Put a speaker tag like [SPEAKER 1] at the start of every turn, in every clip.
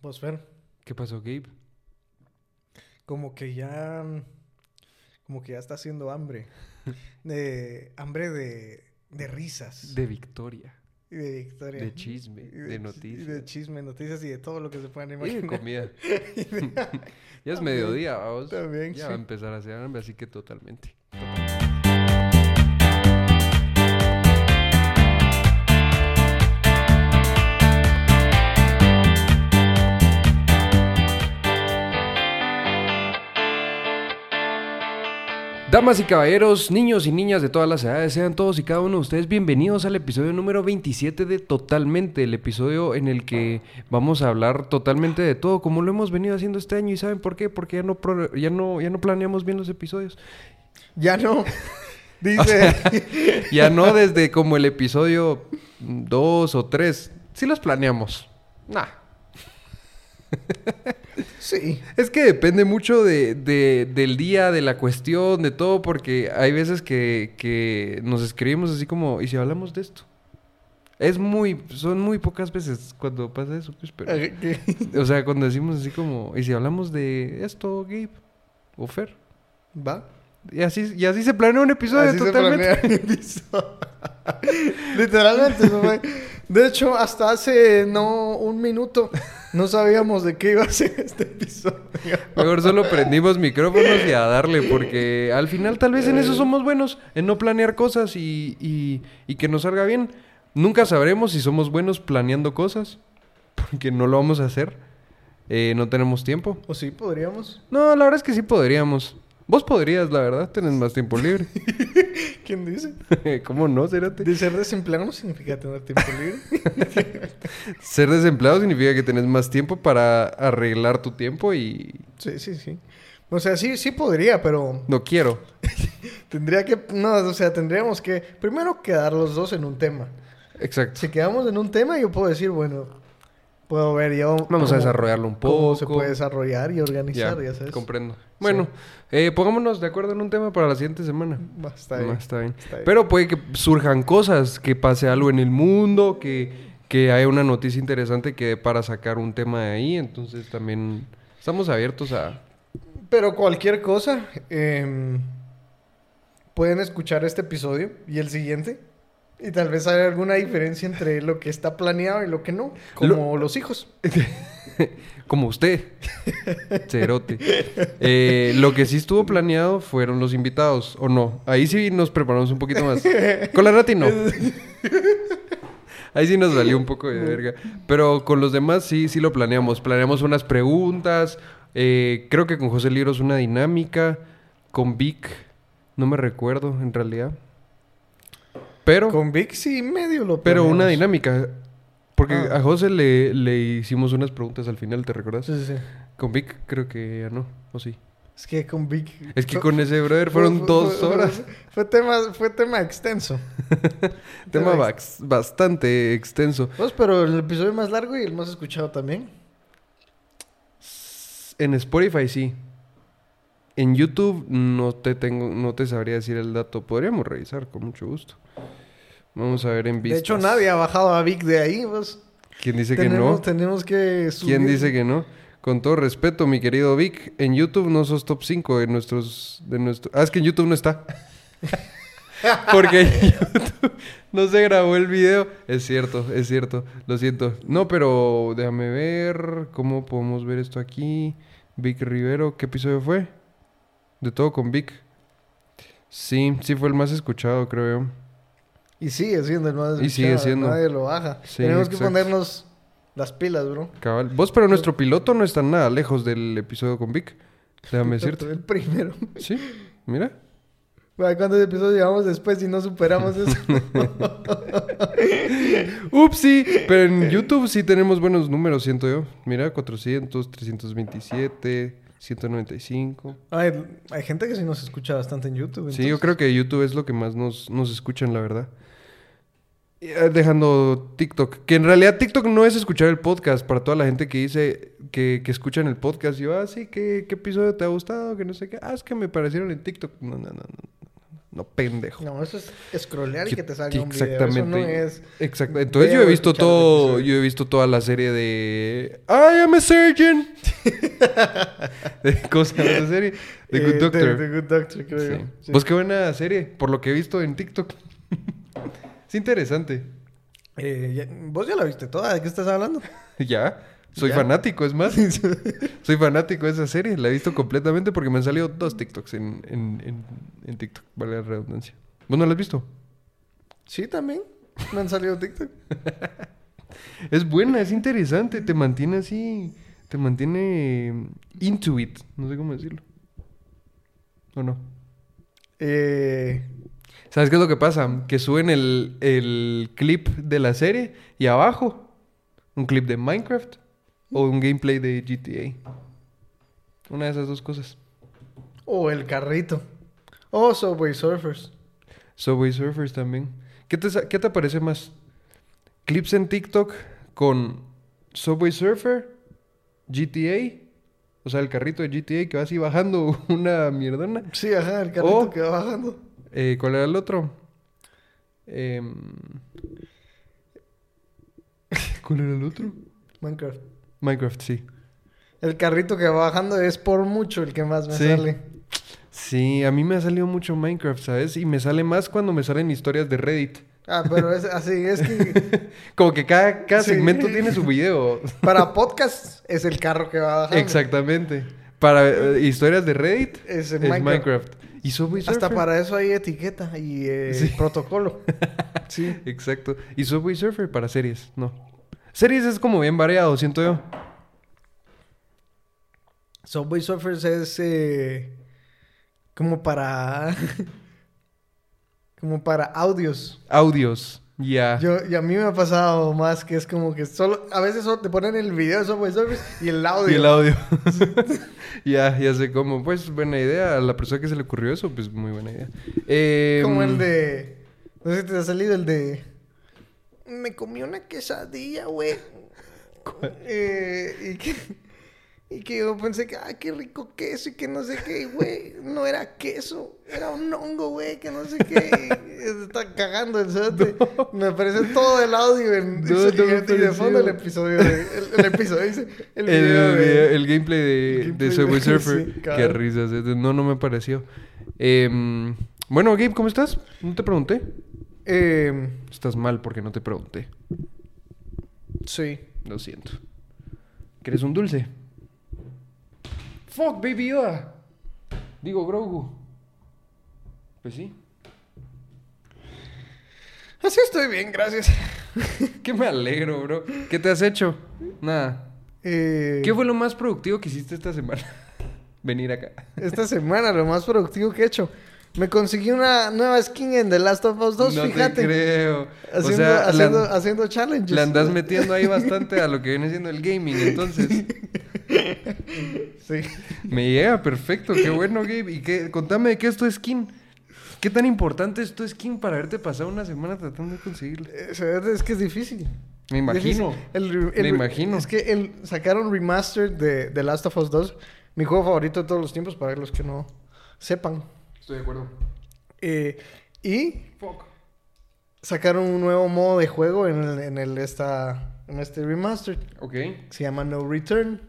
[SPEAKER 1] Pues Fer,
[SPEAKER 2] ¿Qué pasó, Gabe?
[SPEAKER 1] como que ya. Como que ya está haciendo hambre. De, hambre de, de risas.
[SPEAKER 2] De victoria,
[SPEAKER 1] y de victoria.
[SPEAKER 2] de chisme,
[SPEAKER 1] Y
[SPEAKER 2] de
[SPEAKER 1] chi- y
[SPEAKER 2] noticias.
[SPEAKER 1] de chisme, noticias y de todo lo que se puedan
[SPEAKER 2] y de
[SPEAKER 1] imaginar.
[SPEAKER 2] comida.
[SPEAKER 1] Y de-
[SPEAKER 2] Ya es
[SPEAKER 1] También,
[SPEAKER 2] mediodía, vamos.
[SPEAKER 1] también,
[SPEAKER 2] Ya
[SPEAKER 1] sí.
[SPEAKER 2] va a empezar a hacer hambre, así que totalmente. Damas y caballeros, niños y niñas de todas las edades, sean todos y cada uno de ustedes bienvenidos al episodio número 27 de Totalmente, el episodio en el que vamos a hablar totalmente de todo, como lo hemos venido haciendo este año y saben por qué, porque ya no pro- ya no ya no planeamos bien los episodios.
[SPEAKER 1] ya no. Dice.
[SPEAKER 2] Ya no desde como el episodio 2 o 3. Sí los planeamos. Nah.
[SPEAKER 1] sí.
[SPEAKER 2] Es que depende mucho de, de- del día, de la cuestión, de todo, porque hay veces que, que nos escribimos así como, ¿y si hablamos de esto? Es muy, son muy pocas veces cuando pasa eso, pues, pero... O sea, cuando decimos así como, ¿y si hablamos de esto, Gabe? ¿O Fer?
[SPEAKER 1] Va.
[SPEAKER 2] Y así, y así se planea un episodio
[SPEAKER 1] Así se
[SPEAKER 2] totalmente.
[SPEAKER 1] planea el episodio. Literalmente, eso fue. De hecho, hasta hace no un minuto no sabíamos de qué iba a ser este episodio.
[SPEAKER 2] Mejor solo prendimos micrófonos y a darle, porque al final tal vez en eso somos buenos, en no planear cosas y, y- y que nos salga bien. Nunca sabremos si somos buenos planeando cosas, porque no lo vamos a hacer. Eh, no tenemos tiempo.
[SPEAKER 1] O sí, podríamos.
[SPEAKER 2] No, la verdad es que sí podríamos. Vos podrías, la verdad, tenés más tiempo libre.
[SPEAKER 1] ¿Quién dice?
[SPEAKER 2] ¿Cómo no, Cérate?
[SPEAKER 1] De ser desempleado no significa tener tiempo libre.
[SPEAKER 2] Ser desempleado significa que tenés más tiempo para arreglar tu tiempo y
[SPEAKER 1] Sí, sí, sí. O sea, sí, sí podría, pero
[SPEAKER 2] no quiero.
[SPEAKER 1] tendría que. No, o sea, tendríamos que primero quedar los dos en un tema.
[SPEAKER 2] Exacto.
[SPEAKER 1] Si quedamos en un tema, yo puedo decir, bueno, puedo ver yo.
[SPEAKER 2] Vamos
[SPEAKER 1] cómo-
[SPEAKER 2] a desarrollarlo un poco.
[SPEAKER 1] cómo se puede desarrollar y organizar, ya, sabes.
[SPEAKER 2] Comprendo. Bueno, eh, pongámonos de acuerdo en un tema para la siguiente semana.
[SPEAKER 1] Va, está
[SPEAKER 2] Ah,
[SPEAKER 1] bien. Está
[SPEAKER 2] está
[SPEAKER 1] bien.
[SPEAKER 2] bien. Pero puede que surjan cosas, que pase algo en el mundo, que, que haya una noticia interesante que dé para sacar un tema de ahí. Entonces también estamos abiertos a...
[SPEAKER 1] Pero cualquier cosa, em, pueden escuchar este episodio y el siguiente. Y tal vez haya alguna diferencia entre lo que está planeado y lo que no. Como los hijos.
[SPEAKER 2] Como usted. Cerote. Eh, lo que sí estuvo planeado fueron los invitados, ¿o no? Ahí sí nos preparamos un poquito más. Con la Nati no. Ahí sí nos valió un poco de verga. Pero con los demás sí, sí lo planeamos. Planeamos unas preguntas. eh, creo que con José Libros una dinámica. Con Vic, no me recuerdo en realidad. Pero...
[SPEAKER 1] Con Vic sí medio lo
[SPEAKER 2] Pero una
[SPEAKER 1] planeamos.
[SPEAKER 2] dinámica. Porque
[SPEAKER 1] Ah.
[SPEAKER 2] a José le, le hicimos unas preguntas al final, ¿te recuerdas?
[SPEAKER 1] Sí, sí, sí.
[SPEAKER 2] Con Vic creo que ya no, o sí.
[SPEAKER 1] Es que con Vic...
[SPEAKER 2] Es que
[SPEAKER 1] to-
[SPEAKER 2] con ese brother fueron
[SPEAKER 1] fue-
[SPEAKER 2] dos
[SPEAKER 1] fue-
[SPEAKER 2] horas.
[SPEAKER 1] Fue, tema, fue tema extenso.
[SPEAKER 2] Tema
[SPEAKER 1] tema
[SPEAKER 2] bax- bastante extenso.
[SPEAKER 1] Pues, pero el episodio más largo y el más escuchado también.
[SPEAKER 2] En Spotify sí. En YouTube no te tengo, no te sabría decir el dato. Podríamos revisar con mucho gusto. Vamos a ver en vistas.
[SPEAKER 1] De hecho, nadie ha bajado a Vic de ahí, pues.
[SPEAKER 2] ¿Quién dice que
[SPEAKER 1] tenemos,
[SPEAKER 2] no?
[SPEAKER 1] tenemos que subir.
[SPEAKER 2] ¿Quién dice que no? Con todo respeto, mi querido Vic, en YouTube no sos top 5 de nuestros... De nuestro... Ah, es que en YouTube no está. Porque en YouTube no se grabó el video. Es cierto, es cierto. Lo siento. No, pero déjame ver cómo podemos ver esto aquí. Vic Rivero, ¿qué episodio fue? De todo con Vic. Sí, sí fue el más escuchado, creo yo.
[SPEAKER 1] Y sigue siendo el más
[SPEAKER 2] Y sigue
[SPEAKER 1] escuchado,
[SPEAKER 2] siendo.
[SPEAKER 1] Nadie lo baja.
[SPEAKER 2] Sí,
[SPEAKER 1] Tenemos que
[SPEAKER 2] exacto.
[SPEAKER 1] ponernos las pilas, bro.
[SPEAKER 2] Cabal. Vos, pero nuestro piloto no está nada lejos del episodio con Vic. Déjame decirte.
[SPEAKER 1] El primero.
[SPEAKER 2] Sí, mira.
[SPEAKER 1] Ay, ¿Cuántos episodios llevamos después y no superamos eso?
[SPEAKER 2] Upsi, pero en YouTube sí tenemos buenos números, siento yo. Mira, 400, 327, 195.
[SPEAKER 1] Ay, hay gente que sí nos escucha bastante en YouTube.
[SPEAKER 2] Sí, yo creo que YouTube es lo que más nos, nos escuchan, la verdad. Y, eh, Dejando TikTok, que en realidad TikTok no es escuchar el podcast, para toda la gente que dice que, que escuchan el podcast, yo, ah, sí, ¿qué, qué episodio te ha gustado? Que no sé qué, ah, es que me parecieron en TikTok. No, no, no, no. no, no. No, pendejo.
[SPEAKER 1] No, eso es scrollear y
[SPEAKER 2] Que-
[SPEAKER 1] que te salga
[SPEAKER 2] que
[SPEAKER 1] un video. Eso no es...
[SPEAKER 2] Exacto. Entonces yo he
[SPEAKER 1] Veo,
[SPEAKER 2] visto
[SPEAKER 1] escuchar
[SPEAKER 2] todo,
[SPEAKER 1] episodios.
[SPEAKER 2] yo he visto toda la serie de I am a surgeon. de cosas de esa serie. The
[SPEAKER 1] Eh,
[SPEAKER 2] Good Doctor.
[SPEAKER 1] The Good Doctor, creo
[SPEAKER 2] Sí.
[SPEAKER 1] yo. Sí.
[SPEAKER 2] Pues qué buena serie, por lo que he visto en TikTok. es interesante.
[SPEAKER 1] Eh, ya- vos ya la viste toda, ¿de qué estás hablando?
[SPEAKER 2] Ya. Soy
[SPEAKER 1] Ya.
[SPEAKER 2] fanático, es más. Soy fanático de esa serie. La he visto completamente porque me han salido dos TikToks en, en, en, en TikTok. Vale la redundancia. ¿Vos no la has visto?
[SPEAKER 1] Sí, también. Me han salido TikTok.
[SPEAKER 2] Es buena, es interesante. Te mantiene así. Te mantiene into it. No sé cómo decirlo. ¿O no?
[SPEAKER 1] Eh,
[SPEAKER 2] ¿Sabes qué es lo que pasa? Que suben el, el clip de la serie y abajo un clip de Minecraft o un gameplay de GTA. Una de esas dos cosas.
[SPEAKER 1] o oh, el carrito. O Subway Surfers.
[SPEAKER 2] Subway Surfers también. ¿Qué te, sa- qué te parece más? ¿Clips en TikTok con Subway Surfer, GTA? O sea, el carrito de GTA que va así bajando una mierdona.
[SPEAKER 1] Sí, ajá, el carrito
[SPEAKER 2] O-
[SPEAKER 1] que va bajando.
[SPEAKER 2] Eh, ¿Cuál era el otro? Em, ¿Cuál era el otro?
[SPEAKER 1] Minecraft.
[SPEAKER 2] Minecraft, sí.
[SPEAKER 1] El carrito que va bajando es por mucho el que más me
[SPEAKER 2] Sí.
[SPEAKER 1] sale.
[SPEAKER 2] Sí, a mí me ha salido mucho Minecraft, ¿sabes? Y me sale más cuando me salen historias de Reddit.
[SPEAKER 1] Ah, pero es así, es que
[SPEAKER 2] Como que cada, cada
[SPEAKER 1] Sí.
[SPEAKER 2] segmento tiene su video.
[SPEAKER 1] para podcast es el carro que va bajando.
[SPEAKER 2] Exactamente. Para eh, historias de Reddit
[SPEAKER 1] Es
[SPEAKER 2] es,
[SPEAKER 1] en
[SPEAKER 2] Minecraft.
[SPEAKER 1] Minecraft.
[SPEAKER 2] Y Subway Surfer.
[SPEAKER 1] Hasta para eso hay etiqueta y eh,
[SPEAKER 2] Sí.
[SPEAKER 1] protocolo. Sí.
[SPEAKER 2] Exacto. Y Subway Surfer para series, no. Series es como bien variado, siento yo.
[SPEAKER 1] Subway Surfers es eh, como para como para audios.
[SPEAKER 2] Audios. Ya.
[SPEAKER 1] Yo, y a mí me ha pasado más que es como que solo a veces solo te ponen el video de Subway Surfers y el audio.
[SPEAKER 2] Y el audio. ya, ya sé cómo. Pues buena idea. A la persona que se le ocurrió eso, pues muy buena idea. Eh,
[SPEAKER 1] Como el de no sé si te ha salido el de me comí una quesadilla, güey. Eh, y que y que yo pensé que, ah, qué rico queso y que no sé qué, y, güey. No era queso, era un hongo, güey, que no sé qué. Y se está cagando el cerote. Me aparece todo el audio en,
[SPEAKER 2] No,
[SPEAKER 1] y-
[SPEAKER 2] no me
[SPEAKER 1] y, de
[SPEAKER 2] pareció.
[SPEAKER 1] fondo el episodio. de- el, el episodio dice.
[SPEAKER 2] El,
[SPEAKER 1] El video. de-
[SPEAKER 2] video- el gameplay de,
[SPEAKER 1] el gameplay
[SPEAKER 2] de
[SPEAKER 1] de-
[SPEAKER 2] Subway Surfer.
[SPEAKER 1] sí,
[SPEAKER 2] Qué
[SPEAKER 1] cabal.
[SPEAKER 2] risas. eh. No, no me pareció. Em, bueno, Gabe, ¿cómo estás? No te pregunté.
[SPEAKER 1] Eh,
[SPEAKER 2] Estás mal porque no te pregunté.
[SPEAKER 1] sí.
[SPEAKER 2] Lo siento. ¿Quieres un dulce? Fuck, baby Yoda. Digo Grogu. Pues sí.
[SPEAKER 1] Así estoy bien, gracias.
[SPEAKER 2] Qué me alegro, bro. ¿Qué te has hecho? Nada.
[SPEAKER 1] Eh,
[SPEAKER 2] ¿Qué fue lo más productivo que hiciste esta semana? Venir acá.
[SPEAKER 1] Esta semana lo más productivo que he hecho. Me conseguí una nueva skin en The Last of Us 2,
[SPEAKER 2] no
[SPEAKER 1] fíjate.
[SPEAKER 2] te creo.
[SPEAKER 1] Haciendo,
[SPEAKER 2] o sea, la-
[SPEAKER 1] haciendo,
[SPEAKER 2] la,
[SPEAKER 1] haciendo challenges.
[SPEAKER 2] andas metiendo ahí bastante a lo que viene siendo el gaming, entonces.
[SPEAKER 1] Sí.
[SPEAKER 2] Me llega perfecto, qué bueno, Gabe. Y qué, contame de qué es tu skin. ¿Qué tan importante es tu skin para haberte pasado una semana tratando de conseguirla?
[SPEAKER 1] Eh, se ve- Es que es difícil.
[SPEAKER 2] Me imagino.
[SPEAKER 1] Difícil. El re- el
[SPEAKER 2] Me
[SPEAKER 1] re-
[SPEAKER 2] imagino.
[SPEAKER 1] Es que el, sacaron remaster de The Last of Us 2, mi juego favorito de todos los tiempos, para los que no sepan.
[SPEAKER 2] Estoy de acuerdo.
[SPEAKER 1] Eh, y
[SPEAKER 2] Fuck.
[SPEAKER 1] sacaron un nuevo modo de juego en, el- en, el, esta, en este remaster.
[SPEAKER 2] Ok.
[SPEAKER 1] se llama No Return.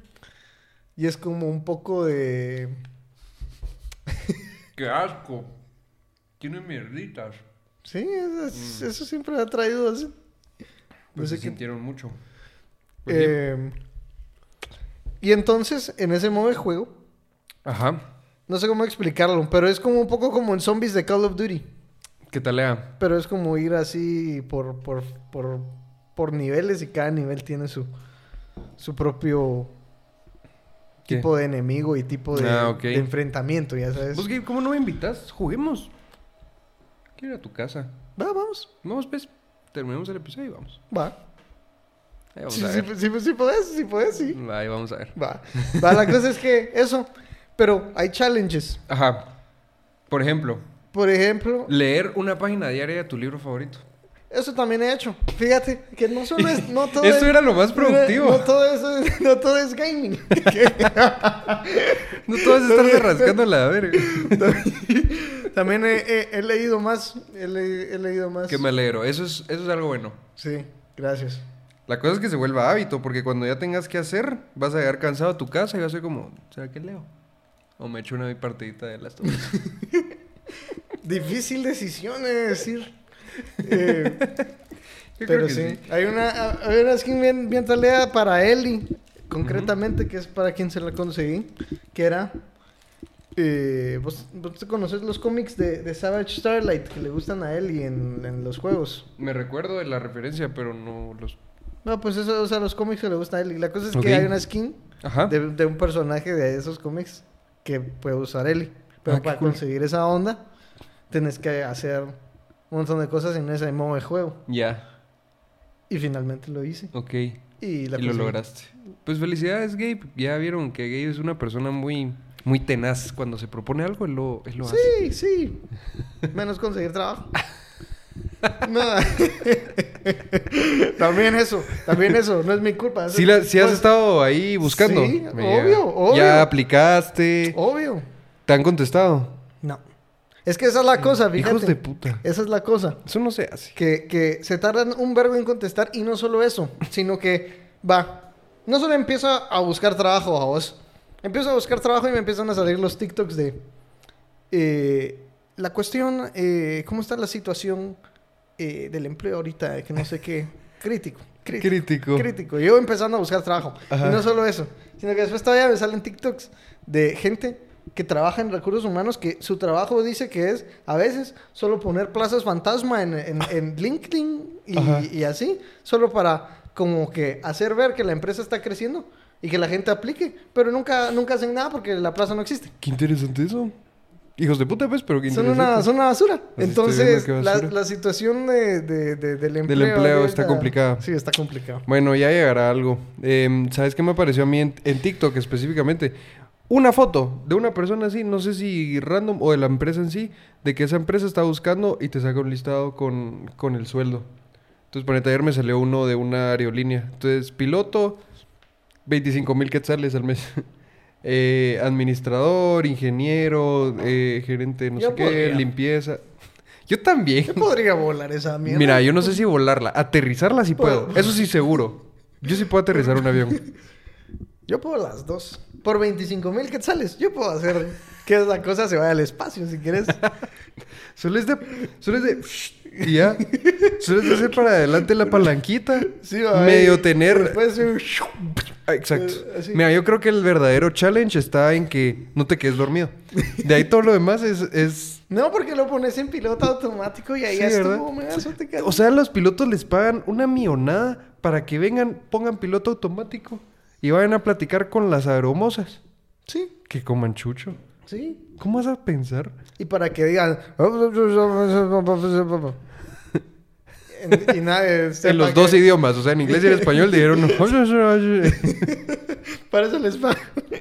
[SPEAKER 1] Y es como un poco de.
[SPEAKER 2] Qué asco. Tiene mierditas.
[SPEAKER 1] Sí, es-
[SPEAKER 2] Mm.
[SPEAKER 1] es- eso siempre ha traído así. No
[SPEAKER 2] Pues
[SPEAKER 1] sé qué-
[SPEAKER 2] mucho. pues
[SPEAKER 1] Eh, y entonces, en ese modo de juego,
[SPEAKER 2] Ajá.
[SPEAKER 1] no sé cómo explicarlo, pero es como un poco como en zombies de Call of Duty.
[SPEAKER 2] ¿Qué tal, Lea?
[SPEAKER 1] Pero es como ir así por, por, por, por niveles y cada nivel tiene su, su propio
[SPEAKER 2] ¿Qué?
[SPEAKER 1] tipo de enemigo y tipo de,
[SPEAKER 2] Ah, ok. Pues
[SPEAKER 1] de enfrentamiento, ya sabes.
[SPEAKER 2] Vos, Gabe, ¿cómo no me invitas? Juguemos. Quiero ir a tu casa.
[SPEAKER 1] Va, vamos,
[SPEAKER 2] Vamos, pues. Terminemos el episodio y vamos.
[SPEAKER 1] va.
[SPEAKER 2] Ahí vamos
[SPEAKER 1] Sí,
[SPEAKER 2] a
[SPEAKER 1] sí,
[SPEAKER 2] ver.
[SPEAKER 1] sí, sí podés, sí podés, sí.
[SPEAKER 2] Ahí vamos a ver.
[SPEAKER 1] Va. Va, la cosa es que eso. Pero hay challenges.
[SPEAKER 2] Ajá. Por ejemplo,
[SPEAKER 1] Por ejemplo,
[SPEAKER 2] leer una página diaria de tu libro favorito.
[SPEAKER 1] Eso también he hecho. Fíjate que no solo es. No todo
[SPEAKER 2] Esto
[SPEAKER 1] es-
[SPEAKER 2] era lo más productivo.
[SPEAKER 1] No todo eso es, no todo es gaming.
[SPEAKER 2] No te vas a estar rascando la verga.
[SPEAKER 1] también he, he- he leído más. He, le- he leído más.
[SPEAKER 2] Que me alegro. Eso es, eso es algo bueno.
[SPEAKER 1] Sí, gracias.
[SPEAKER 2] La cosa es que se vuelva hábito, porque cuando ya tengas que hacer, vas a llegar cansado a tu casa y vas a ser como, ¿será que leo? O me echo una partidita de las dos.
[SPEAKER 1] Difícil decisión, es decir. Eh, pero sí. Hay una, hay una skin bien, bien taleada para Eli, concretamente, que es para quien se la conseguí, que era... eh, ¿vos, vos te conoces los cómics de, de Savage Starlight que le gustan a Ellie en, en los juegos?
[SPEAKER 2] Me recuerdo de la referencia, pero no los...
[SPEAKER 1] No, pues eso, o sea, los cómics que le gustan a Ellie. La cosa es
[SPEAKER 2] Ok. Ah.
[SPEAKER 1] que hay una skin
[SPEAKER 2] Ajá.
[SPEAKER 1] de, de un personaje de esos cómics que puede usar Ellie. Pero
[SPEAKER 2] Ah, qué
[SPEAKER 1] para
[SPEAKER 2] cool.
[SPEAKER 1] conseguir esa onda, tenés que hacer un montón de cosas en ese modo de juego.
[SPEAKER 2] Ya,
[SPEAKER 1] Y finalmente lo hice.
[SPEAKER 2] ok.
[SPEAKER 1] Y, la
[SPEAKER 2] y lo
[SPEAKER 1] conseguí.
[SPEAKER 2] lograste. Pues felicidades, Gabe. Ya vieron que Gabe es una persona muy, muy tenaz. Cuando se propone algo, él lo, él lo hace.
[SPEAKER 1] Sí, sí. Menos conseguir trabajo. No. también eso, también eso, no es mi culpa.
[SPEAKER 2] Sí, la- sí has
[SPEAKER 1] Pues,
[SPEAKER 2] estado ahí buscando.
[SPEAKER 1] sí,
[SPEAKER 2] Me llega.
[SPEAKER 1] obvio, obvio.
[SPEAKER 2] Ya aplicaste.
[SPEAKER 1] Obvio.
[SPEAKER 2] ¿Te han contestado?
[SPEAKER 1] No. Es que esa es la cosa, fíjate.
[SPEAKER 2] Eh, Hijos de puta.
[SPEAKER 1] Esa es la cosa.
[SPEAKER 2] Eso no se hace.
[SPEAKER 1] Que, que se tardan un verbo en contestar y no solo eso, sino que va. No solo empieza a buscar trabajo a vos. Empiezo a buscar trabajo y me empiezan a salir los TikToks de... eh, la cuestión, eh, ¿cómo está la situación eh, del empleo ahorita? De Que no sé qué. Crítico. Crítico.
[SPEAKER 2] Crítico.
[SPEAKER 1] Crítico. Yo empezando a buscar trabajo.
[SPEAKER 2] Ajá.
[SPEAKER 1] Y no solo eso, sino que después todavía me salen TikToks de gente que trabaja en recursos humanos que su trabajo dice que es a veces solo poner plazas fantasma en, en- en LinkedIn
[SPEAKER 2] Ajá.
[SPEAKER 1] y, y así, solo para como que hacer ver que la empresa está creciendo y que la gente aplique, pero nunca, nunca hacen nada porque la plaza no existe.
[SPEAKER 2] Qué interesante eso. Hijos de puta, pues, pero qué
[SPEAKER 1] Son
[SPEAKER 2] interesante. Pues
[SPEAKER 1] una, son una basura.
[SPEAKER 2] estoy
[SPEAKER 1] Entonces,
[SPEAKER 2] viendo qué
[SPEAKER 1] la,
[SPEAKER 2] basura.
[SPEAKER 1] la situación de, de- de- del empleo...
[SPEAKER 2] empleo está
[SPEAKER 1] ahorita-
[SPEAKER 2] complicada.
[SPEAKER 1] Sí, está complicado.
[SPEAKER 2] Bueno, ya llegará algo. Eh, ¿Sabes qué me apareció a mí en, en TikTok específicamente? Una foto de una persona así, no sé si random o de la empresa en sí, de que esa empresa está buscando y te saca un listado con, con el sueldo. Entonces, por ayer me salió uno de una aerolínea. Entonces, piloto, 25 mil quetzales al mes. Eh, administrador, ingeniero, eh, gerente, no
[SPEAKER 1] Yo
[SPEAKER 2] sé qué,
[SPEAKER 1] podría.
[SPEAKER 2] limpieza. Yo también.
[SPEAKER 1] Yo podría volar esa mierda.
[SPEAKER 2] Mira, yo no sé si volarla, aterrizarla sí puedo.
[SPEAKER 1] Puedo.
[SPEAKER 2] Eso sí seguro. Yo sí puedo aterrizar un avión.
[SPEAKER 1] Yo puedo las dos. Por 25 mil quetzales, yo puedo hacer que esa cosa se vaya al espacio, si quieres.
[SPEAKER 2] Solo es de solo es de y ya. Solo es de hacer para adelante la palanquita.
[SPEAKER 1] Sí, va,
[SPEAKER 2] medio
[SPEAKER 1] eh,
[SPEAKER 2] tener
[SPEAKER 1] Después, eh,
[SPEAKER 2] Ah, Exacto.
[SPEAKER 1] Eh, así.
[SPEAKER 2] Mira, yo creo que el verdadero challenge está en que no te quedes dormido. De ahí todo lo demás es, es...
[SPEAKER 1] no, porque lo pones en piloto automático y ahí
[SPEAKER 2] Sí,
[SPEAKER 1] estuvo,
[SPEAKER 2] ¿verdad?
[SPEAKER 1] me das otro
[SPEAKER 2] O sea, los pilotos les pagan una millonada para que vengan, pongan piloto automático y vayan a platicar con las aeromosas.
[SPEAKER 1] Sí,
[SPEAKER 2] Que coman chucho.
[SPEAKER 1] sí.
[SPEAKER 2] ¿Cómo vas a pensar?
[SPEAKER 1] Y para que digan... En- y nada, eh, sepa
[SPEAKER 2] en los
[SPEAKER 1] que-
[SPEAKER 2] dos idiomas, o sea, en inglés y en español dijeron,
[SPEAKER 1] Para eso les pago.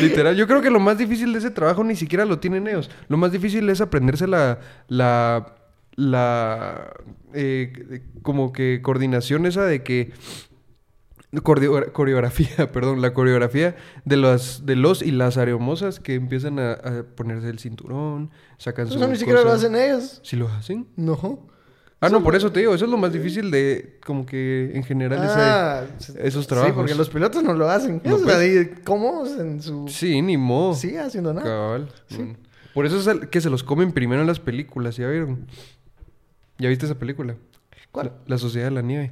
[SPEAKER 2] literal, yo creo que lo más difícil de ese trabajo ni siquiera lo tienen ellos. Lo más difícil es aprenderse la, la, la, eh, eh, como que coordinación esa de que, cordeo- coreografía, perdón, la coreografía de los, de los y las areomosas que empiezan a, a ponerse el cinturón, sacan su
[SPEAKER 1] Eso ni siquiera lo
[SPEAKER 2] cosa.
[SPEAKER 1] hacen ellos.
[SPEAKER 2] ¿Sí lo hacen?
[SPEAKER 1] No.
[SPEAKER 2] Ah, no, por eso te digo, eso es lo más difícil de, como que en general, esa-
[SPEAKER 1] Ah,
[SPEAKER 2] esos
[SPEAKER 1] Sí,
[SPEAKER 2] trabajos.
[SPEAKER 1] porque los pilotos no lo hacen.
[SPEAKER 2] No,
[SPEAKER 1] Ellos
[SPEAKER 2] pues.
[SPEAKER 1] ahí cómodos en su...
[SPEAKER 2] Sí, ni modo.
[SPEAKER 1] Sí, haciendo nada.
[SPEAKER 2] Cabal. Bueno. Por eso es el- que se los comen primero en las películas, ¿ya vieron? ¿Ya viste esa película?
[SPEAKER 1] ¿Cuál?
[SPEAKER 2] La, La Sociedad de la Nieve.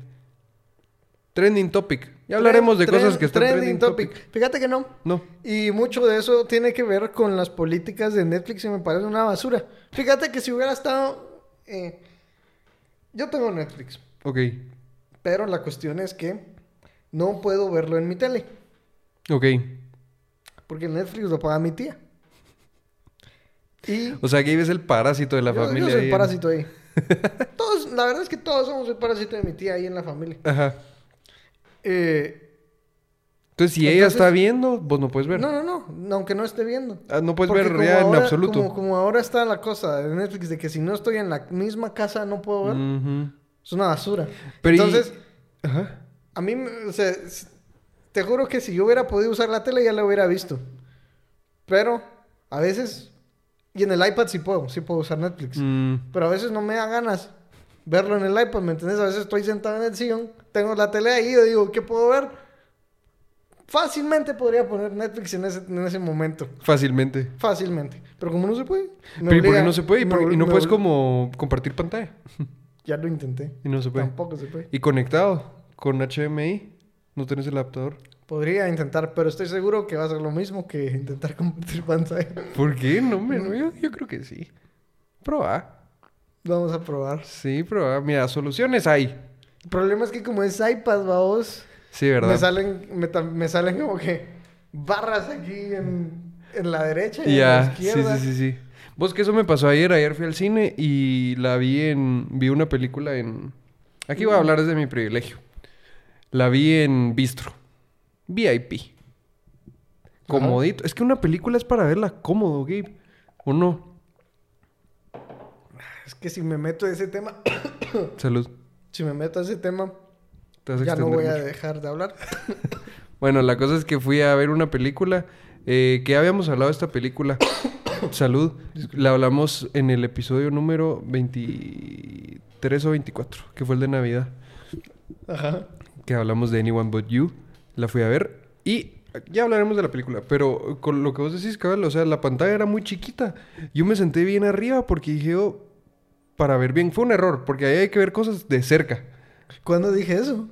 [SPEAKER 2] Trending Topic. Ya hablaremos de
[SPEAKER 1] Tren-
[SPEAKER 2] cosas que están trending, topic.
[SPEAKER 1] Fíjate que no.
[SPEAKER 2] No.
[SPEAKER 1] Y mucho de eso tiene que ver con las políticas de Netflix y me parece una basura. Fíjate que si hubiera estado... eh, yo tengo Netflix,
[SPEAKER 2] Ok.
[SPEAKER 1] pero la cuestión es que no puedo verlo en mi tele,
[SPEAKER 2] Ok.
[SPEAKER 1] porque el Netflix lo paga mi tía. Y
[SPEAKER 2] O sea, Gabe es el parásito de la
[SPEAKER 1] yo- yo,
[SPEAKER 2] familia.
[SPEAKER 1] soy
[SPEAKER 2] ahí
[SPEAKER 1] el
[SPEAKER 2] en-
[SPEAKER 1] parásito ahí. Todos, la verdad es que todos somos el parásito de mi tía ahí en la familia.
[SPEAKER 2] Ajá.
[SPEAKER 1] Eh,
[SPEAKER 2] Entonces Entonces, si ella
[SPEAKER 1] Entonces-
[SPEAKER 2] está viendo, vos no puedes ver.
[SPEAKER 1] No, no, no, aunque no esté viendo.
[SPEAKER 2] Ah, no puedes
[SPEAKER 1] Porque
[SPEAKER 2] ver
[SPEAKER 1] como
[SPEAKER 2] ya en
[SPEAKER 1] ahora-
[SPEAKER 2] absoluto.
[SPEAKER 1] Como, como ahora está la cosa de Netflix de que si no estoy en la misma casa no puedo ver.
[SPEAKER 2] Ujú.
[SPEAKER 1] Es una basura.
[SPEAKER 2] Mm. Pero y-
[SPEAKER 1] Entonces,
[SPEAKER 2] Ajá.
[SPEAKER 1] a mí, me- o sea, s- te juro que si yo hubiera podido usar la tele ya la hubiera visto. Pero a veces, y en el iPad sí puedo, sí puedo usar Netflix.
[SPEAKER 2] Mm,
[SPEAKER 1] Pero a veces no me da ganas verlo en el iPad, ¿me entiendes? A veces estoy sentado en el sillón, tengo la tele ahí, yo digo, ¿qué puedo ver? Fácilmente podría poner Netflix en ese, en ese momento.
[SPEAKER 2] fácilmente.
[SPEAKER 1] Fácilmente. Pero como no se puede. me
[SPEAKER 2] Pero ¿y por qué
[SPEAKER 1] obliga-
[SPEAKER 2] no se puede? ¿Y, por-
[SPEAKER 1] me-
[SPEAKER 2] y no
[SPEAKER 1] me
[SPEAKER 2] puedes
[SPEAKER 1] obli-
[SPEAKER 2] como compartir pantalla.
[SPEAKER 1] Ya lo intenté.
[SPEAKER 2] Y no se puede.
[SPEAKER 1] Tampoco se puede.
[SPEAKER 2] Y conectado con HDMI. No tenés el adaptador.
[SPEAKER 1] Podría intentar, pero estoy seguro que va a ser lo mismo que intentar compartir pantalla.
[SPEAKER 2] ¿Por qué? No, hombre, no, yo, yo creo que sí. Proba.
[SPEAKER 1] Vamos a probar.
[SPEAKER 2] Sí, proba. Mira, soluciones hay.
[SPEAKER 1] El problema es que como es iPad, vamos,
[SPEAKER 2] Sí, ¿verdad?
[SPEAKER 1] me salen, me, ta- me salen como que barras aquí en, en la derecha y en la
[SPEAKER 2] Ya, sí,
[SPEAKER 1] izquierda.
[SPEAKER 2] sí, sí, sí. Vos que eso me pasó ayer, ayer fui al cine y la vi en, vi una película en, aquí
[SPEAKER 1] Mm.
[SPEAKER 2] voy a hablar desde mi privilegio. La vi en Bistro, VIP, comodito. Es que una película es para verla cómodo, Gabe, ¿o no?
[SPEAKER 1] Es que si me meto a ese tema,
[SPEAKER 2] Salud.
[SPEAKER 1] si me meto a ese tema,
[SPEAKER 2] Te vas a
[SPEAKER 1] ya no
[SPEAKER 2] extender
[SPEAKER 1] voy a
[SPEAKER 2] mucho.
[SPEAKER 1] dejar de hablar.
[SPEAKER 2] Bueno, la cosa es que fui a ver una película, eh, que ya habíamos hablado de esta película. Salud. La hablamos en el episodio número 23 o 24, que fue el de Navidad.
[SPEAKER 1] Ajá.
[SPEAKER 2] que hablamos de Anyone But You, la fui a ver y ya hablaremos de la película, pero con lo que vos decís, cabal, o sea, la pantalla era muy chiquita. Yo me senté bien arriba porque dije, oh, para ver bien, fue un error, porque ahí hay que ver cosas de cerca.
[SPEAKER 1] ¿Cuándo dije eso?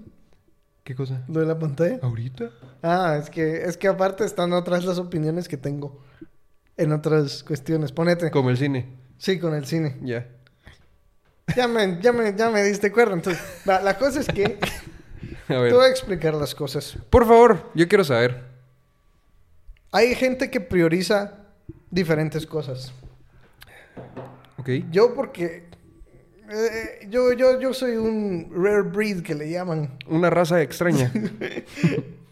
[SPEAKER 2] ¿Qué cosa?
[SPEAKER 1] Lo de la pantalla.
[SPEAKER 2] ¿Ahorita?
[SPEAKER 1] Ah, es que, es que aparte están otras las opiniones que tengo en otras cuestiones. Ponete.
[SPEAKER 2] Como el cine,
[SPEAKER 1] Sí, con el cine.
[SPEAKER 2] ya.
[SPEAKER 1] Ya me, ya me, ya me diste cuerda. Entonces, la, la cosa es que
[SPEAKER 2] A
[SPEAKER 1] te
[SPEAKER 2] ver.
[SPEAKER 1] voy a explicar las cosas.
[SPEAKER 2] Por favor, yo quiero saber.
[SPEAKER 1] Hay gente que prioriza diferentes cosas.
[SPEAKER 2] ¿Ok?
[SPEAKER 1] Yo porque... eh, yo, yo, yo soy un rare breed que le llaman.
[SPEAKER 2] Una raza extraña.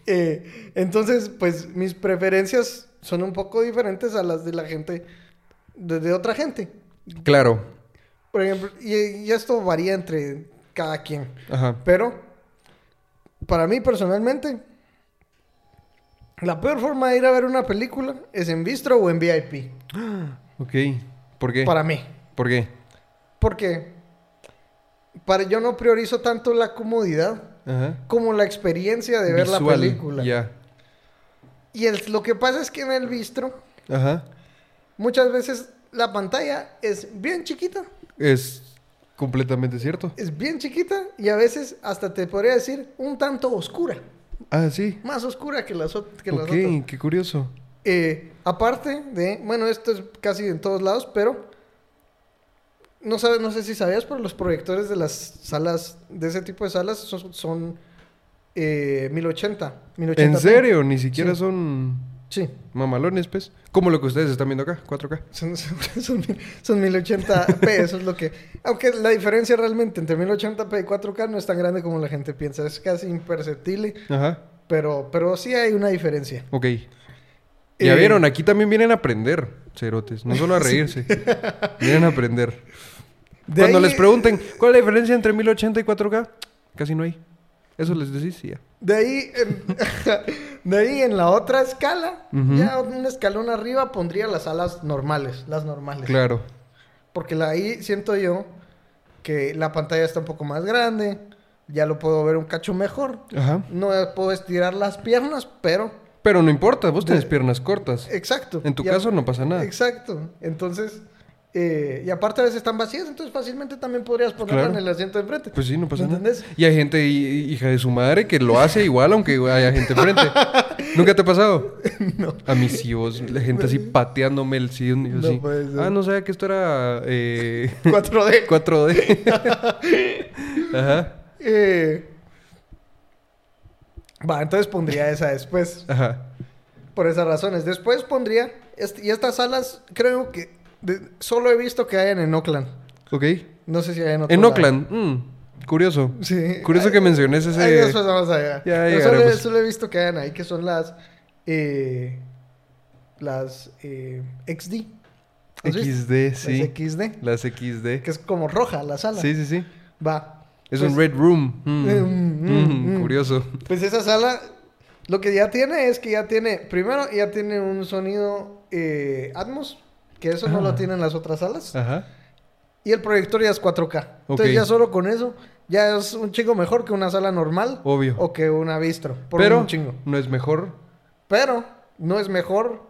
[SPEAKER 1] Eh, entonces, pues mis preferencias son un poco diferentes a las de la gente, de, de otra gente.
[SPEAKER 2] claro.
[SPEAKER 1] Por ejemplo, y, y esto varía entre cada quien.
[SPEAKER 2] Ajá.
[SPEAKER 1] Pero, para mí personalmente, la peor forma de ir a ver una película es en bistro o en VIP.
[SPEAKER 2] Ok. ¿Por qué?
[SPEAKER 1] Para mí.
[SPEAKER 2] ¿Por qué?
[SPEAKER 1] Porque para, yo no priorizo tanto la comodidad
[SPEAKER 2] Ajá.
[SPEAKER 1] como la experiencia de ver la
[SPEAKER 2] Visual,
[SPEAKER 1] película.
[SPEAKER 2] Ya.
[SPEAKER 1] Y el- lo que pasa es que en el bistro
[SPEAKER 2] Ajá.
[SPEAKER 1] Muchas veces la pantalla es bien chiquita,
[SPEAKER 2] Es completamente cierto.
[SPEAKER 1] es bien chiquita y a veces hasta te podría decir un tanto oscura,
[SPEAKER 2] Ah, sí.
[SPEAKER 1] más oscura que las, ot- que las
[SPEAKER 2] Ok,
[SPEAKER 1] otras.
[SPEAKER 2] qué curioso.
[SPEAKER 1] Eh, aparte de, bueno, esto es casi en todos lados, pero no, sabes, no sé si sabías, pero los proyectores de las salas, de ese tipo de salas, son, son, eh, 1080. 1080p.
[SPEAKER 2] ¿En serio? Ni siquiera
[SPEAKER 1] Sí.
[SPEAKER 2] son
[SPEAKER 1] Sí.
[SPEAKER 2] mamalones, pues. Como lo que ustedes están viendo acá, 4K.
[SPEAKER 1] Son, son, son mil- son 1080p, eso es lo que... Aunque la diferencia realmente entre 1080p y 4K no es tan grande como la gente piensa, es casi imperceptible,
[SPEAKER 2] Ajá.
[SPEAKER 1] pero, pero sí hay una diferencia.
[SPEAKER 2] Ok. Ya
[SPEAKER 1] Eh,
[SPEAKER 2] vieron, aquí también vienen a aprender, cerotes. No solo a reírse. Vienen a aprender.
[SPEAKER 1] De
[SPEAKER 2] Cuando
[SPEAKER 1] ahí-
[SPEAKER 2] les pregunten, ¿cuál es la diferencia entre 1080 y 4K? Casi no hay. Eso les decís y ya.
[SPEAKER 1] De ahí, en, de ahí en la otra escala,
[SPEAKER 2] Ujú.
[SPEAKER 1] ya un escalón arriba pondría las alas normales, las normales.
[SPEAKER 2] Claro.
[SPEAKER 1] Porque la, ahí siento yo que la pantalla está un poco más grande, ya lo puedo ver un cacho mejor.
[SPEAKER 2] Ajá.
[SPEAKER 1] No puedo estirar las piernas, pero...
[SPEAKER 2] Pero no importa, vos tenés piernas cortas.
[SPEAKER 1] Exacto.
[SPEAKER 2] En tu
[SPEAKER 1] Ya-
[SPEAKER 2] caso no pasa nada.
[SPEAKER 1] Exacto. Entonces, eh, y aparte a veces están vacías, entonces fácilmente también podrías ponerla
[SPEAKER 2] Claro.
[SPEAKER 1] en el asiento de enfrente.
[SPEAKER 2] Pues sí, no pasa
[SPEAKER 1] ¿Me
[SPEAKER 2] nada.
[SPEAKER 1] entendés?
[SPEAKER 2] Y hay gente hi- hija de su madre que lo hace igual, aunque haya gente enfrente. ¿Nunca te ha pasado? No. A mis sí, vos, la gente así pateándome el sillón. y yo
[SPEAKER 1] No
[SPEAKER 2] así,
[SPEAKER 1] puede ser.
[SPEAKER 2] Ah, no sabía que esto era eh,
[SPEAKER 1] 4D.
[SPEAKER 2] 4D. ajá,
[SPEAKER 1] Eh, Va, entonces pondría esa después.
[SPEAKER 2] ajá.
[SPEAKER 1] Por esas razones. Después pondría. est- y estas salas, creo que. de- solo he visto que hayan en Oakland.
[SPEAKER 2] Ok.
[SPEAKER 1] No sé si hay en otro
[SPEAKER 2] en
[SPEAKER 1] lado.
[SPEAKER 2] Oakland. mm, Curioso.
[SPEAKER 1] Sí.
[SPEAKER 2] Curioso que menciones ese.
[SPEAKER 1] Ahí después vamos a llegar.
[SPEAKER 2] Ya
[SPEAKER 1] Yo solo,
[SPEAKER 2] llegaremos.
[SPEAKER 1] solo he visto que hayan ahí que son las. eh, las eh, XD. ¿Has visto?
[SPEAKER 2] XD, sí.
[SPEAKER 1] Las XD.
[SPEAKER 2] Las XD.
[SPEAKER 1] Que es como roja la sala.
[SPEAKER 2] Sí, sí, sí.
[SPEAKER 1] Va.
[SPEAKER 2] Es
[SPEAKER 1] Pues-
[SPEAKER 2] un Red Room. Mm.
[SPEAKER 1] Eh, mm,
[SPEAKER 2] Mm,
[SPEAKER 1] mm,
[SPEAKER 2] Curioso.
[SPEAKER 1] Pues esa sala, lo que ya tiene es que ya tiene, primero, ya tiene un sonido eh, Atmos, que eso no
[SPEAKER 2] Ah.
[SPEAKER 1] lo tienen las otras salas.
[SPEAKER 2] Ajá.
[SPEAKER 1] Y el proyector ya es 4K. Entonces
[SPEAKER 2] Ok.
[SPEAKER 1] ya solo con eso, ya es un chingo mejor que una sala normal.
[SPEAKER 2] Obvio.
[SPEAKER 1] O que una bistro, por
[SPEAKER 2] Pero
[SPEAKER 1] un chingo.
[SPEAKER 2] no es mejor
[SPEAKER 1] Pero no es mejor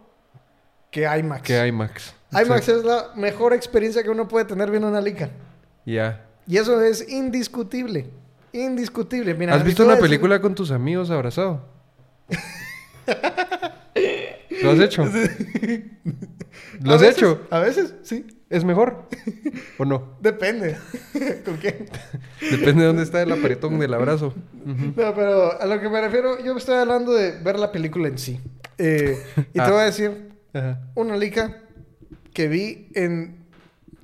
[SPEAKER 1] que IMAX.
[SPEAKER 2] que IMAX.
[SPEAKER 1] IMAX
[SPEAKER 2] Exacto.
[SPEAKER 1] es la mejor experiencia que uno puede tener viendo una lica.
[SPEAKER 2] Ya.
[SPEAKER 1] Y eso es indiscutible. Indiscutible. Mira,
[SPEAKER 2] ¿Has
[SPEAKER 1] te
[SPEAKER 2] visto
[SPEAKER 1] voy a
[SPEAKER 2] una
[SPEAKER 1] decir-
[SPEAKER 2] película con tus amigos abrazado? ¿Lo has hecho? ¿Lo
[SPEAKER 1] A
[SPEAKER 2] has
[SPEAKER 1] veces-
[SPEAKER 2] hecho?
[SPEAKER 1] A veces, sí.
[SPEAKER 2] ¿Es mejor? ¿O no?
[SPEAKER 1] Depende. ¿Con quién?
[SPEAKER 2] Depende de dónde está el apretón del abrazo. Ujú.
[SPEAKER 1] No, pero a lo que me refiero, yo estoy hablando de ver la película en sí. Eh, y te
[SPEAKER 2] Ah.
[SPEAKER 1] voy a decir
[SPEAKER 2] Ajá.
[SPEAKER 1] una lica que vi en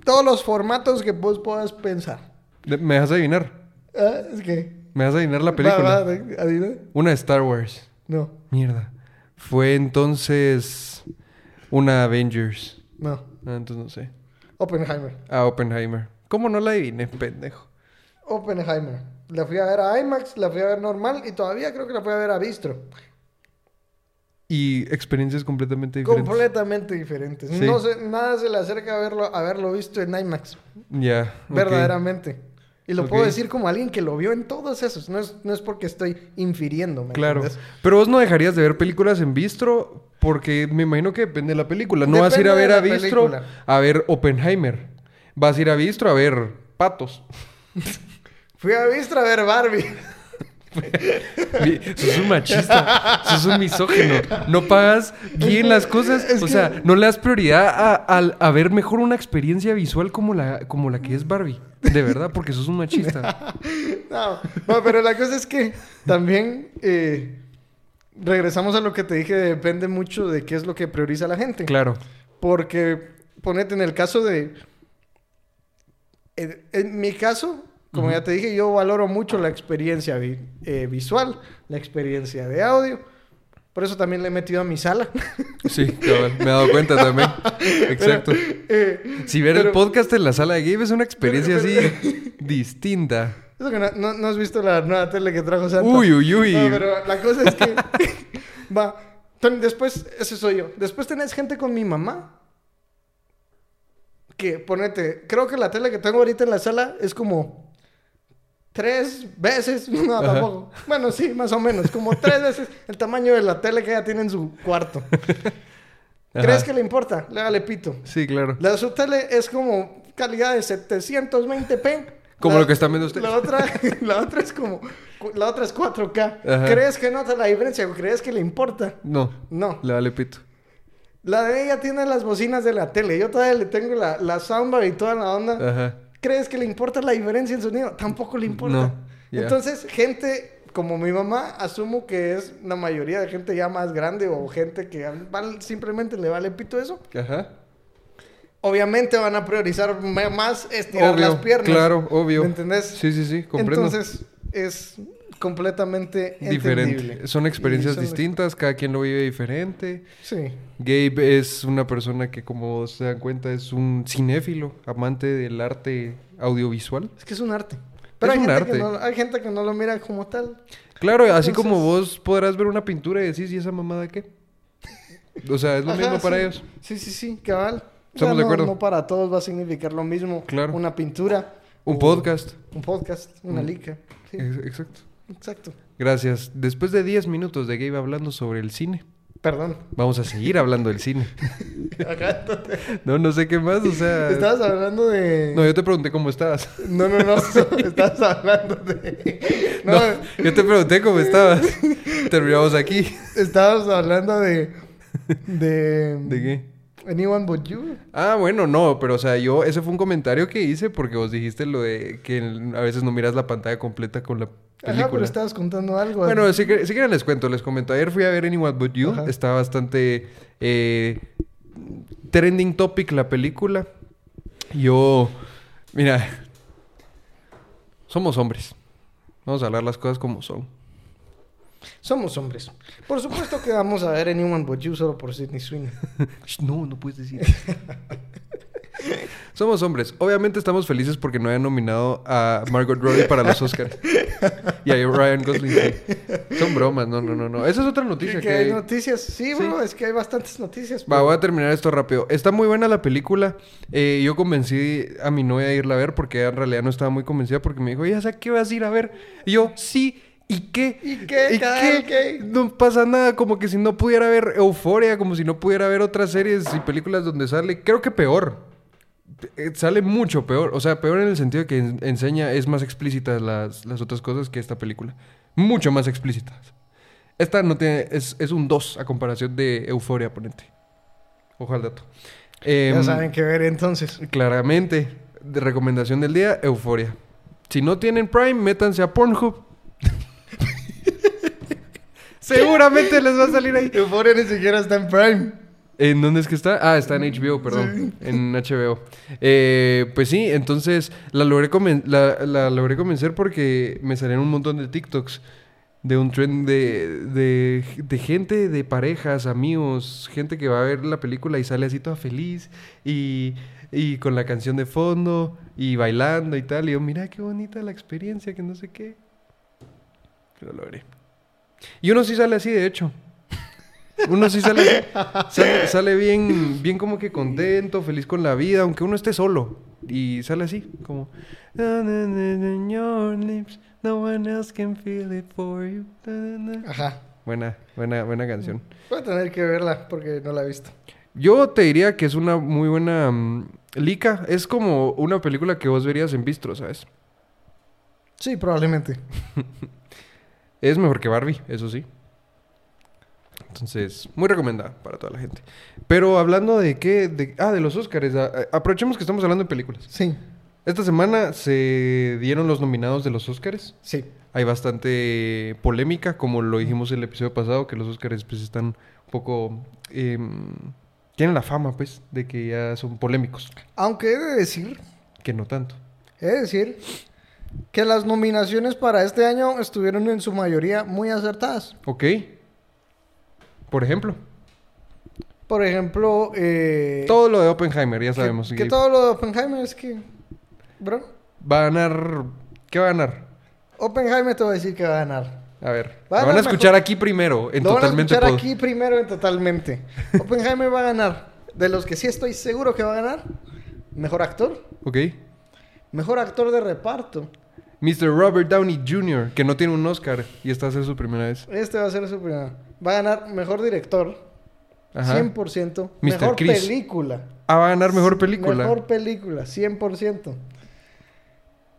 [SPEAKER 1] todos los formatos que vos puedas pensar.
[SPEAKER 2] De- ¿Me dejas adivinar?
[SPEAKER 1] Ah, es que...
[SPEAKER 2] ¿Me dejas adivinar la
[SPEAKER 1] Va,
[SPEAKER 2] película?
[SPEAKER 1] va, de- adivina.
[SPEAKER 2] Una de Star Wars.
[SPEAKER 1] No,
[SPEAKER 2] Mierda. Fue entonces una Avengers.
[SPEAKER 1] no.
[SPEAKER 2] Ah, entonces no sé.
[SPEAKER 1] Oppenheimer.
[SPEAKER 2] Ah, Oppenheimer. ¿Cómo no la adiviné, pendejo?
[SPEAKER 1] Oppenheimer. La fui a ver a IMAX, la fui a ver normal y todavía creo que la fui a ver a Bistro.
[SPEAKER 2] Y experiencias completamente diferentes.
[SPEAKER 1] Completamente diferentes.
[SPEAKER 2] Sí.
[SPEAKER 1] No sé, nada se le acerca a verlo, haberlo visto en IMAX.
[SPEAKER 2] Ya. ok.
[SPEAKER 1] Verdaderamente. Y lo puedo
[SPEAKER 2] Ok.
[SPEAKER 1] decir como alguien que lo vio en todos esos. No es, no es porque estoy infiriendo. ¿me
[SPEAKER 2] Claro.
[SPEAKER 1] entiendes?
[SPEAKER 2] Pero vos no dejarías de ver películas en Bistro porque me imagino que depende de la película. No vas a ir a ver
[SPEAKER 1] Depende
[SPEAKER 2] a
[SPEAKER 1] de la
[SPEAKER 2] Bistro
[SPEAKER 1] película.
[SPEAKER 2] a ver Oppenheimer. Vas a ir a Bistro a ver Patos.
[SPEAKER 1] Fui a Vistra a ver Barbie.
[SPEAKER 2] Mi- Sos un machista, sos un misógino. No pagas bien las cosas, o sea, no le das prioridad a, al- a ver mejor una experiencia visual como la, como la que es Barbie. De verdad, porque sos un machista.
[SPEAKER 1] No, no, pero la cosa es que también eh, regresamos a lo que te dije. Depende mucho de qué es lo que prioriza la gente.
[SPEAKER 2] Claro.
[SPEAKER 1] Porque ponete en el caso de... En, en mi caso, como ya te dije, yo valoro mucho la experiencia vi- eh, visual, la experiencia de audio. Por eso también le he metido a mi sala.
[SPEAKER 2] Sí, cabal, me he dado cuenta también. Exacto.
[SPEAKER 1] Eh,
[SPEAKER 2] Si ver
[SPEAKER 1] pero-
[SPEAKER 2] el podcast en la sala de game es una experiencia
[SPEAKER 1] pero-
[SPEAKER 2] así distinta.
[SPEAKER 1] Eso que no, no- no has visto la nueva tele que trajo Santa.
[SPEAKER 2] Uy, uy, uy.
[SPEAKER 1] No, pero la cosa es que... va. Entonces, Después, ese soy yo. Después tenés gente con mi mamá. Que, ponete, creo que la tele que tengo ahorita en la sala es como... Tres veces, no,
[SPEAKER 2] Ajá.
[SPEAKER 1] tampoco. Bueno, sí, más o menos, como tres veces el tamaño de la tele que ella tiene en su cuarto.
[SPEAKER 2] Ajá.
[SPEAKER 1] ¿Crees que le importa? Le vale pito.
[SPEAKER 2] Sí, claro.
[SPEAKER 1] La de su tele es como calidad de 720p.
[SPEAKER 2] Como
[SPEAKER 1] La-
[SPEAKER 2] lo que están viendo ustedes.
[SPEAKER 1] La otra, la otra es como... cu- La otra es 4K.
[SPEAKER 2] Ajá.
[SPEAKER 1] ¿Crees que nota la diferencia? ¿Crees que le importa?
[SPEAKER 2] No,
[SPEAKER 1] No.
[SPEAKER 2] le vale pito.
[SPEAKER 1] La de ella tiene las bocinas de la tele. Yo todavía le tengo la, la soundbar y toda la onda.
[SPEAKER 2] Ajá.
[SPEAKER 1] ¿Crees que le importa la diferencia en sonido? Tampoco le importa.
[SPEAKER 2] No, ya.
[SPEAKER 1] Entonces, gente como mi mamá, asumo que es la mayoría de gente ya más grande o gente que val- simplemente le vale pito eso.
[SPEAKER 2] Ajá.
[SPEAKER 1] Obviamente van a priorizar me- más estirar
[SPEAKER 2] Obvio,
[SPEAKER 1] las piernas.
[SPEAKER 2] Claro, obvio.
[SPEAKER 1] ¿Me entendés?
[SPEAKER 2] Sí, sí, sí, comprendo.
[SPEAKER 1] Entonces, es completamente
[SPEAKER 2] diferente.
[SPEAKER 1] entendible.
[SPEAKER 2] Son experiencias
[SPEAKER 1] Y son-
[SPEAKER 2] distintas, cada quien lo vive diferente.
[SPEAKER 1] Sí.
[SPEAKER 2] Gabe es una persona que, como se dan cuenta, es un cinéfilo, amante del arte audiovisual.
[SPEAKER 1] Es que es un arte. Pero
[SPEAKER 2] Es
[SPEAKER 1] hay,
[SPEAKER 2] un
[SPEAKER 1] gente Que
[SPEAKER 2] arte.
[SPEAKER 1] no, hay gente que no lo mira como tal.
[SPEAKER 2] Claro, así
[SPEAKER 1] Entonces-
[SPEAKER 2] como vos podrás ver una pintura y decís, ¿y esa mamada qué? O sea, es lo
[SPEAKER 1] Ajá,
[SPEAKER 2] mismo para
[SPEAKER 1] sí.
[SPEAKER 2] ellos.
[SPEAKER 1] Sí, sí, sí, cabal. O sea,
[SPEAKER 2] Estamos de
[SPEAKER 1] no-
[SPEAKER 2] acuerdo.
[SPEAKER 1] No para todos va a significar lo mismo.
[SPEAKER 2] Claro.
[SPEAKER 1] Una pintura.
[SPEAKER 2] Un
[SPEAKER 1] o
[SPEAKER 2] podcast.
[SPEAKER 1] Un podcast, una
[SPEAKER 2] Mm.
[SPEAKER 1] lica. Sí,
[SPEAKER 2] Ex- Exacto.
[SPEAKER 1] exacto.
[SPEAKER 2] Gracias. Después de 10 minutos de Gabe hablando sobre el cine,
[SPEAKER 1] Perdón.
[SPEAKER 2] vamos a seguir hablando del cine.
[SPEAKER 1] Ajá,
[SPEAKER 2] No, no sé qué más, o sea...
[SPEAKER 1] Estabas hablando de...
[SPEAKER 2] Ah. No, yo te pregunté cómo estabas.
[SPEAKER 1] No, no, no, estabas hablando de...
[SPEAKER 2] No, yo te pregunté cómo estabas. Terminamos aquí.
[SPEAKER 1] Estábamos hablando de. De.
[SPEAKER 2] ¿De qué?
[SPEAKER 1] Anyone but you.
[SPEAKER 2] Ah, bueno, no, pero o sea, yo, ese fue un comentario que hice porque vos dijiste lo de que el- a veces no miras la pantalla completa con la
[SPEAKER 1] Ajá, pero
[SPEAKER 2] película.
[SPEAKER 1] estabas contando algo.
[SPEAKER 2] Bueno,
[SPEAKER 1] Ana.
[SPEAKER 2] si, que- si quieren les cuento, les comento. Ayer fui a ver Anyone But You.
[SPEAKER 1] Ajá.
[SPEAKER 2] Está bastante eh, trending topic la película. Yo, mira, Somos hombres. Vamos a hablar las cosas como son.
[SPEAKER 1] Somos hombres. Por supuesto que vamos a ver Anyone But You solo por Sidney Sweeney.
[SPEAKER 2] Sh, No, no puedes decir. Somos hombres. Obviamente estamos felices porque no hayan nominado a Margot Robbie para los Oscars. Y a Ryan Gosling. sí. Son bromas, no, no, no, no. Esa es otra noticia
[SPEAKER 1] Que,
[SPEAKER 2] que...
[SPEAKER 1] hay
[SPEAKER 2] hay.
[SPEAKER 1] noticias. Sí, bro, es que hay bastantes noticias.
[SPEAKER 2] Va,
[SPEAKER 1] pero-
[SPEAKER 2] voy a terminar esto rápido. Está muy buena la película. Eh, yo convencí a mi novia a irla a ver porque ella en realidad no estaba muy convencida porque me dijo, ya sé qué vas a ir a ver. Y yo, sí. ¿Y qué?
[SPEAKER 1] ¿Y qué? Cada qué.
[SPEAKER 2] No pasa nada, como que si no pudiera ver Euforia, como si no pudiera ver otras series y películas donde sale, creo que peor. Eh, Sale mucho peor, o sea, peor en el sentido que en- enseña, es más explícitas las, las otras cosas que esta película. Mucho más explícitas. Esta no tiene, es, es un 2 a comparación de Euforia, ponente. Ojo al dato.
[SPEAKER 1] Ya
[SPEAKER 2] Em,
[SPEAKER 1] saben qué ver entonces.
[SPEAKER 2] Claramente, de recomendación del día, Euforia. Si no tienen Prime, métanse a Pornhub. Seguramente les va a salir ahí.
[SPEAKER 1] Euphoria ni siquiera está en Prime.
[SPEAKER 2] ¿En dónde es que está? Ah, está en HBO, perdón. En HBO. Eh, pues sí, entonces la logré, conven- la, la logré convencer porque me salieron un montón de TikToks de un trend de, de, de gente, de parejas, amigos, gente que va a ver la película y sale así toda feliz y, y con la canción de fondo y bailando y tal. Y yo, mira qué bonita la experiencia, que no sé qué. Lo logré. Y uno sí sale así, de hecho. Uno sí sale, sale, sale bien, bien como que contento, feliz con la vida, aunque uno esté solo. Y sale así, como... "Na, na, na, na, in your lips, no one else can feel it for you". Na, na, na.
[SPEAKER 1] Ajá.
[SPEAKER 2] Buena, buena, buena canción.
[SPEAKER 1] Voy a tener que verla porque no la he visto.
[SPEAKER 2] Yo te diría que es una muy buena... mm, Lica, es como una película que vos verías en Bistro, ¿sabes?
[SPEAKER 1] Sí, probablemente.
[SPEAKER 2] Es mejor que Barbie, eso sí. Entonces, muy recomendada para toda la gente. Pero hablando de qué... de- ah, de los Oscars. a- a- aprovechemos que estamos hablando de películas.
[SPEAKER 1] Sí,
[SPEAKER 2] Esta semana se dieron los nominados de los Oscars.
[SPEAKER 1] sí.
[SPEAKER 2] Hay bastante polémica, como lo dijimos en el episodio pasado, que los Oscars pues están un poco... eh, tienen la fama, pues, de que ya son polémicos.
[SPEAKER 1] Aunque he de decir,
[SPEAKER 2] Que no tanto.
[SPEAKER 1] he de decir que las nominaciones para este año estuvieron en su mayoría muy acertadas.
[SPEAKER 2] ¿Ok? Por ejemplo,
[SPEAKER 1] Por ejemplo, eh,
[SPEAKER 2] todo lo de Oppenheimer, ya
[SPEAKER 1] que-
[SPEAKER 2] sabemos.
[SPEAKER 1] que,
[SPEAKER 2] que
[SPEAKER 1] todo lo de Oppenheimer es que, bro,
[SPEAKER 2] Va a ganar... ¿Qué va a ganar?
[SPEAKER 1] Oppenheimer te va a decir que va a ganar.
[SPEAKER 2] A ver.
[SPEAKER 1] Va a
[SPEAKER 2] lo van a
[SPEAKER 1] ganar
[SPEAKER 2] escuchar
[SPEAKER 1] mejor-
[SPEAKER 2] aquí primero, en
[SPEAKER 1] lo van a
[SPEAKER 2] Totalmente
[SPEAKER 1] escuchar
[SPEAKER 2] Pod.
[SPEAKER 1] aquí primero en totalmente. Oppenheimer va a ganar. De los que sí estoy seguro que va a ganar, mejor actor,
[SPEAKER 2] ¿Ok?
[SPEAKER 1] mejor actor de reparto.
[SPEAKER 2] Mr. Robert Downey Jr., que no tiene un Oscar y esta va a ser su primera vez.
[SPEAKER 1] Este va a ser su primero. Va a ganar mejor director, 100%.
[SPEAKER 2] Mr.
[SPEAKER 1] Mejor
[SPEAKER 2] Chris.
[SPEAKER 1] película.
[SPEAKER 2] Ah, va a ganar mejor película.
[SPEAKER 1] Mejor película, 100%.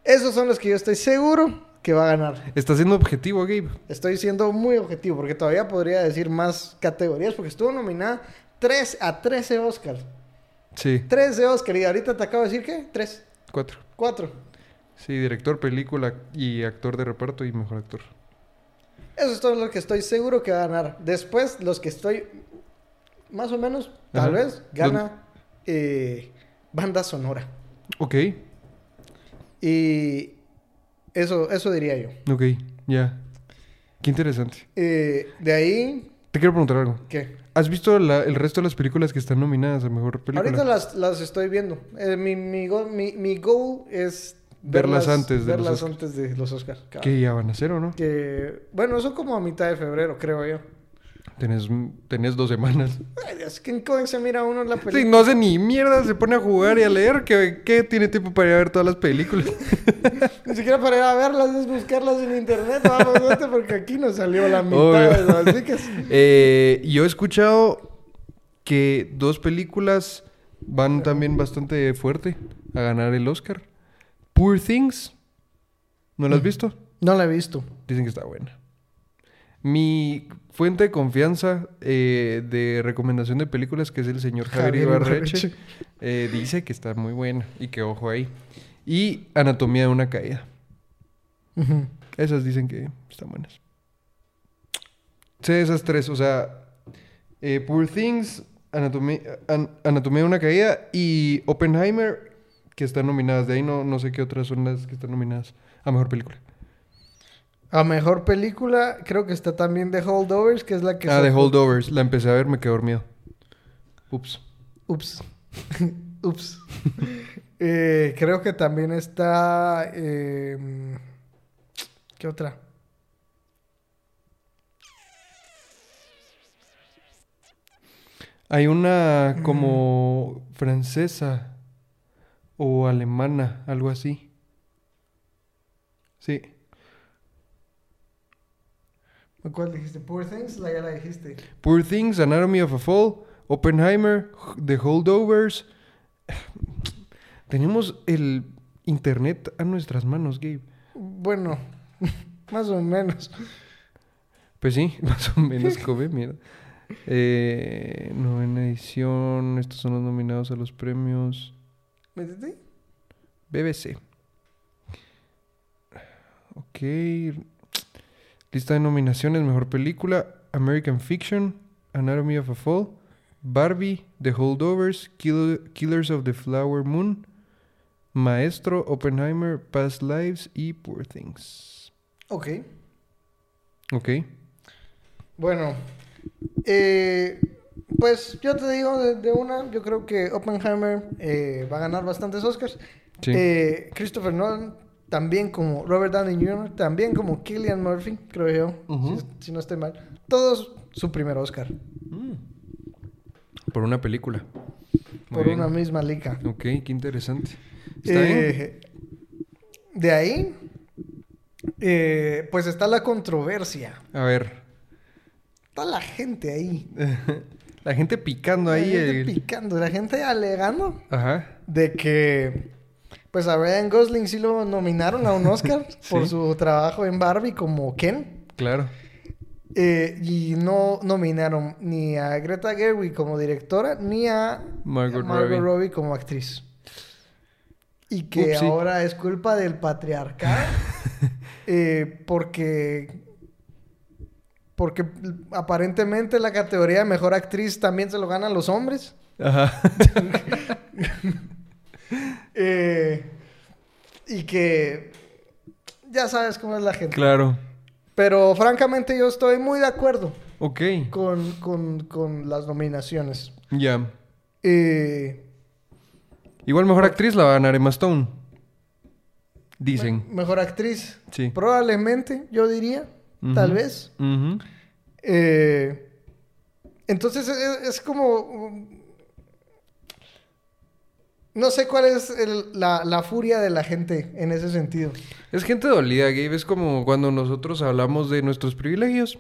[SPEAKER 1] Esos son los que yo estoy seguro que va a ganar.
[SPEAKER 2] Está siendo objetivo, Gabe.
[SPEAKER 1] Estoy siendo muy objetivo porque todavía podría decir más categorías porque estuvo nominada 3 a 13 Oscars.
[SPEAKER 2] Sí,
[SPEAKER 1] 13 Oscars y ahorita te acabo de decir que 3,
[SPEAKER 2] cuatro.
[SPEAKER 1] 4.
[SPEAKER 2] Sí, director, película y actor de reparto y mejor actor.
[SPEAKER 1] Esos son los que estoy seguro que va a ganar. Después, los que estoy más o menos, tal
[SPEAKER 2] Ajá.
[SPEAKER 1] vez, gana eh, banda sonora.
[SPEAKER 2] Ok,
[SPEAKER 1] Y eso, eso diría yo.
[SPEAKER 2] ok, ya. Qué interesante.
[SPEAKER 1] Eh, de ahí,
[SPEAKER 2] Te quiero preguntar algo.
[SPEAKER 1] ¿qué?
[SPEAKER 2] ¿Has visto la- el resto de las películas que están nominadas a mejor película?
[SPEAKER 1] Ahorita las, las estoy viendo. Eh, mi, mi, go- mi, mi goal es
[SPEAKER 2] Verlas antes de los
[SPEAKER 1] verlas
[SPEAKER 2] Oscar.
[SPEAKER 1] antes de los Oscars. cabrón.
[SPEAKER 2] Que ya van a ser, ¿o no?
[SPEAKER 1] Que, bueno, eso como a mitad de febrero, creo yo.
[SPEAKER 2] Tenés, tenés dos semanas.
[SPEAKER 1] Ay, Dios, ¿qué cómo se mira uno en la
[SPEAKER 2] Sí,
[SPEAKER 1] película?
[SPEAKER 2] no hace ni mierda, se pone a jugar y a leer. ¿Qué, qué tiene tiempo para ir a ver todas las películas?
[SPEAKER 1] Ni siquiera para ir a verlas, es buscarlas en internet. Vamos, vete, porque aquí nos salió la mitad.
[SPEAKER 2] Obvio.
[SPEAKER 1] ¿verdad? Así que sí.
[SPEAKER 2] Eh, yo he escuchado que dos películas van también bastante fuerte a ganar el Oscar. Poor Things. ¿No la has visto?
[SPEAKER 1] No la he visto.
[SPEAKER 2] Dicen que está buena. Mi fuente de confianza eh, de recomendación de películas, que es el señor
[SPEAKER 1] Javier
[SPEAKER 2] Javier Ibarreche,
[SPEAKER 1] Ibarreche.
[SPEAKER 2] eh, dice que está muy buena y que ojo ahí. Y Anatomía de una caída.
[SPEAKER 1] Ujú.
[SPEAKER 2] Esas dicen que están buenas. Sé esas tres, o sea, eh, Poor Things, Anatomy- An- Anatomía de una caída y Oppenheimer, que están nominadas. De ahí no, no sé qué otras son las que están nominadas a mejor película.
[SPEAKER 1] A mejor película, creo que está también The Holdovers, que es la que.
[SPEAKER 2] Ah, de
[SPEAKER 1] sacó-
[SPEAKER 2] Holdovers. La empecé a ver, me quedé dormido. Ups.
[SPEAKER 1] Ups. Ups. Eh, creo que también está. eh, ¿Qué otra?
[SPEAKER 2] Hay una como francesa o alemana, algo así. Sí.
[SPEAKER 1] ¿Cuál dijiste? Poor Things, la ya la dijiste.
[SPEAKER 2] Poor Things, Anatomy of a Fall, Oppenheimer, The Holdovers. Tenemos el internet a nuestras manos, Gabe.
[SPEAKER 1] Bueno, más o menos.
[SPEAKER 2] Pues sí, más o menos come mierda. Eh, novena edición, estos son los nominados a los premios.
[SPEAKER 1] ¿Metiste?
[SPEAKER 2] BBC. Ok. Lista de nominaciones: Mejor película, American Fiction, Anatomy of a Fall, Barbie, The Holdovers, Kill- Killers of the Flower Moon, Maestro, Oppenheimer, Past Lives y Poor Things.
[SPEAKER 1] Ok.
[SPEAKER 2] Ok.
[SPEAKER 1] Bueno, eh, pues yo te digo de, de una, yo creo que Oppenheimer eh, va a ganar bastantes Oscars.
[SPEAKER 2] Sí.
[SPEAKER 1] Eh, Christopher Nolan, también como Robert Downey Jr., también como Killian Murphy, creo yo,
[SPEAKER 2] Ujú.
[SPEAKER 1] si es- si, no estoy mal. Todos su primer Oscar,
[SPEAKER 2] Mm. Por una película. Muy
[SPEAKER 1] por
[SPEAKER 2] bien.
[SPEAKER 1] una misma liga.
[SPEAKER 2] Ok, qué interesante. Está bien.
[SPEAKER 1] Eh, De ahí, eh, pues está la controversia.
[SPEAKER 2] A ver.
[SPEAKER 1] Está la gente ahí.
[SPEAKER 2] La gente picando
[SPEAKER 1] La
[SPEAKER 2] ahí.
[SPEAKER 1] gente
[SPEAKER 2] el-
[SPEAKER 1] picando, la gente alegando
[SPEAKER 2] Ajá.
[SPEAKER 1] de que pues a Ryan Gosling sí lo nominaron a un Oscar por
[SPEAKER 2] Sí.
[SPEAKER 1] su trabajo en Barbie como Ken
[SPEAKER 2] Claro.
[SPEAKER 1] eh, y no nominaron ni a Greta Gerwig como directora ni a
[SPEAKER 2] Margot Robbie.
[SPEAKER 1] Robbie como actriz y que
[SPEAKER 2] Upsi.
[SPEAKER 1] ahora es culpa del patriarcado eh, porque porque aparentemente la categoría de mejor actriz también se lo ganan los hombres
[SPEAKER 2] Ajá.
[SPEAKER 1] Eh, y que ya sabes cómo es la gente.
[SPEAKER 2] claro.
[SPEAKER 1] Pero francamente yo estoy muy de acuerdo
[SPEAKER 2] Ok.
[SPEAKER 1] con, con- con las nominaciones.
[SPEAKER 2] Ya.
[SPEAKER 1] Eh,
[SPEAKER 2] Igual mejor actriz la va a ganar Emma Stone. Dicen.
[SPEAKER 1] mejor actriz.
[SPEAKER 2] Sí.
[SPEAKER 1] Probablemente, yo diría. Tal
[SPEAKER 2] Ujú.
[SPEAKER 1] vez.
[SPEAKER 2] Ujú.
[SPEAKER 1] Eh, entonces e, es, es como... um, No sé cuál es el- la, la furia de la gente en ese sentido.
[SPEAKER 2] Es gente dolida, Gabe. Es como cuando nosotros hablamos de nuestros privilegios.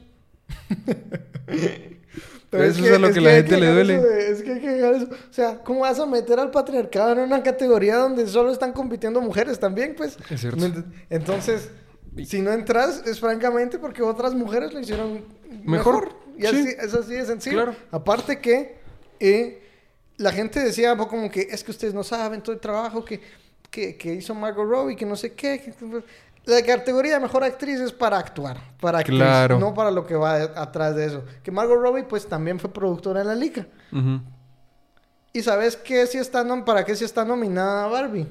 [SPEAKER 1] Pero
[SPEAKER 2] Eso es a lo que la
[SPEAKER 1] hay
[SPEAKER 2] gente le
[SPEAKER 1] dejar
[SPEAKER 2] duele.
[SPEAKER 1] eso de- es que hay que dejar eso. O sea, ¿cómo vas a meter al patriarcado en una categoría donde solo están compitiendo mujeres también? Pues.
[SPEAKER 2] Es cierto.
[SPEAKER 1] ¿Me ent- Entonces, si no entras, es francamente porque otras mujeres lo hicieron mejor.
[SPEAKER 2] Mejor,
[SPEAKER 1] Y
[SPEAKER 2] sí.
[SPEAKER 1] así, es así de sencillo.
[SPEAKER 2] Claro.
[SPEAKER 1] Aparte que eh, la gente decía pues, como que es que ustedes no saben todo el trabajo que, que, que hizo Margot Robbie, que no sé qué. que- la categoría de mejor actriz es para actuar, para actriz,
[SPEAKER 2] Claro.
[SPEAKER 1] no para lo que va a- atrás de eso. Que Margot Robbie pues también fue productora en la liga.
[SPEAKER 2] Ujú.
[SPEAKER 1] ¿Y sabes qué si está nom- para qué si está nominada a Barbie?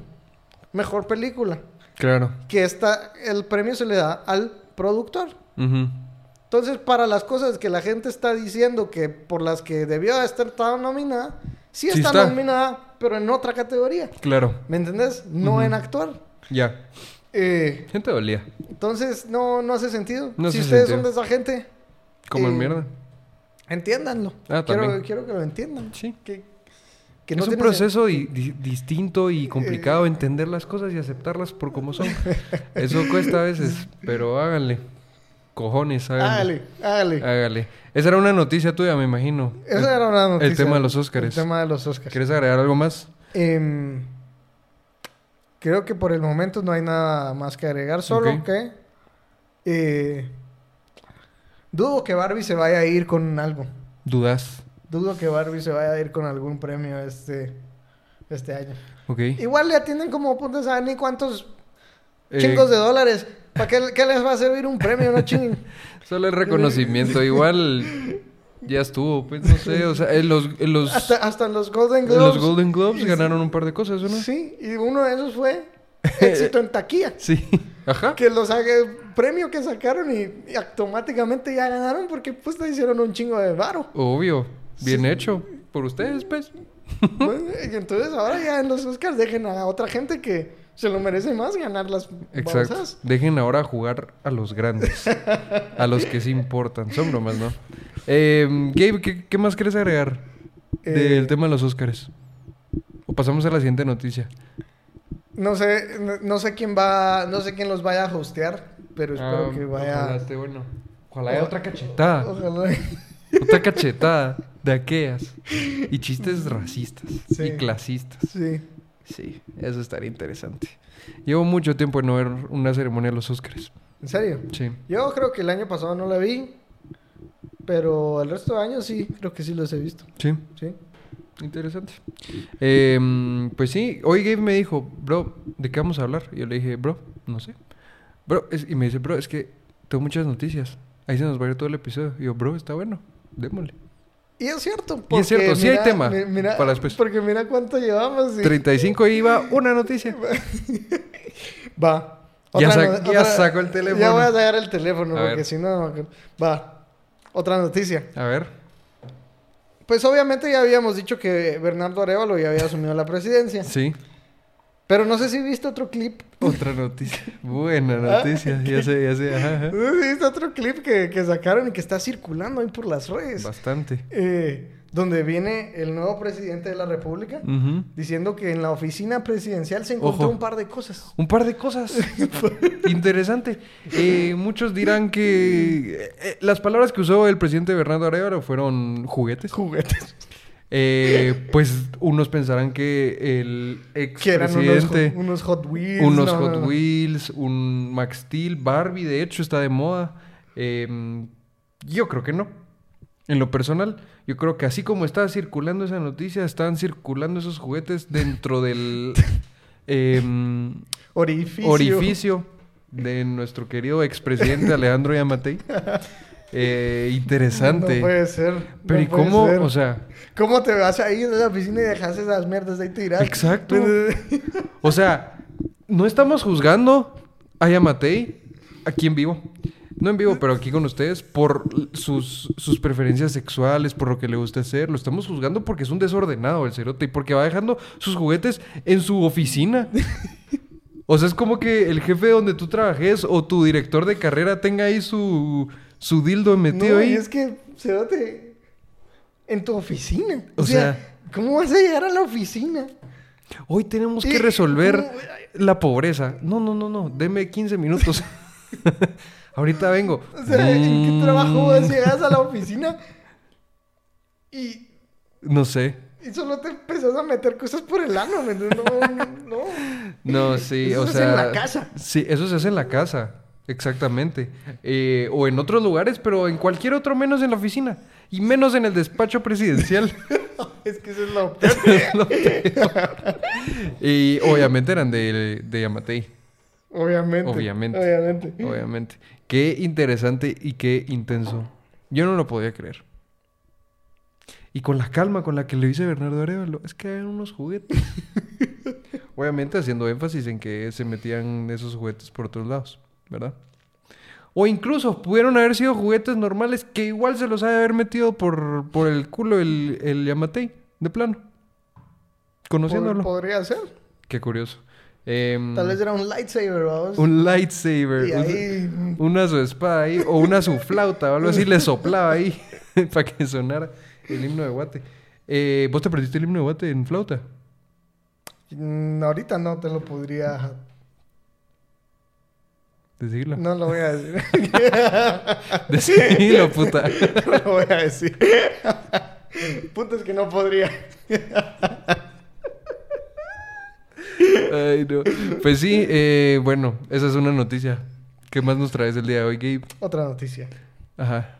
[SPEAKER 1] Mejor película.
[SPEAKER 2] Claro.
[SPEAKER 1] Que está, el premio se le da al productor.
[SPEAKER 2] Ujú.
[SPEAKER 1] Entonces, para las cosas que la gente está diciendo que por las que debió estar estado nominada, sí
[SPEAKER 2] Sí
[SPEAKER 1] está,
[SPEAKER 2] está.
[SPEAKER 1] nominada, pero en otra categoría.
[SPEAKER 2] Claro.
[SPEAKER 1] ¿Me entendés? No en actuar.
[SPEAKER 2] Ya.
[SPEAKER 1] Eh,
[SPEAKER 2] Gente dolida.
[SPEAKER 1] entonces, no, no hace sentido.
[SPEAKER 2] No
[SPEAKER 1] si
[SPEAKER 2] hace
[SPEAKER 1] ustedes
[SPEAKER 2] sentido.
[SPEAKER 1] son de esa gente,
[SPEAKER 2] Como en
[SPEAKER 1] Eh,
[SPEAKER 2] mierda.
[SPEAKER 1] entiéndanlo.
[SPEAKER 2] Ah,
[SPEAKER 1] quiero,
[SPEAKER 2] también.
[SPEAKER 1] quiero que lo entiendan.
[SPEAKER 2] Sí.
[SPEAKER 1] Que, que no
[SPEAKER 2] es un
[SPEAKER 1] tiene
[SPEAKER 2] proceso di- di- distinto
[SPEAKER 1] Eh,
[SPEAKER 2] y complicado entender las cosas y aceptarlas por como son. Eso cuesta a veces, pero háganle. Cojones,
[SPEAKER 1] sen-
[SPEAKER 2] háganle.
[SPEAKER 1] Hágale, hágale.
[SPEAKER 2] Hágale. Esa era una noticia tuya, me imagino.
[SPEAKER 1] Esa era una noticia.
[SPEAKER 2] tema de los Óscares.
[SPEAKER 1] El tema de los Óscares.
[SPEAKER 2] ¿Quieres agregar algo más?
[SPEAKER 1] Em, creo que por el momento no hay nada más que agregar, solo
[SPEAKER 2] Ok.
[SPEAKER 1] que eh, dudo que Barbie se vaya a ir con algo.
[SPEAKER 2] ¿Dudas?
[SPEAKER 1] Dudo que Barbie se vaya a ir con algún premio este, este año.
[SPEAKER 2] Ok.
[SPEAKER 1] Igual le atienden como puntos a ni cuántos
[SPEAKER 2] Eh,
[SPEAKER 1] chingos de dólares. ¿Para qué, qué les va a servir un premio, no chinguen?
[SPEAKER 2] Solo el reconocimiento. Igual Ya estuvo, pues no sé, o sea, en los, en los,
[SPEAKER 1] Hasta, hasta en los Golden
[SPEAKER 2] pues, en
[SPEAKER 1] Globes.
[SPEAKER 2] los Golden Globes ganaron un par de cosas, ¿o ¿no?
[SPEAKER 1] Sí, y uno de esos fue éxito en taquilla.
[SPEAKER 2] Sí. Ajá.
[SPEAKER 1] Que los haga- premio que sacaron y, y automáticamente ya ganaron porque pues le hicieron un chingo de varo.
[SPEAKER 2] Obvio. Bien hecho. Por ustedes, pues.
[SPEAKER 1] Bueno, y entonces ahora ya en los Oscars dejen a otra gente que se lo merece más ganar las
[SPEAKER 2] Exacto.
[SPEAKER 1] babosadas.
[SPEAKER 2] Dejen ahora jugar a los grandes. a los que sí importan. Son bromas, ¿no? Eh, Gabe, ¿qué, qué más quieres agregar
[SPEAKER 1] Eh,
[SPEAKER 2] del tema de los Óscares? O pasamos a la siguiente noticia.
[SPEAKER 1] No sé, no, no sé quién va, no sé quién los vaya a hostear, pero espero que vaya.
[SPEAKER 2] Ah, Ojalá esté bueno. Ojalá haya
[SPEAKER 1] O-
[SPEAKER 2] otra cachetada.
[SPEAKER 1] Ojalá.
[SPEAKER 2] Otra cachetada de aquellas. Y chistes racistas.
[SPEAKER 1] Sí.
[SPEAKER 2] Y clasistas.
[SPEAKER 1] Sí.
[SPEAKER 2] Sí, eso estaría interesante. Llevo mucho tiempo en no ver una ceremonia de los Óscares.
[SPEAKER 1] ¿En serio?
[SPEAKER 2] Sí.
[SPEAKER 1] Yo creo que el año pasado no la vi, pero el resto de años sí, creo que sí los he visto.
[SPEAKER 2] Sí.
[SPEAKER 1] Sí.
[SPEAKER 2] Interesante. Em, pues sí, hoy Gabe me dijo, bro, ¿de qué vamos a hablar? Y yo le dije, bro, no sé. Bro, es- y me dice, bro, es que tengo muchas noticias. Ahí se nos va a ir todo el episodio. Y yo, bro, está bueno, démosle.
[SPEAKER 1] Y es cierto.
[SPEAKER 2] Y es cierto, sí hay tema
[SPEAKER 1] mi- mira-
[SPEAKER 2] para después.
[SPEAKER 1] Porque mira cuánto llevamos. y-
[SPEAKER 2] 35 iba una noticia.
[SPEAKER 1] Va.
[SPEAKER 2] Ya
[SPEAKER 1] Otra
[SPEAKER 2] sac-
[SPEAKER 1] no-
[SPEAKER 2] ya
[SPEAKER 1] otra-
[SPEAKER 2] saco el teléfono.
[SPEAKER 1] Ya voy a sacar el teléfono
[SPEAKER 2] A
[SPEAKER 1] porque
[SPEAKER 2] ver.
[SPEAKER 1] si no... Va. Otra noticia.
[SPEAKER 2] A ver.
[SPEAKER 1] Pues obviamente ya habíamos dicho que Bernardo Arevalo ya había asumido la presidencia.
[SPEAKER 2] Sí.
[SPEAKER 1] Pero no sé si viste otro clip.
[SPEAKER 2] Otra noticia. Buena noticia. Ya sé, ya sé. ajá, ajá.
[SPEAKER 1] No sé si viste otro clip que, que sacaron y que está circulando ahí por las redes.
[SPEAKER 2] Bastante.
[SPEAKER 1] Eh, donde viene el nuevo presidente de la República
[SPEAKER 2] Ujú.
[SPEAKER 1] diciendo que en la oficina presidencial se encontró
[SPEAKER 2] Mm. Ojo.
[SPEAKER 1] un par de cosas.
[SPEAKER 2] Un par de cosas. Interesante. Eh, muchos dirán que eh, eh, las palabras que usó el presidente Bernardo Arevalo fueron juguetes.
[SPEAKER 1] Juguetes.
[SPEAKER 2] Eh, pues unos pensarán que el
[SPEAKER 1] Que eran unos,
[SPEAKER 2] expresidente,
[SPEAKER 1] Hot- unos Hot Wheels. no,
[SPEAKER 2] unos
[SPEAKER 1] no,
[SPEAKER 2] Hot
[SPEAKER 1] no.
[SPEAKER 2] Wheels, un Max Steel, Barbie, de hecho, está de moda. Eh, yo creo que no. En lo personal, yo creo que así como está circulando esa noticia, están circulando esos juguetes dentro del... em,
[SPEAKER 1] Orificio.
[SPEAKER 2] orificio de nuestro querido expresidente Alejandro Yamatei. Eh, interesante.
[SPEAKER 1] No puede ser.
[SPEAKER 2] Pero
[SPEAKER 1] no
[SPEAKER 2] ¿y
[SPEAKER 1] puede
[SPEAKER 2] cómo?
[SPEAKER 1] ser.
[SPEAKER 2] O sea,
[SPEAKER 1] ¿Cómo te vas ahí de la oficina y dejas esas mierdas ahí tiradas?
[SPEAKER 2] Exacto. o sea, no estamos juzgando a Yamatei aquí en vivo. No en vivo, pero aquí con ustedes por sus, sus preferencias sexuales, por lo que le gusta hacer. Lo estamos juzgando porque es un desordenado el cerote y porque va dejando sus juguetes en su oficina. O sea, es como que el jefe donde tú trabajes o tu director de carrera tenga ahí su, su dildo metido
[SPEAKER 1] no,
[SPEAKER 2] ahí.
[SPEAKER 1] y es que, cerote, en tu oficina.
[SPEAKER 2] O
[SPEAKER 1] O, sea, ¿cómo vas a llegar a la oficina?
[SPEAKER 2] Hoy tenemos que
[SPEAKER 1] Y-
[SPEAKER 2] resolver
[SPEAKER 1] ¿cómo?
[SPEAKER 2] la pobreza. No, no, no, no. Deme 15 minutos. Ahorita vengo.
[SPEAKER 1] O sea, ¿en qué
[SPEAKER 2] Mm,
[SPEAKER 1] trabajo vas? llegas a la oficina y,
[SPEAKER 2] No sé.
[SPEAKER 1] y solo te empezás a meter cosas por el ano? ¿me entiendes? No, no.
[SPEAKER 2] No, sí,
[SPEAKER 1] Eso
[SPEAKER 2] o
[SPEAKER 1] se hace
[SPEAKER 2] sea...
[SPEAKER 1] en la casa.
[SPEAKER 2] Sí, eso se hace en la casa. Exactamente. Eh, o en otros lugares, pero en cualquier otro menos en la oficina. Y menos en el despacho presidencial.
[SPEAKER 1] Es que eso es lo peor.
[SPEAKER 2] Es lo peor. y obviamente eran de, de Yamatei.
[SPEAKER 1] Obviamente.
[SPEAKER 2] Obviamente.
[SPEAKER 1] Obviamente.
[SPEAKER 2] Obviamente. Qué interesante y qué intenso. Yo no lo podía creer. Y con la calma con la que le dice Bernardo Arevalo, es que eran unos juguetes. Obviamente haciendo énfasis en que se metían esos juguetes por otros lados, ¿verdad? O incluso pudieron haber sido juguetes normales que igual se los ha de haber metido por, por el culo el, el Yamatei, de plano.
[SPEAKER 1] Pod-
[SPEAKER 2] Conociéndolo.
[SPEAKER 1] podría ser.
[SPEAKER 2] Qué curioso. Em,
[SPEAKER 1] Tal vez era un lightsaber, vamos.
[SPEAKER 2] un lightsaber.
[SPEAKER 1] Y
[SPEAKER 2] un-
[SPEAKER 1] ahí-
[SPEAKER 2] Una su espada ahí, o una su flauta o algo así, le soplaba ahí para que sonara el himno de Guate. Eh, ¿Vos te perdiste el himno de Guate en flauta?
[SPEAKER 1] Mm, ahorita no te lo podría.
[SPEAKER 2] Decirlo.
[SPEAKER 1] No lo voy a decir.
[SPEAKER 2] Decirlo, puta.
[SPEAKER 1] no lo voy a decir. Punto es que no podría.
[SPEAKER 2] Ay, no. Pues sí, eh, bueno, esa es una noticia. ¿Qué más nos traes el día de hoy, Gabe?
[SPEAKER 1] Otra noticia.
[SPEAKER 2] Ajá.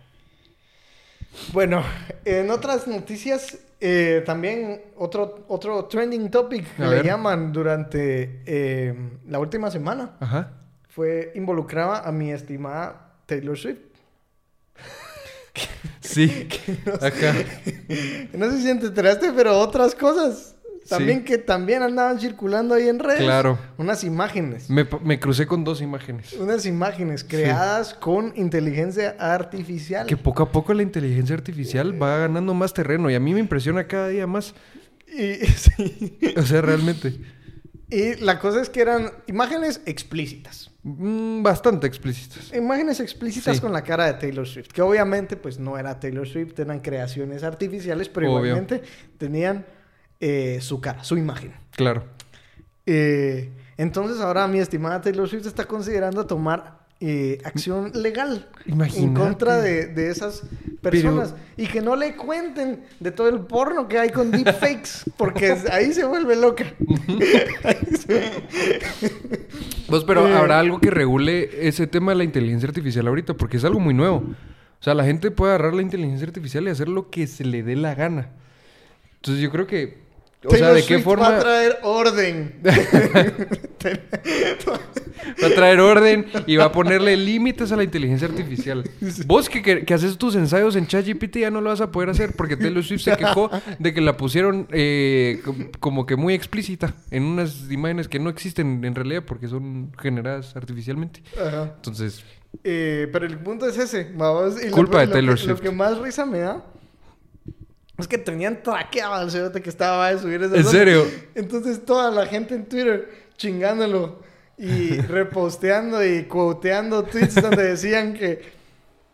[SPEAKER 1] Bueno, en otras noticias, eh, también otro, otro trending topic que
[SPEAKER 2] A
[SPEAKER 1] le
[SPEAKER 2] ver.
[SPEAKER 1] llaman durante eh, la última semana
[SPEAKER 2] Ajá.
[SPEAKER 1] fue involucraba a mi estimada Taylor Swift.
[SPEAKER 2] Sí.
[SPEAKER 1] que no, sé-
[SPEAKER 2] Acá.
[SPEAKER 1] no sé si enteraste, pero otras cosas. También
[SPEAKER 2] Sí.
[SPEAKER 1] que también andaban circulando ahí en redes.
[SPEAKER 2] Claro.
[SPEAKER 1] Unas imágenes.
[SPEAKER 2] Me, pa- me crucé con dos imágenes.
[SPEAKER 1] Unas imágenes creadas con inteligencia artificial.
[SPEAKER 2] Que poco a poco la inteligencia artificial va ganando más terreno y a mí me impresiona cada día más.
[SPEAKER 1] Y, sí.
[SPEAKER 2] O sea, realmente.
[SPEAKER 1] Y la cosa es que eran imágenes explícitas.
[SPEAKER 2] mm, bastante explícitas.
[SPEAKER 1] Imágenes explícitas
[SPEAKER 2] Sí.
[SPEAKER 1] con la cara de Taylor Swift, que obviamente pues no era Taylor Swift, eran creaciones artificiales, pero
[SPEAKER 2] Obvio.
[SPEAKER 1] igualmente tenían eh, su cara, su imagen.
[SPEAKER 2] Claro.
[SPEAKER 1] Eh, entonces ahora mi estimada Taylor Swift está considerando tomar eh, acción legal en
[SPEAKER 2] Imagínate.
[SPEAKER 1] contra de, de esas personas y que no le cuenten de todo el porno que hay con deepfakes, porque es- ahí se vuelve loca. Ahí se-
[SPEAKER 2] Vos, Pues, pero
[SPEAKER 1] Eh.
[SPEAKER 2] habrá algo que regule ese tema de la inteligencia artificial ahorita, porque es algo muy nuevo. O sea, la gente puede agarrar la inteligencia artificial y hacer lo que se le dé la gana. Entonces yo creo que. O sea,
[SPEAKER 1] Taylor
[SPEAKER 2] ¿de qué
[SPEAKER 1] Swift Va a
[SPEAKER 2] forma va
[SPEAKER 1] traer orden.
[SPEAKER 2] a traer orden y va a ponerle límites a la inteligencia artificial? Vos que, que, que haces tus ensayos en ChatGPT ya no lo vas a poder hacer porque Taylor Swift se quejó de que la pusieron eh, com- como que muy explícita en unas imágenes que no existen en realidad porque son generadas artificialmente.
[SPEAKER 1] Ajá.
[SPEAKER 2] Entonces,
[SPEAKER 1] Eh, pero el punto es ese. vamos, y lo-
[SPEAKER 2] Culpa de
[SPEAKER 1] lo
[SPEAKER 2] Taylor
[SPEAKER 1] que-
[SPEAKER 2] Swift.
[SPEAKER 1] Lo que más risa me da es que tenían traqueado al cerote que estaba de subir esa
[SPEAKER 2] ¿En
[SPEAKER 1] cosa.
[SPEAKER 2] serio?
[SPEAKER 1] Entonces toda la gente en Twitter chingándolo y reposteando y quoteando tweets donde decían que.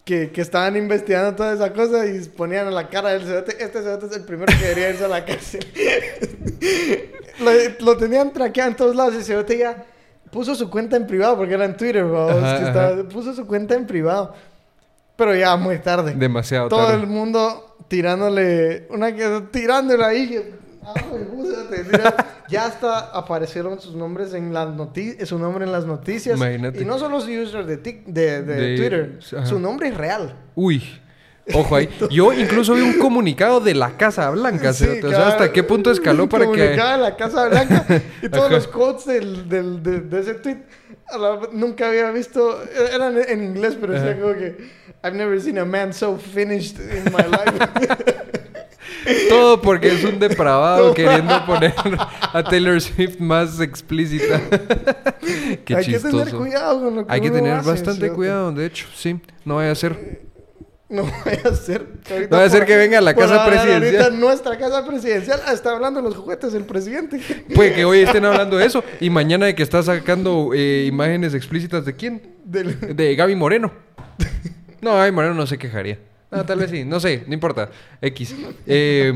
[SPEAKER 1] Que, que estaban investigando toda esa cosa y ponían a la cara del cerote. Este cerote es el primero que debería irse a la cárcel. lo, lo tenían traqueado en todos lados. Y cerote ya puso su cuenta en privado porque era en Twitter. babos,
[SPEAKER 2] Ajá,
[SPEAKER 1] que estaba-
[SPEAKER 2] ajá.
[SPEAKER 1] puso su cuenta en privado. Pero ya muy tarde.
[SPEAKER 2] demasiado
[SPEAKER 1] Todo
[SPEAKER 2] tarde.
[SPEAKER 1] el mundo tirándole una que tirándole ahí. que, "Ah, güey, púsate", mira, ya hasta aparecieron sus nombres en las noticias, su nombre en las noticias.
[SPEAKER 2] Imagínate.
[SPEAKER 1] Y no solo su user de, tic- de, de
[SPEAKER 2] De-
[SPEAKER 1] Twitter,
[SPEAKER 2] ajá.
[SPEAKER 1] su nombre es real.
[SPEAKER 2] Uy. Ojo ahí. Yo incluso vi un comunicado de la Casa Blanca.
[SPEAKER 1] Sí,
[SPEAKER 2] cerote. o sea,
[SPEAKER 1] cada-
[SPEAKER 2] ¿hasta qué punto escaló para que...
[SPEAKER 1] comunicaba la Casa Blanca y todos
[SPEAKER 2] Ajá.
[SPEAKER 1] los quotes del, del- de, de ese tweet a la- nunca había visto e-, eran en inglés pero decía
[SPEAKER 2] Ajá.
[SPEAKER 1] como que I've never seen a man so finished in my life
[SPEAKER 2] Todo porque es un depravado
[SPEAKER 1] No.
[SPEAKER 2] queriendo poner a Taylor Swift más explícita. Qué
[SPEAKER 1] hay
[SPEAKER 2] chistoso.
[SPEAKER 1] que tener cuidado con lo que
[SPEAKER 2] Hay que
[SPEAKER 1] uno
[SPEAKER 2] tener
[SPEAKER 1] hace,
[SPEAKER 2] bastante
[SPEAKER 1] cerote.
[SPEAKER 2] cuidado, de hecho, sí. No vaya a ser.
[SPEAKER 1] no vaya a ser ahorita
[SPEAKER 2] No vaya a ser
[SPEAKER 1] por-
[SPEAKER 2] que venga a la
[SPEAKER 1] por
[SPEAKER 2] casa
[SPEAKER 1] hablar
[SPEAKER 2] presidencial.
[SPEAKER 1] ahorita nuestra casa presidencial ah, está hablando de los juguetes del presidente
[SPEAKER 2] Puede que hoy estén hablando de eso y mañana de que está sacando eh, imágenes explícitas de quién?
[SPEAKER 1] Del-
[SPEAKER 2] De Gaby Moreno. No, Gaby Moreno no se quejaría. No, tal vez sí, no sé, no importa. X. Eh,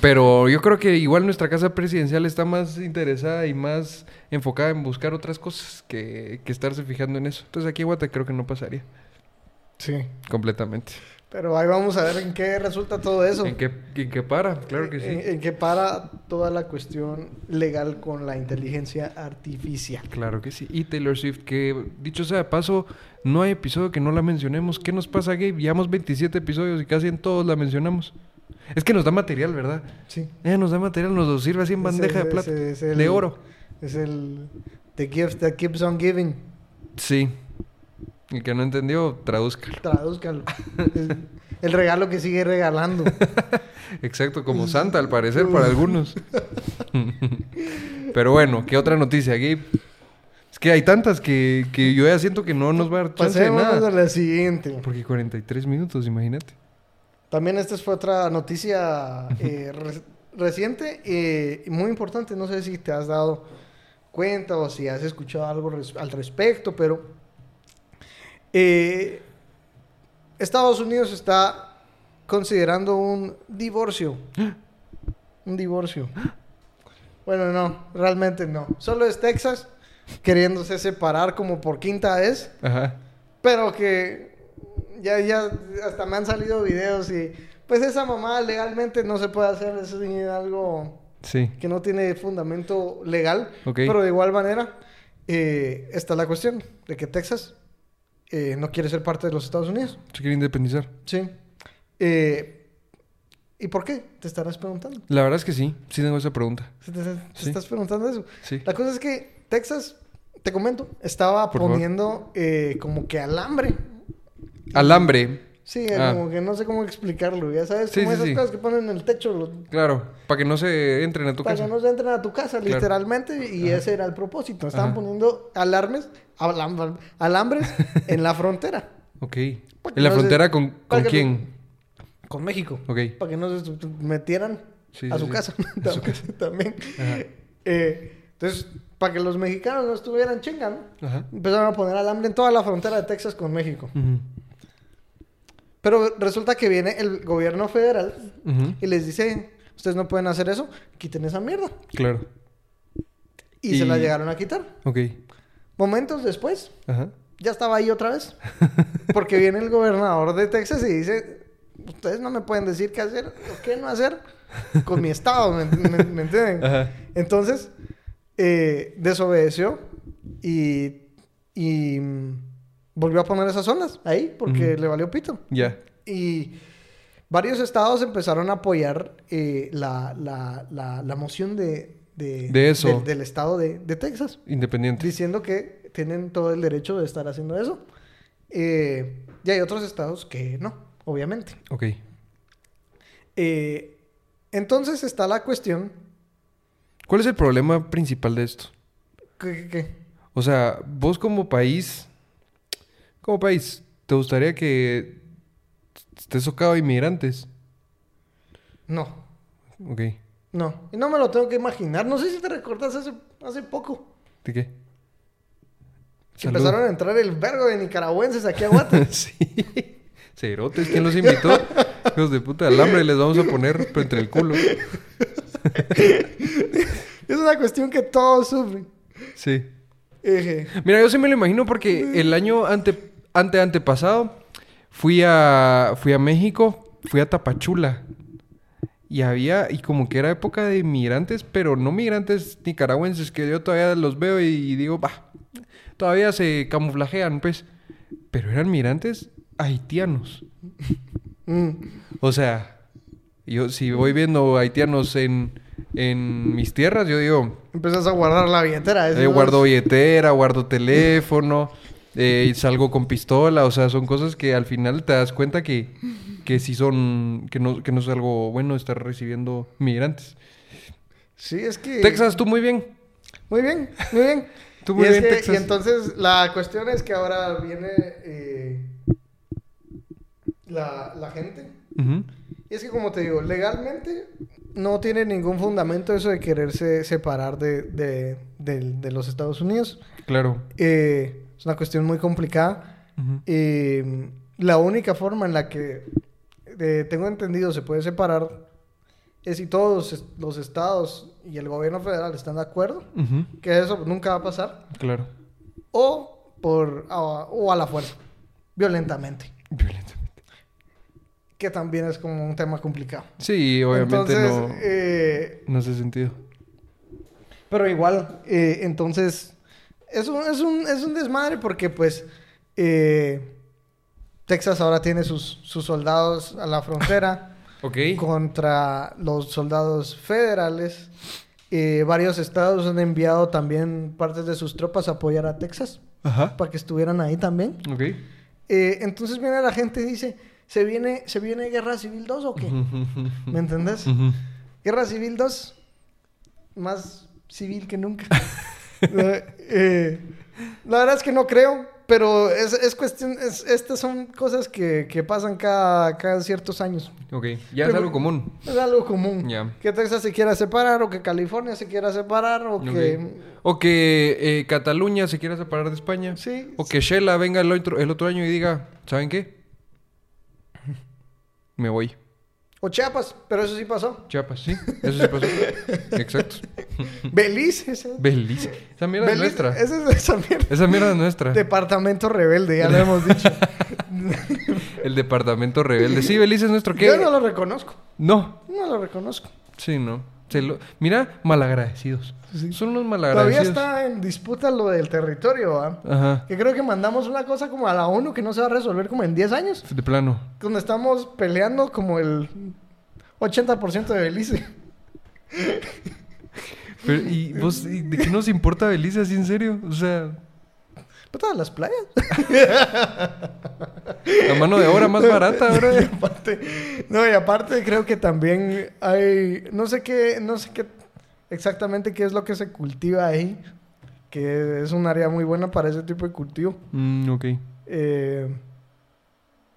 [SPEAKER 2] pero yo creo que igual nuestra casa presidencial está más interesada y más enfocada en buscar otras cosas que, que estarse fijando en eso. Entonces aquí en Guate creo que no pasaría
[SPEAKER 1] sí
[SPEAKER 2] completamente.
[SPEAKER 1] pero ahí vamos a ver en qué resulta todo eso Eh,
[SPEAKER 2] ¿En qué, en qué para? Claro que
[SPEAKER 1] En,
[SPEAKER 2] sí.
[SPEAKER 1] en que para toda la cuestión legal con la inteligencia artificial.
[SPEAKER 2] Claro que sí. Y Taylor Swift, que dicho sea de paso, no hay episodio que no la mencionemos. ¿Qué nos pasa, Gabe? Llevamos 27 episodios y casi en todos la mencionamos. Es que nos da material, ¿verdad?
[SPEAKER 1] Sí.
[SPEAKER 2] Ella Eh, nos da material, nos lo sirve así en
[SPEAKER 1] Ese-
[SPEAKER 2] bandeja de plata.
[SPEAKER 1] ese es el-
[SPEAKER 2] De oro.
[SPEAKER 1] Es el The Gift That Keeps On Giving.
[SPEAKER 2] Sí. El que no entendió, traduzca.
[SPEAKER 1] Tradúzcanlo. Es el regalo que sigue regalando.
[SPEAKER 2] Exacto, como Santa al parecer para algunos. Pero bueno, ¿qué otra noticia, Gabe? Es que hay tantas que, que yo ya siento que no nos va a dar chance de
[SPEAKER 1] Pasemos a
[SPEAKER 2] nada.
[SPEAKER 1] la siguiente.
[SPEAKER 2] Porque 43 minutos, imagínate.
[SPEAKER 1] También esta fue otra noticia eh, re- reciente eh, y muy importante. No sé si te has dado cuenta o si has escuchado algo res- al respecto, pero eh, Estados Unidos está considerando un divorcio. Un divorcio. Bueno, no, realmente no. Solo es Texas queriéndose separar como por quinta vez.
[SPEAKER 2] Ajá.
[SPEAKER 1] Pero que ya, ya, hasta me han salido videos y pues esa mamá legalmente no se puede hacer, eso es algo
[SPEAKER 2] Sí.
[SPEAKER 1] que no tiene fundamento legal.
[SPEAKER 2] Ok.
[SPEAKER 1] Pero de igual manera, eh, está la cuestión de que Texas eh, no quiere ser parte de los Estados Unidos.
[SPEAKER 2] Se quiere independizar.
[SPEAKER 1] Sí. Eh, ¿Y por qué? Te estarás preguntando.
[SPEAKER 2] La verdad es que sí. Sí tengo esa pregunta.
[SPEAKER 1] Te, te- te
[SPEAKER 2] Sí.
[SPEAKER 1] estás preguntando eso.
[SPEAKER 2] Sí.
[SPEAKER 1] La cosa es que Texas, te comento, estaba
[SPEAKER 2] Por favor.
[SPEAKER 1] poniendo eh, como que alambre
[SPEAKER 2] Alambre.
[SPEAKER 1] Sí,
[SPEAKER 2] Ah.
[SPEAKER 1] como que no sé cómo explicarlo. Ya sabes,
[SPEAKER 2] Sí,
[SPEAKER 1] como
[SPEAKER 2] sí,
[SPEAKER 1] esas
[SPEAKER 2] sí.
[SPEAKER 1] cosas que ponen en el techo los-
[SPEAKER 2] Claro, para que no se entren a tu
[SPEAKER 1] para
[SPEAKER 2] casa.
[SPEAKER 1] que no se entren a tu casa,
[SPEAKER 2] Claro.
[SPEAKER 1] literalmente. Y ese era el propósito. Estaban
[SPEAKER 2] Ajá.
[SPEAKER 1] poniendo alarmes, alam- alambres en la frontera Para
[SPEAKER 2] Ok.
[SPEAKER 1] que
[SPEAKER 2] ¿En la
[SPEAKER 1] Pues, no se-
[SPEAKER 2] frontera con,
[SPEAKER 1] para
[SPEAKER 2] con
[SPEAKER 1] que no-
[SPEAKER 2] quién?
[SPEAKER 1] con México.
[SPEAKER 2] Ok.
[SPEAKER 1] Para que no se su- metieran
[SPEAKER 2] Sí,
[SPEAKER 1] a
[SPEAKER 2] sí,
[SPEAKER 1] su
[SPEAKER 2] sí.
[SPEAKER 1] casa.
[SPEAKER 2] A su
[SPEAKER 1] También.
[SPEAKER 2] Ajá.
[SPEAKER 1] Eh, entonces, para que los mexicanos no estuvieran chingando,
[SPEAKER 2] Ajá.
[SPEAKER 1] empezaron a poner alambre en toda la frontera de Texas con México.
[SPEAKER 2] Ujú.
[SPEAKER 1] Pero resulta que viene el gobierno federal
[SPEAKER 2] Ujú.
[SPEAKER 1] y les dice, ustedes no pueden hacer eso, quiten esa mierda.
[SPEAKER 2] Claro.
[SPEAKER 1] Y, se la
[SPEAKER 2] Y-
[SPEAKER 1] llegaron a quitar.
[SPEAKER 2] Ok.
[SPEAKER 1] Momentos después,
[SPEAKER 2] Ajá.
[SPEAKER 1] ya estaba ahí otra vez. Porque viene el gobernador de Texas y dice, ustedes no me pueden decir qué hacer o qué no hacer con mi estado, ¿me, me- me entienden?
[SPEAKER 2] Ajá.
[SPEAKER 1] Entonces, eh, desobedeció y, y mm, volvió a poner esas zonas ahí porque
[SPEAKER 2] Ujú.
[SPEAKER 1] le valió pito.
[SPEAKER 2] Ya.
[SPEAKER 1] Y varios estados empezaron a apoyar eh, la, la- la- la moción de, de-
[SPEAKER 2] De eso.
[SPEAKER 1] Del, del estado de, de Texas,
[SPEAKER 2] Independiente.
[SPEAKER 1] diciendo que tienen todo el derecho de estar haciendo eso. Eh, y hay otros estados que no, obviamente.
[SPEAKER 2] Ok.
[SPEAKER 1] Eh, entonces está la cuestión...
[SPEAKER 2] ¿Cuál es el problema principal de esto?
[SPEAKER 1] que- que- que-
[SPEAKER 2] O sea, vos como país, como país, ¿te gustaría que esté socado a inmigrantes?
[SPEAKER 1] no,
[SPEAKER 2] Ok.
[SPEAKER 1] no. Y no me lo tengo que imaginar. No sé si te recordás hace, hace poco.
[SPEAKER 2] ¿De qué?
[SPEAKER 1] que
[SPEAKER 2] Salud.
[SPEAKER 1] Empezaron a entrar el vergo de nicaragüenses aquí a Guate.
[SPEAKER 2] sí. Cerotes, ¿quién los invitó? Hijos de puta alambre, les vamos a poner pero entre el culo.
[SPEAKER 1] es una cuestión que todos sufren. Eh,
[SPEAKER 2] Sí.
[SPEAKER 1] Eje.
[SPEAKER 2] Mira, yo sí me lo imagino porque el año ante, ante antepasado fui a, fui a México, fui a Tapachula. Y había, y como que era época de migrantes, pero no migrantes nicaragüenses, que yo todavía los veo y digo, bah, todavía se camuflajean, pues. Pero eran migrantes haitianos.
[SPEAKER 1] Mm.
[SPEAKER 2] O sea, yo si voy viendo haitianos en, en mis tierras, yo digo,
[SPEAKER 1] Empezás a guardar la billetera. eso
[SPEAKER 2] eh,
[SPEAKER 1] no
[SPEAKER 2] guardo
[SPEAKER 1] es-
[SPEAKER 2] billetera, guardo teléfono, eh, y salgo con pistola, o sea, son cosas que al final te das cuenta que, que sí son, que no, que no es algo bueno estar recibiendo migrantes.
[SPEAKER 1] Sí, es que...
[SPEAKER 2] Texas, tú muy bien.
[SPEAKER 1] Muy bien, muy bien.
[SPEAKER 2] Tú muy
[SPEAKER 1] y, es
[SPEAKER 2] bien,
[SPEAKER 1] que-
[SPEAKER 2] Texas.
[SPEAKER 1] y entonces la cuestión es que ahora viene eh, la, la gente.
[SPEAKER 2] Ujú.
[SPEAKER 1] Y es que como te digo, legalmente no tiene ningún fundamento eso de quererse separar de, de- del- de los Estados Unidos.
[SPEAKER 2] Claro.
[SPEAKER 1] Eh, es una cuestión muy complicada.
[SPEAKER 2] Ujú.
[SPEAKER 1] Eh, la única forma en la que eh, tengo entendido se puede separar es si todos es- los estados y el gobierno federal están de acuerdo,
[SPEAKER 2] Ujú.
[SPEAKER 1] que eso nunca va a pasar,
[SPEAKER 2] Claro.
[SPEAKER 1] o, por, a- o a la fuerza, violentamente,
[SPEAKER 2] Violentamente.
[SPEAKER 1] que también es como un tema complicado.
[SPEAKER 2] Sí, obviamente
[SPEAKER 1] Entonces,
[SPEAKER 2] no,
[SPEAKER 1] eh,
[SPEAKER 2] no hace sentido.
[SPEAKER 1] Pero igual, eh, entonces, es un, es, un, es un desmadre porque pues eh, Texas ahora tiene sus, sus soldados a la frontera
[SPEAKER 2] Ok.
[SPEAKER 1] contra los soldados federales. Eh, varios estados han enviado también partes de sus tropas a apoyar a Texas
[SPEAKER 2] Ajá.
[SPEAKER 1] para que estuvieran ahí también.
[SPEAKER 2] Ok.
[SPEAKER 1] Eh, entonces viene la gente y dice, ¿se viene, ¿se viene Guerra Civil 2 o qué? ¿Me entendés?
[SPEAKER 2] Ujú.
[SPEAKER 1] Guerra Civil 2, más civil que nunca. Eh, eh, la verdad es que no creo, pero es, es cuestión, es- estas son cosas que, que pasan cada, cada ciertos años.
[SPEAKER 2] Ok. Ya es
[SPEAKER 1] Pero-
[SPEAKER 2] algo común.
[SPEAKER 1] Es algo común.
[SPEAKER 2] Ya.
[SPEAKER 1] Que Texas se quiera separar, o que California se quiera separar, o que...
[SPEAKER 2] O que eh, Cataluña se quiera separar de España.
[SPEAKER 1] Sí.
[SPEAKER 2] O que Shela venga el otro, el otro año y diga, ¿saben qué? Me voy.
[SPEAKER 1] O Chiapas, pero eso sí pasó.
[SPEAKER 2] Chiapas, sí. Eso sí pasó. Exacto.
[SPEAKER 1] Belice. ese-
[SPEAKER 2] Belice. Esa mierda
[SPEAKER 1] Belice,
[SPEAKER 2] es nuestra.
[SPEAKER 1] Esa es esa mierda.
[SPEAKER 2] Esa mierda es nuestra.
[SPEAKER 1] Departamento rebelde, ya lo hemos dicho.
[SPEAKER 2] El departamento rebelde. Sí, Belice es nuestro. ¿Qué?
[SPEAKER 1] Yo no lo reconozco.
[SPEAKER 2] No.
[SPEAKER 1] No lo reconozco.
[SPEAKER 2] Sí, no. Se lo- Mira, malagradecidos.
[SPEAKER 1] Sí.
[SPEAKER 2] Son unos
[SPEAKER 1] Todavía
[SPEAKER 2] malagradecidos.
[SPEAKER 1] está en disputa lo del territorio, ¿va?
[SPEAKER 2] Ajá.
[SPEAKER 1] Que creo que mandamos una cosa como a la ONU que no se va a resolver como en 10 años.
[SPEAKER 2] De plano.
[SPEAKER 1] Donde estamos peleando como el 80% de Belice.
[SPEAKER 2] Pero, ¿y vos y de qué nos importa Belice así en serio? O sea,
[SPEAKER 1] Puta, las playas.
[SPEAKER 2] La mano de obra más barata ahora.
[SPEAKER 1] Y aparte- no, y aparte creo que también hay, no sé qué, no sé qué exactamente qué es lo que se cultiva ahí, que es un área muy buena para ese tipo de cultivo.
[SPEAKER 2] Mm, ok,
[SPEAKER 1] Eh,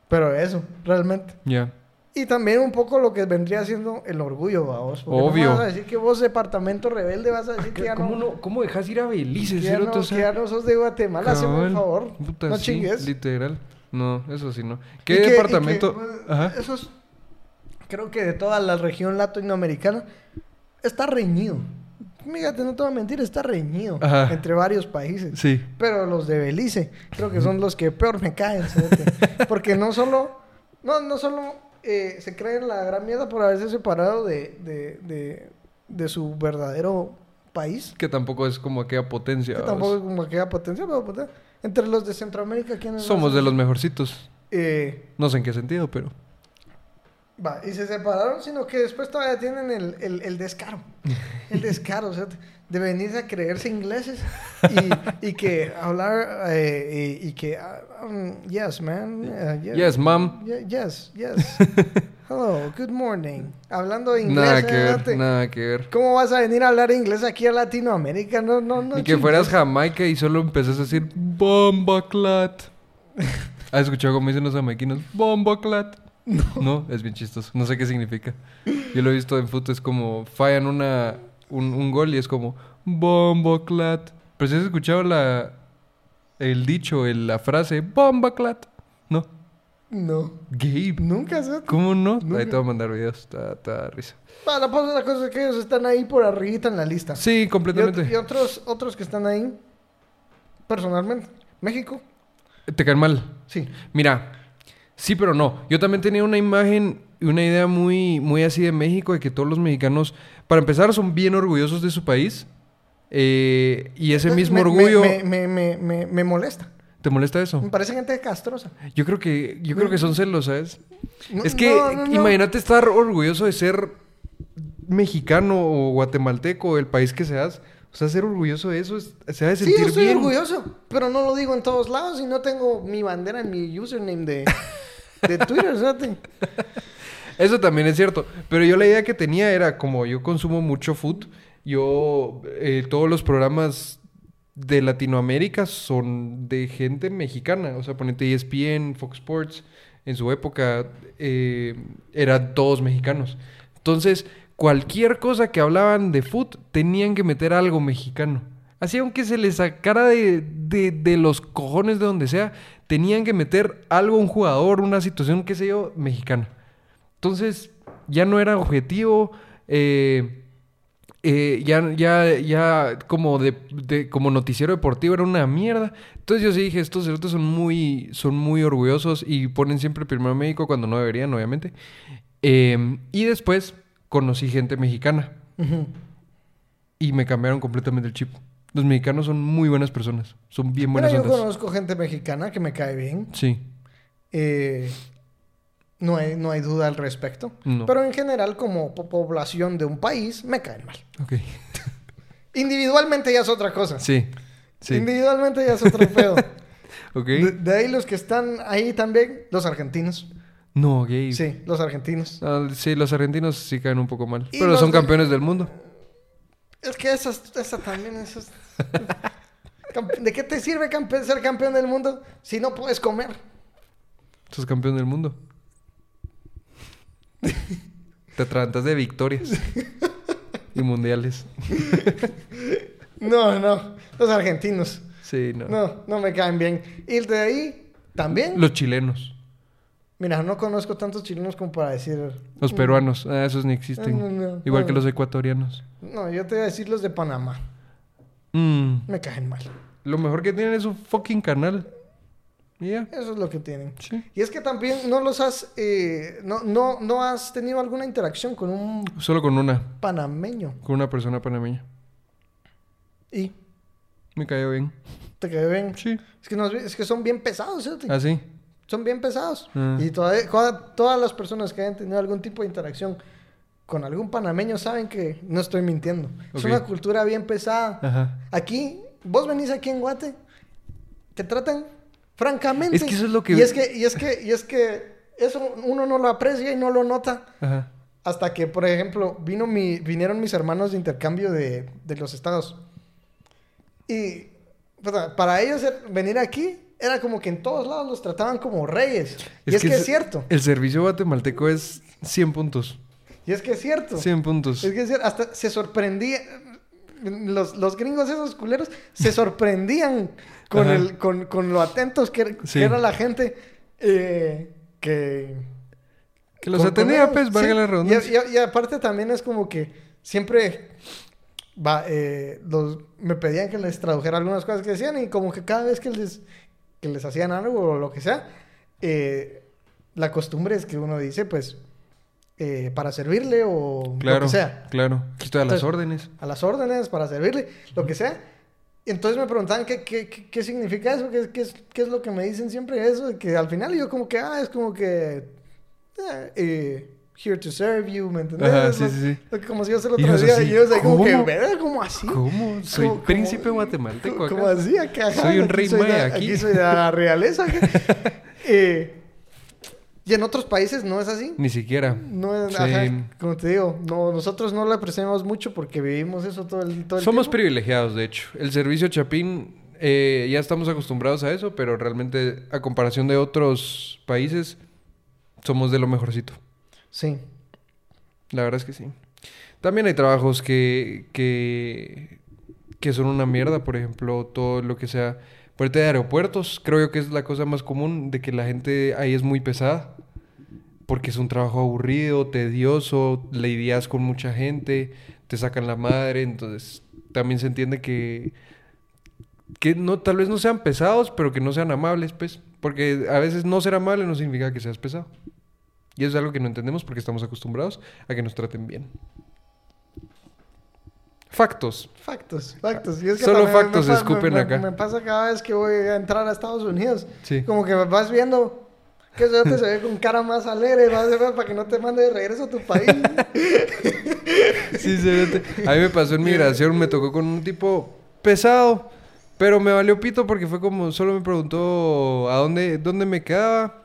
[SPEAKER 1] pero eso, realmente.
[SPEAKER 2] ya.
[SPEAKER 1] Y también un poco lo que vendría siendo el orgullo, vos.
[SPEAKER 2] Obvio. Ah,
[SPEAKER 1] vas a decir que vos, departamento rebelde, vas a decir que ya
[SPEAKER 3] ¿Cómo,
[SPEAKER 1] no,
[SPEAKER 3] no, ¿Cómo dejas ir a Belice,
[SPEAKER 1] que ya no,
[SPEAKER 3] cerote? O
[SPEAKER 1] que
[SPEAKER 3] sea,
[SPEAKER 1] ya no sos de Guatemala, haceme
[SPEAKER 2] Cabal.
[SPEAKER 1] un favor.
[SPEAKER 2] Puta,
[SPEAKER 1] no
[SPEAKER 2] sí,
[SPEAKER 1] chingues.
[SPEAKER 2] Literal. No, eso sí no.
[SPEAKER 1] Y
[SPEAKER 2] ¿Qué
[SPEAKER 1] que- y que,
[SPEAKER 2] departamento?
[SPEAKER 1] pues,
[SPEAKER 2] Ajá.
[SPEAKER 1] Eso es, creo que de toda la región latinoamericana, está reñido. Fíjate, no te voy a mentir, está reñido
[SPEAKER 2] Ajá.
[SPEAKER 1] entre varios países.
[SPEAKER 2] Sí.
[SPEAKER 1] Pero los de Belice, creo que son los que peor me caen, cerote. Porque no solo, no, no solo eh, se creen la gran mierda por haberse separado de, de, de, de su verdadero país.
[SPEAKER 2] Que tampoco es como aquella potencia.
[SPEAKER 1] Que
[SPEAKER 2] vamos.
[SPEAKER 1] tampoco es como que haya potencia, pero puta, entre los de Centroamérica, ¿quiénes
[SPEAKER 2] Somos
[SPEAKER 1] más?
[SPEAKER 2] de los mejorcitos.
[SPEAKER 1] Eh,
[SPEAKER 2] No sé en qué sentido, pero.
[SPEAKER 1] Va, y se separaron, sino que después todavía tienen el, el- el descaro. El descaro, o sea, de venirse a creerse ingleses y, y que hablar eh, y, y que, ah, um, yes, man. ah, yes,
[SPEAKER 2] Yes, ma'am.
[SPEAKER 1] ye- yes, yes. Hello, good morning. Hablando inglés. eh,
[SPEAKER 2] Nada que
[SPEAKER 1] adelante.
[SPEAKER 2] ver, nada que ver.
[SPEAKER 1] ¿Cómo vas a venir a hablar inglés aquí a Latinoamérica? No, no, no.
[SPEAKER 2] Ni que
[SPEAKER 1] chingues.
[SPEAKER 2] fueras Jamaica y solo empezás a decir bombaclat. ¿Has escuchado cómo dicen los jamaiquinos? Bombaclat. No. es bien chistoso. No sé qué significa. Yo lo he visto en fútbol, es como fallan una, un, un gol y es como bombaclat. Pero si has escuchado la, el dicho, el- la frase bombaclat. No.
[SPEAKER 1] No,
[SPEAKER 2] Gabe.
[SPEAKER 1] nunca se.
[SPEAKER 2] ¿Cómo no? Ahí
[SPEAKER 1] Nunca.
[SPEAKER 2] te voy a mandar videos. Está, está risa.
[SPEAKER 1] Ah, La cosa la cosa es que ellos están ahí por arribita en la lista.
[SPEAKER 2] Sí,
[SPEAKER 1] Y ot-
[SPEAKER 2] completamente.
[SPEAKER 1] Y, otros, otros que están ahí, personalmente. México,
[SPEAKER 2] Te caen mal.
[SPEAKER 1] sí.
[SPEAKER 2] Mira, sí, pero no. Yo también tenía una imagen y una idea muy, muy así de México, de que todos los mexicanos, para empezar, son bien orgullosos de su país. Eh, y ese mismo
[SPEAKER 1] Me- me-
[SPEAKER 2] orgullo...
[SPEAKER 1] Me, Mm. me- me- me- me molesta.
[SPEAKER 2] ¿Te molesta eso?
[SPEAKER 1] Me parece gente castrosa.
[SPEAKER 2] Yo creo que, yo creo que son celos, ¿sabes?
[SPEAKER 1] Mm. No-
[SPEAKER 2] es que
[SPEAKER 1] no, no, no.
[SPEAKER 2] imagínate estar orgulloso de ser mexicano o guatemalteco, el país que seas. O sea, ser orgulloso de eso es- se ha de
[SPEAKER 1] Sí,
[SPEAKER 2] sentir
[SPEAKER 1] yo estoy
[SPEAKER 2] bien.
[SPEAKER 1] orgulloso, pero no lo digo en todos lados y no tengo mi bandera en mi username de, de Twitter, ¿sabes?
[SPEAKER 2] Eso también es cierto. Pero yo la idea que tenía era, como yo consumo mucho food, yo eh, todos los programas de Latinoamérica son de gente mexicana. O sea, E ponente ESPN, Fox Sports, en su época eh, eran todos mexicanos. Entonces, cualquier cosa que hablaban de food, tenían que meter algo mexicano. Así aunque se les sacara de, de- de los cojones de donde sea, tenían que meter algo, un jugador, una situación, qué sé yo, mexicana. Entonces, ya no era objetivo. eh, eh, ya, ya, ya como de, de- como noticiero deportivo era una mierda. Entonces yo sí dije, estos cerotes son muy, son muy orgullosos y ponen siempre primero a México cuando no deberían, obviamente. Eh, y después conocí gente mexicana y me cambiaron completamente el chip. Los mexicanos son muy buenas personas, son bien
[SPEAKER 1] Pero
[SPEAKER 2] buenas
[SPEAKER 1] yo
[SPEAKER 2] ondas.
[SPEAKER 1] conozco gente mexicana que me cae bien.
[SPEAKER 2] Sí,
[SPEAKER 1] Eh, no, hay, no hay duda al respecto.
[SPEAKER 2] No.
[SPEAKER 1] Pero en general, como po- población de un país, me caen mal.
[SPEAKER 2] ok.
[SPEAKER 1] Individualmente ya es otra cosa.
[SPEAKER 2] Sí, sí,
[SPEAKER 1] Individualmente ya es otro pedo.
[SPEAKER 2] ok.
[SPEAKER 1] De, de ahí los que están ahí también, los argentinos.
[SPEAKER 2] No, gay.
[SPEAKER 1] Sí, los argentinos.
[SPEAKER 2] Ah, sí, los argentinos sí caen un poco mal.
[SPEAKER 1] Y
[SPEAKER 2] Pero
[SPEAKER 1] los
[SPEAKER 2] son
[SPEAKER 1] de-
[SPEAKER 2] campeones del mundo.
[SPEAKER 1] Es que esa, esa también, esas... Campe- ¿De qué te sirve campe- ser campeón del mundo si no puedes comer?
[SPEAKER 2] Sos campeón del mundo. Te atragantas de victorias. y mundiales.
[SPEAKER 1] No, no, los argentinos.
[SPEAKER 2] Sí, no.
[SPEAKER 1] No, no me caen bien. Y de ahí, también.
[SPEAKER 2] Los chilenos.
[SPEAKER 1] Mira, no conozco tantos chilenos como para decir.
[SPEAKER 2] Los peruanos. Ah, esos ni existen.
[SPEAKER 1] No, no, no.
[SPEAKER 2] Igual que
[SPEAKER 1] Mm. Ah.
[SPEAKER 2] los ecuatorianos.
[SPEAKER 1] No, yo te voy a decir los de Panamá.
[SPEAKER 2] Mm,
[SPEAKER 1] Me caen mal.
[SPEAKER 2] Lo mejor que tienen es un fucking canal. Y ya.
[SPEAKER 1] Eso es lo que tienen.
[SPEAKER 2] Sí.
[SPEAKER 1] Y es que también no los has. eh, no, no, no has tenido alguna interacción con un
[SPEAKER 2] Solo con una.
[SPEAKER 1] panameño.
[SPEAKER 2] Con una persona panameña.
[SPEAKER 1] Y
[SPEAKER 2] Me cayó bien.
[SPEAKER 1] te quedé bien.
[SPEAKER 2] Sí.
[SPEAKER 1] Es que, nos- es que son bien pesados, ¿cierto?
[SPEAKER 2] Así.
[SPEAKER 1] Son bien pesados.
[SPEAKER 2] Ah.
[SPEAKER 1] Y todavía- cua- todas las personas que hayan tenido algún tipo de interacción con algún panameño saben que no estoy mintiendo. Es
[SPEAKER 2] Ok.
[SPEAKER 1] una cultura bien pesada.
[SPEAKER 2] Ajá.
[SPEAKER 1] Aquí, vos venís aquí en Guate, te que tratan francamente.
[SPEAKER 2] Es que eso es lo que-
[SPEAKER 1] Y es que, y es que, y es que eso uno no lo aprecia y no lo nota.
[SPEAKER 2] Ajá.
[SPEAKER 1] Hasta que, por ejemplo, vino mi, vinieron mis hermanos de intercambio de, de los estados. Y puta, para ellos er- venir aquí era como que en todos lados los trataban como reyes. y es que, es
[SPEAKER 2] se- eh,
[SPEAKER 1] cierto.
[SPEAKER 2] El servicio guatemalteco es 100 puntos.
[SPEAKER 1] Y es que es cierto.
[SPEAKER 2] 100 puntos.
[SPEAKER 1] Es que es cierto, hasta se sorprendía. Los, los gringos esos culeros se sorprendían con,
[SPEAKER 2] Ajá.
[SPEAKER 1] el, con, con lo atentos que, er- que
[SPEAKER 2] Sí.
[SPEAKER 1] era la gente eh, que,
[SPEAKER 2] que los
[SPEAKER 1] con-
[SPEAKER 2] atenea,
[SPEAKER 1] con
[SPEAKER 2] pues,
[SPEAKER 1] ellos,
[SPEAKER 2] valga
[SPEAKER 1] sí.
[SPEAKER 2] la
[SPEAKER 1] Y-
[SPEAKER 2] redundancia.
[SPEAKER 1] Y, y aparte también es como que siempre va, eh, los, me pedían que les tradujera algunas cosas que decían y como que cada vez que les, que les hacían algo o lo que sea, eh, la costumbre es que uno dice, pues, eh, para servirle o lo
[SPEAKER 2] Claro,
[SPEAKER 1] que sea,
[SPEAKER 2] claro. Aquí estoy a las
[SPEAKER 1] Entonces-
[SPEAKER 2] órdenes.
[SPEAKER 1] a las órdenes, para servirle, lo que sea. Y Entonces me preguntaban qué, qué, qué, qué significa eso, qué, qué es, qué es lo que me dicen siempre eso, y que al final yo como que, ah, es como que, eh, eh, here to serve you, ¿me entendés?
[SPEAKER 2] Ajá, sí,
[SPEAKER 1] Lo-
[SPEAKER 2] sí, sí.
[SPEAKER 1] lo que como si yo se lo
[SPEAKER 2] Y ellos
[SPEAKER 1] traducía,
[SPEAKER 2] así,
[SPEAKER 1] y ellos ahí como que,
[SPEAKER 2] ¿cómo?
[SPEAKER 1] ¿verdad? ¿Cómo así?
[SPEAKER 2] ¿Cómo? Soy
[SPEAKER 1] Como- como-
[SPEAKER 2] príncipe guatemalteco acá.
[SPEAKER 1] Como así, acá. ajá,
[SPEAKER 2] Soy un
[SPEAKER 1] aquí
[SPEAKER 2] rey
[SPEAKER 1] soy
[SPEAKER 2] maya
[SPEAKER 1] la-
[SPEAKER 2] aquí.
[SPEAKER 1] Aquí soy de la realeza. acá. Eh, y en otros países no es así.
[SPEAKER 2] Ni siquiera.
[SPEAKER 1] No es,
[SPEAKER 2] Sí.
[SPEAKER 1] ajá, como te digo, no, nosotros no la apreciamos mucho porque vivimos eso todo el, todo el
[SPEAKER 2] Somos
[SPEAKER 1] tiempo.
[SPEAKER 2] privilegiados, de hecho. El servicio Chapín, eh, ya estamos acostumbrados a eso, pero realmente, a comparación de otros países, somos de lo mejorcito.
[SPEAKER 1] Sí.
[SPEAKER 2] La verdad es que sí. También hay trabajos que, que, que son una mierda, por ejemplo, todo lo que sea puerta de aeropuertos, creo yo que es la cosa más común de que la gente ahí es muy pesada, porque es un trabajo aburrido, tedioso, lidias con mucha gente, te sacan la madre, entonces también se entiende que, que no, tal vez no sean pesados, pero que no sean amables, pues, porque a veces no ser amable no significa que seas pesado. Y eso es algo que no entendemos porque estamos acostumbrados a que nos traten bien. Factos.
[SPEAKER 1] Factos, factos. Y es que
[SPEAKER 2] Solo
[SPEAKER 1] también me
[SPEAKER 2] factos
[SPEAKER 1] pa-
[SPEAKER 2] escupen
[SPEAKER 1] me- me-
[SPEAKER 2] acá.
[SPEAKER 1] Me pasa cada vez que voy a entrar a Estados Unidos.
[SPEAKER 2] Sí.
[SPEAKER 1] Como que vas viendo que se te se ve con cara más alegre, más para que no te mande de regreso a tu país.
[SPEAKER 2] Sinceramente. A mí me pasó en migración, me tocó con un tipo pesado, pero me valió pito porque fue como, solo me preguntó a dónde, dónde me quedaba,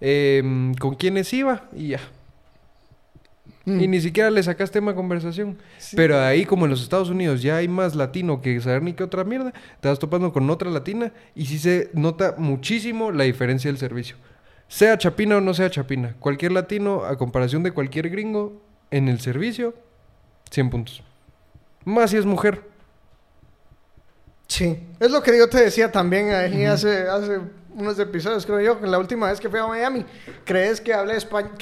[SPEAKER 2] em, con quiénes iba y ya. Y ni siquiera le sacaste tema de conversación.
[SPEAKER 1] Mm. Sí.
[SPEAKER 2] Pero ahí, como en los Estados Unidos, ya hay más latino que saber ni qué otra mierda, te vas topando con otra latina y sí se nota muchísimo la diferencia del servicio. Sea chapina o no sea chapina, cualquier latino, a comparación de cualquier gringo, en el servicio, 100 puntos. Más si es mujer.
[SPEAKER 1] Sí. Es lo que yo te decía también ahí hace, hace unos episodios, creo yo, que la última vez que fui a Miami. ¿Crees que hablé español?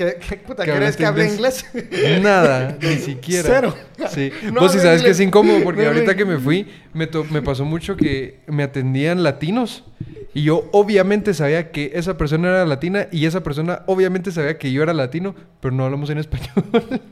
[SPEAKER 1] puta,
[SPEAKER 2] Que
[SPEAKER 1] ¿Crees
[SPEAKER 2] hablaste
[SPEAKER 1] que hablé
[SPEAKER 2] inglés.
[SPEAKER 1] inglés?
[SPEAKER 2] Nada, ni siquiera.
[SPEAKER 1] Cero.
[SPEAKER 2] Sí.
[SPEAKER 1] No
[SPEAKER 2] Vos sí
[SPEAKER 1] hablé
[SPEAKER 2] sabes que es
[SPEAKER 1] inglés.
[SPEAKER 2] incómodo porque
[SPEAKER 1] No hablé
[SPEAKER 2] ahorita que me fui me, to- me pasó mucho que me atendían latinos y yo obviamente sabía que esa persona era latina y esa persona obviamente sabía que yo era latino, pero no hablamos en español.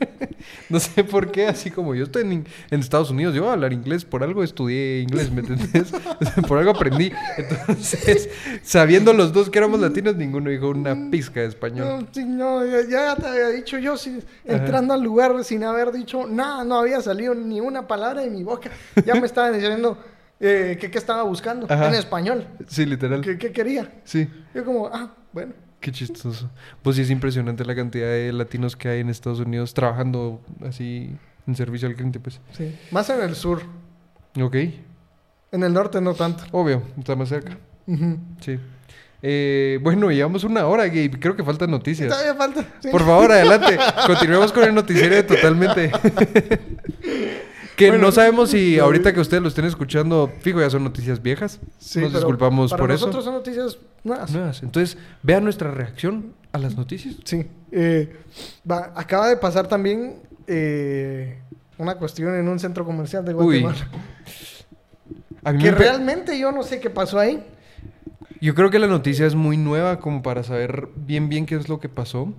[SPEAKER 2] no sé por qué, así como yo estoy en, in- en Estados Unidos, yo voy a hablar inglés, por algo estudié inglés, ¿me entendés? por algo aprendí. Entonces, sabiendo los dos que éramos latinos, ninguno dijo una pizca de español.
[SPEAKER 1] No, sí, no, ya, ya te había dicho yo, si- entrando al lugar sin haber dicho nada, no había salido ni una palabra de mi boca. Ya me estaban diciendo eh, que qué estaba buscando
[SPEAKER 2] Ajá.
[SPEAKER 1] en español,
[SPEAKER 2] Sí, literal.
[SPEAKER 1] que qué quería.
[SPEAKER 2] Sí.
[SPEAKER 1] Yo como, ah, bueno.
[SPEAKER 2] Qué chistoso. Pues sí es impresionante la cantidad de latinos que hay en Estados Unidos trabajando así en servicio al cliente, pues.
[SPEAKER 1] Sí. Más en el sur,
[SPEAKER 2] Ok,
[SPEAKER 1] en el norte no tanto.
[SPEAKER 2] obvio, está más cerca.
[SPEAKER 1] Ujú.
[SPEAKER 2] Sí. Eh, bueno, llevamos una hora, Gabe. Creo que faltan noticias.
[SPEAKER 1] Todavía falta. sí.
[SPEAKER 2] Por favor, adelante. Continuemos con el noticiero de totalmente. que
[SPEAKER 1] Bueno.
[SPEAKER 2] no sabemos si ahorita que ustedes lo estén escuchando, fijo, ya son noticias viejas.
[SPEAKER 1] Sí,
[SPEAKER 2] Nos
[SPEAKER 1] pero
[SPEAKER 2] disculpamos
[SPEAKER 1] para
[SPEAKER 2] por
[SPEAKER 1] Nosotros son noticias nuevas.
[SPEAKER 2] eso. Nuevas. Entonces, vean nuestra reacción a las noticias.
[SPEAKER 1] Sí. Eh, va, acaba de pasar también eh, una cuestión en un centro comercial de
[SPEAKER 2] Uy.
[SPEAKER 1] Guatemala.
[SPEAKER 2] A mí
[SPEAKER 1] Que
[SPEAKER 2] me pe-
[SPEAKER 1] realmente yo no sé qué pasó ahí.
[SPEAKER 2] Yo creo que la noticia es muy nueva como para saber bien bien qué es lo que pasó.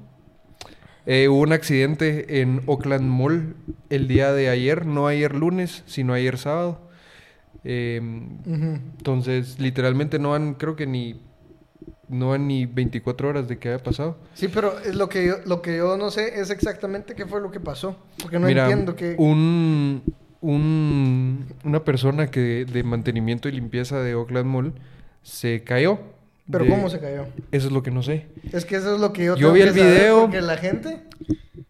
[SPEAKER 2] Eh, hubo un accidente en Oakland Mall el día de ayer, no ayer lunes, sino ayer sábado. Eh, entonces, literalmente no han, creo que ni, no han ni 24 horas de que haya pasado.
[SPEAKER 1] Sí, pero es lo que yo, lo que yo no sé es exactamente qué fue lo que pasó. Porque no
[SPEAKER 2] Mira,
[SPEAKER 1] entiendo qué.
[SPEAKER 2] Un, un- una persona que de mantenimiento y limpieza de Oakland Mall se cayó.
[SPEAKER 1] Pero
[SPEAKER 2] de-
[SPEAKER 1] ¿cómo se cayó?
[SPEAKER 2] Eso es lo que no sé.
[SPEAKER 1] Es que eso es lo que yo
[SPEAKER 2] Yo vi
[SPEAKER 1] que
[SPEAKER 2] el
[SPEAKER 1] saber,
[SPEAKER 2] video.
[SPEAKER 1] Porque la gente...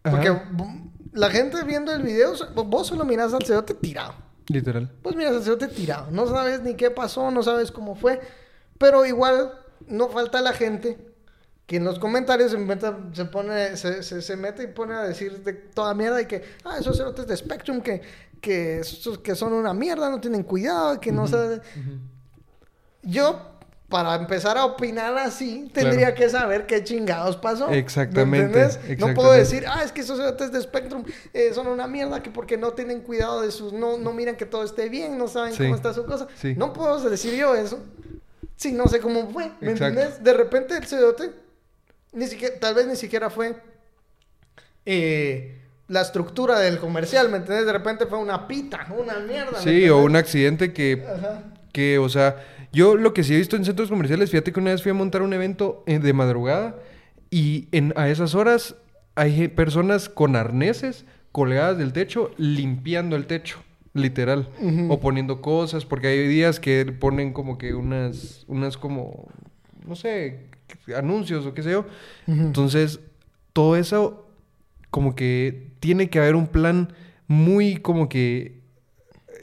[SPEAKER 2] Ajá,
[SPEAKER 1] Porque bu- la gente viendo el video... so- Vos solo mirás al cerote tirado.
[SPEAKER 2] Literal.
[SPEAKER 1] Pues miras al cerote tirado. No sabes ni qué pasó, no sabes cómo fue. Pero igual no falta la gente que en los comentarios se, inventa- se pone... Se, se- se mete y pone a decir de toda mierda y que... Ah, esos cerotes de Spectrum que... Que, esos que son una mierda, no tienen cuidado, que no saben... Yo, para empezar a opinar así, tendría
[SPEAKER 2] Claro.
[SPEAKER 1] que saber qué chingados pasó. ¿me
[SPEAKER 2] Exactamente,
[SPEAKER 1] entendés? No puedo
[SPEAKER 2] exactamente.
[SPEAKER 1] decir, ah, es que esos cerotes de Spectrum eh, son una mierda que porque no tienen cuidado de sus. No, no miran que todo esté bien, no saben
[SPEAKER 2] Sí.
[SPEAKER 1] cómo está su cosa.
[SPEAKER 2] Sí.
[SPEAKER 1] No puedo decir yo eso si no sé cómo fue. ¿Me
[SPEAKER 2] Exacto.
[SPEAKER 1] entendés? De repente el cerote, ni siquiera, tal vez ni siquiera fue. eh, la estructura del comercial, ¿me entendés? De repente fue una pita, una mierda. ¿me
[SPEAKER 2] Sí, o
[SPEAKER 1] entendés?
[SPEAKER 2] un accidente que
[SPEAKER 1] Ajá.
[SPEAKER 2] que, o sea, yo lo que sí he visto en centros comerciales, fíjate que una vez fui a montar un evento eh, de madrugada y en, a esas horas hay ge- personas con arneses colgadas del techo limpiando el techo, literal, o poniendo cosas, porque hay días que ponen como que unas, unas como, no sé, anuncios o qué sé yo. Entonces, todo eso como que tiene que haber un plan muy como que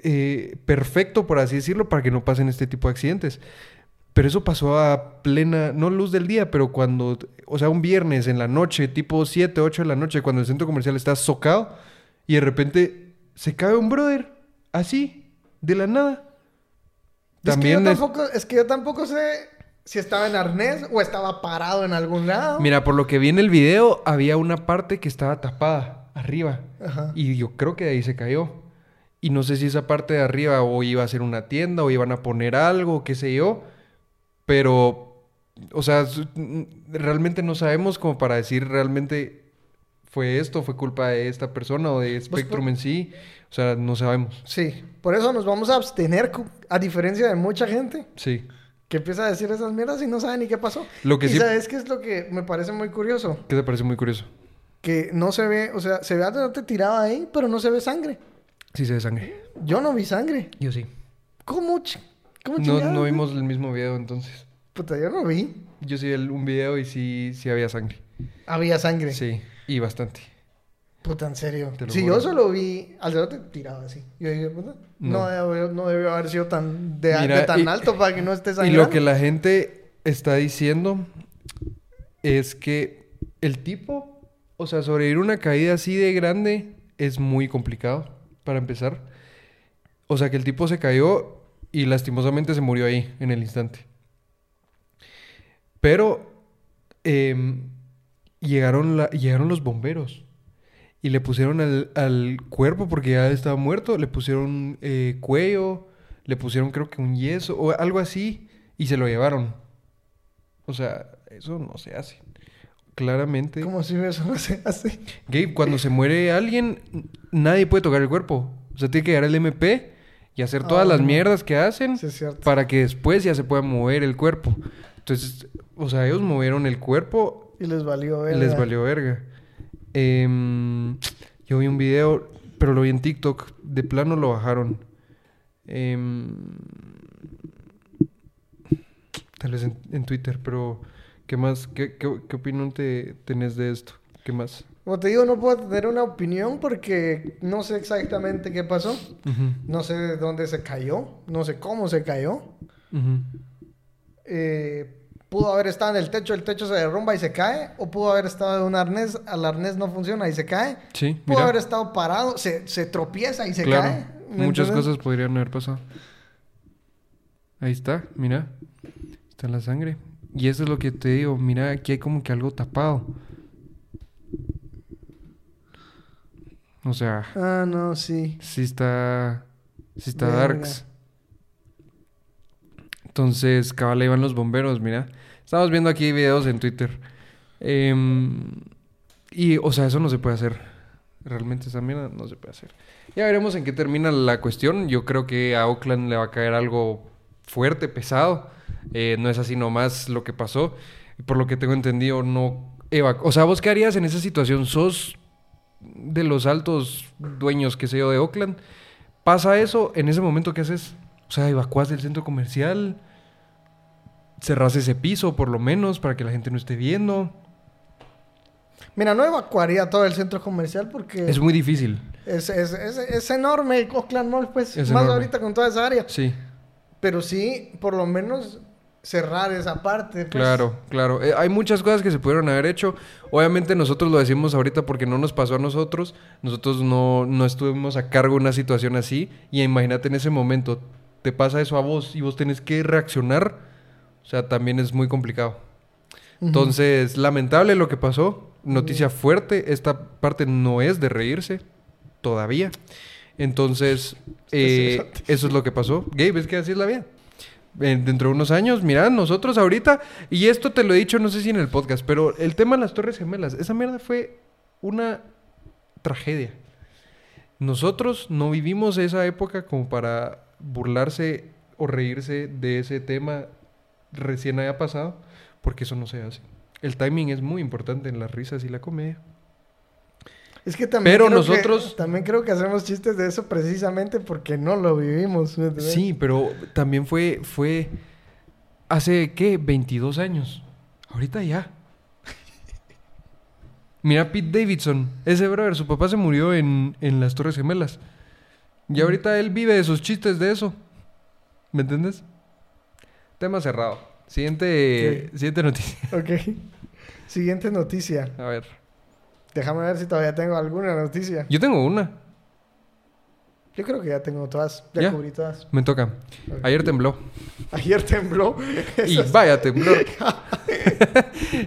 [SPEAKER 2] eh, perfecto, por así decirlo, para que no pasen este tipo de accidentes. Pero eso pasó a plena, no luz del día, pero cuando, o sea, un viernes en la noche, tipo 7, 8 de la noche, cuando el centro comercial está socado y de repente se cae un brother, así, de la nada.
[SPEAKER 1] es que,
[SPEAKER 2] También
[SPEAKER 1] yo
[SPEAKER 2] es-
[SPEAKER 1] tampoco, es que yo tampoco sé si estaba en arnés o estaba parado en algún lado.
[SPEAKER 2] Mira, por lo que vi en el video, había una parte que estaba tapada arriba.
[SPEAKER 1] Ajá.
[SPEAKER 2] Y yo creo que de ahí se cayó. Y no sé si esa parte de arriba o iba a ser una tienda o iban a poner algo, qué sé yo. Pero, o sea, s- n- realmente no sabemos como para decir realmente fue esto, fue culpa de esta persona o de Spectrum en sí. O sea, no sabemos.
[SPEAKER 1] Sí, por eso nos vamos a abstener, cu- a diferencia de mucha gente
[SPEAKER 2] Sí.
[SPEAKER 1] que empieza a decir esas mierdas y no sabe ni qué pasó.
[SPEAKER 2] Lo que
[SPEAKER 1] y
[SPEAKER 2] sí-
[SPEAKER 1] sabes qué es lo que me parece muy curioso,
[SPEAKER 2] ¿Qué te parece muy curioso?
[SPEAKER 1] que no se ve, o sea, se ve a te tiraba ahí, pero no se ve sangre.
[SPEAKER 2] Sí se ve sangre.
[SPEAKER 1] Yo no vi sangre.
[SPEAKER 2] Yo sí.
[SPEAKER 1] ¿Cómo? chi- ¿Cómo
[SPEAKER 2] No,
[SPEAKER 1] chingados,
[SPEAKER 2] no
[SPEAKER 1] güey?
[SPEAKER 2] vimos el mismo video entonces.
[SPEAKER 1] Puta, yo no vi.
[SPEAKER 2] Yo sí vi el- un video y sí, sí había sangre.
[SPEAKER 1] Había sangre.
[SPEAKER 2] Sí, y bastante.
[SPEAKER 1] Puta, en serio.
[SPEAKER 2] Te lo
[SPEAKER 1] Si
[SPEAKER 2] juro.
[SPEAKER 1] yo solo vi al cerote tirado así. Yo dije, puta, no,
[SPEAKER 2] No.
[SPEAKER 1] debió, no debió haber sido tan, de, de
[SPEAKER 2] Mira,
[SPEAKER 1] tan
[SPEAKER 2] y-
[SPEAKER 1] alto para que no esté
[SPEAKER 2] Y
[SPEAKER 1] sangrando.
[SPEAKER 2] lo que la gente está diciendo es que el tipo, o sea, sobrevivir una caída así de grande es muy complicado, para empezar. O sea, que el tipo se cayó y lastimosamente se murió ahí, en el instante. Pero em, llegaron, la- llegaron los bomberos y le pusieron al, al cuerpo, porque ya estaba muerto, le pusieron eh, cuello, le pusieron creo que un yeso o algo así y se lo llevaron. O sea, eso no se hace. Claramente.
[SPEAKER 1] Como si eso no se hace.
[SPEAKER 2] Gabe, cuando se muere alguien, n- nadie puede tocar el cuerpo. O sea, tiene que llegar el MP y hacer todas
[SPEAKER 1] Ah,
[SPEAKER 2] las
[SPEAKER 1] no.
[SPEAKER 2] mierdas que hacen
[SPEAKER 1] Sí, es cierto.
[SPEAKER 2] para que después ya se pueda mover el cuerpo. Entonces, o sea, ellos movieron el cuerpo,
[SPEAKER 1] Y les valió ver.
[SPEAKER 2] les valió verga. Em, yo vi un video, pero lo vi en TikTok, de plano lo bajaron. Em, tal vez en, en Twitter, pero ¿qué más? ¿Qué, qué, qué opinión te tenés de esto? ¿Qué más?
[SPEAKER 1] Como te digo, no puedo tener una opinión porque no sé exactamente qué pasó.
[SPEAKER 2] Ujú.
[SPEAKER 1] No sé de dónde se cayó. No sé cómo se cayó.
[SPEAKER 2] Ujú.
[SPEAKER 1] Eh, pudo haber estado en el techo, el techo se derrumba y se cae. O pudo haber estado en un arnés, al arnés no funciona y se cae.
[SPEAKER 2] Sí,
[SPEAKER 1] Pudo
[SPEAKER 2] mira.
[SPEAKER 1] haber estado parado, se, se tropieza y se
[SPEAKER 2] claro,
[SPEAKER 1] cae. ¿me
[SPEAKER 2] muchas
[SPEAKER 1] entiendes?
[SPEAKER 2] cosas podrían haber pasado. Ahí está, mira. Está la sangre. Y eso es lo que te digo, mira, aquí hay como que algo tapado. O sea,
[SPEAKER 1] Ah, no, sí.
[SPEAKER 2] sí está. Sí está
[SPEAKER 1] Verga.
[SPEAKER 2] Darks. Entonces, cabal, ahí van los bomberos, mira. Estamos viendo aquí videos en Twitter. Em, y, o sea, eso no se puede hacer. Realmente esa mierda no se puede hacer. Ya veremos en qué termina la cuestión. Yo creo que a Oakland le va a caer algo fuerte, pesado. Eh, no es así nomás lo que pasó. Por lo que tengo entendido, no... evac- o sea, ¿vos qué harías en esa situación? ¿Sos de los altos dueños, que sé yo, de Oakland? ¿Pasa eso? ¿En ese momento qué haces? O sea, ¿evacuás del centro comercial? cerrás ese piso, por lo menos, para que la gente no esté viendo.
[SPEAKER 1] Mira, no evacuaría todo el centro comercial porque
[SPEAKER 2] Es muy difícil.
[SPEAKER 1] es, es, es- es enorme Oakland Mall, pues.
[SPEAKER 2] Es
[SPEAKER 1] más
[SPEAKER 2] enorme.
[SPEAKER 1] ahorita con toda esa área.
[SPEAKER 2] Sí,
[SPEAKER 1] Pero sí, por lo menos cerrar esa parte. pues.
[SPEAKER 2] claro, claro. Eh, hay muchas cosas que se pudieron haber hecho. Obviamente nosotros lo decimos ahorita porque no nos pasó a nosotros. Nosotros no, no estuvimos a cargo de una situación así. Y imagínate en ese momento, te pasa eso a vos y vos tenés que reaccionar. O sea, también es muy complicado.
[SPEAKER 1] Ujú.
[SPEAKER 2] Entonces, lamentable lo que pasó. Noticia fuerte. Esta parte no es de reírse todavía. Entonces, eh, eso es lo que pasó. Gabe, ves que así es la vida. Eh, dentro de unos años, mira, nosotros ahorita, y esto te lo he dicho, no sé si en el podcast, pero el tema de las Torres Gemelas, esa mierda fue una tragedia. Nosotros no vivimos esa época como para burlarse o reírse de ese tema recién haya pasado, porque eso no se hace. El timing es muy importante en las risas y la comedia.
[SPEAKER 1] Es que también.
[SPEAKER 2] Pero
[SPEAKER 1] creo que-
[SPEAKER 2] nosotros-
[SPEAKER 1] también creo que hacemos chistes de eso precisamente porque no lo vivimos. ¿me entiendes?
[SPEAKER 2] Sí, pero también fue, fue hace, ¿qué? 22 años. Ahorita ya. Mira Pete Davidson, ese brother, su papá se murió en, en las Torres Gemelas. Y ahorita él vive de sus chistes de eso. ¿Me entiendes? Tema cerrado. Siguiente, siguiente noticia.
[SPEAKER 1] Ok. Siguiente noticia.
[SPEAKER 2] A ver.
[SPEAKER 1] Déjame ver si todavía tengo alguna noticia.
[SPEAKER 2] Yo tengo una.
[SPEAKER 1] Yo creo que ya tengo todas. Ya
[SPEAKER 2] ¿Ya?
[SPEAKER 1] cubrí todas.
[SPEAKER 2] Me toca. Ayer tembló.
[SPEAKER 1] Ayer tembló.
[SPEAKER 2] Y vaya temblor.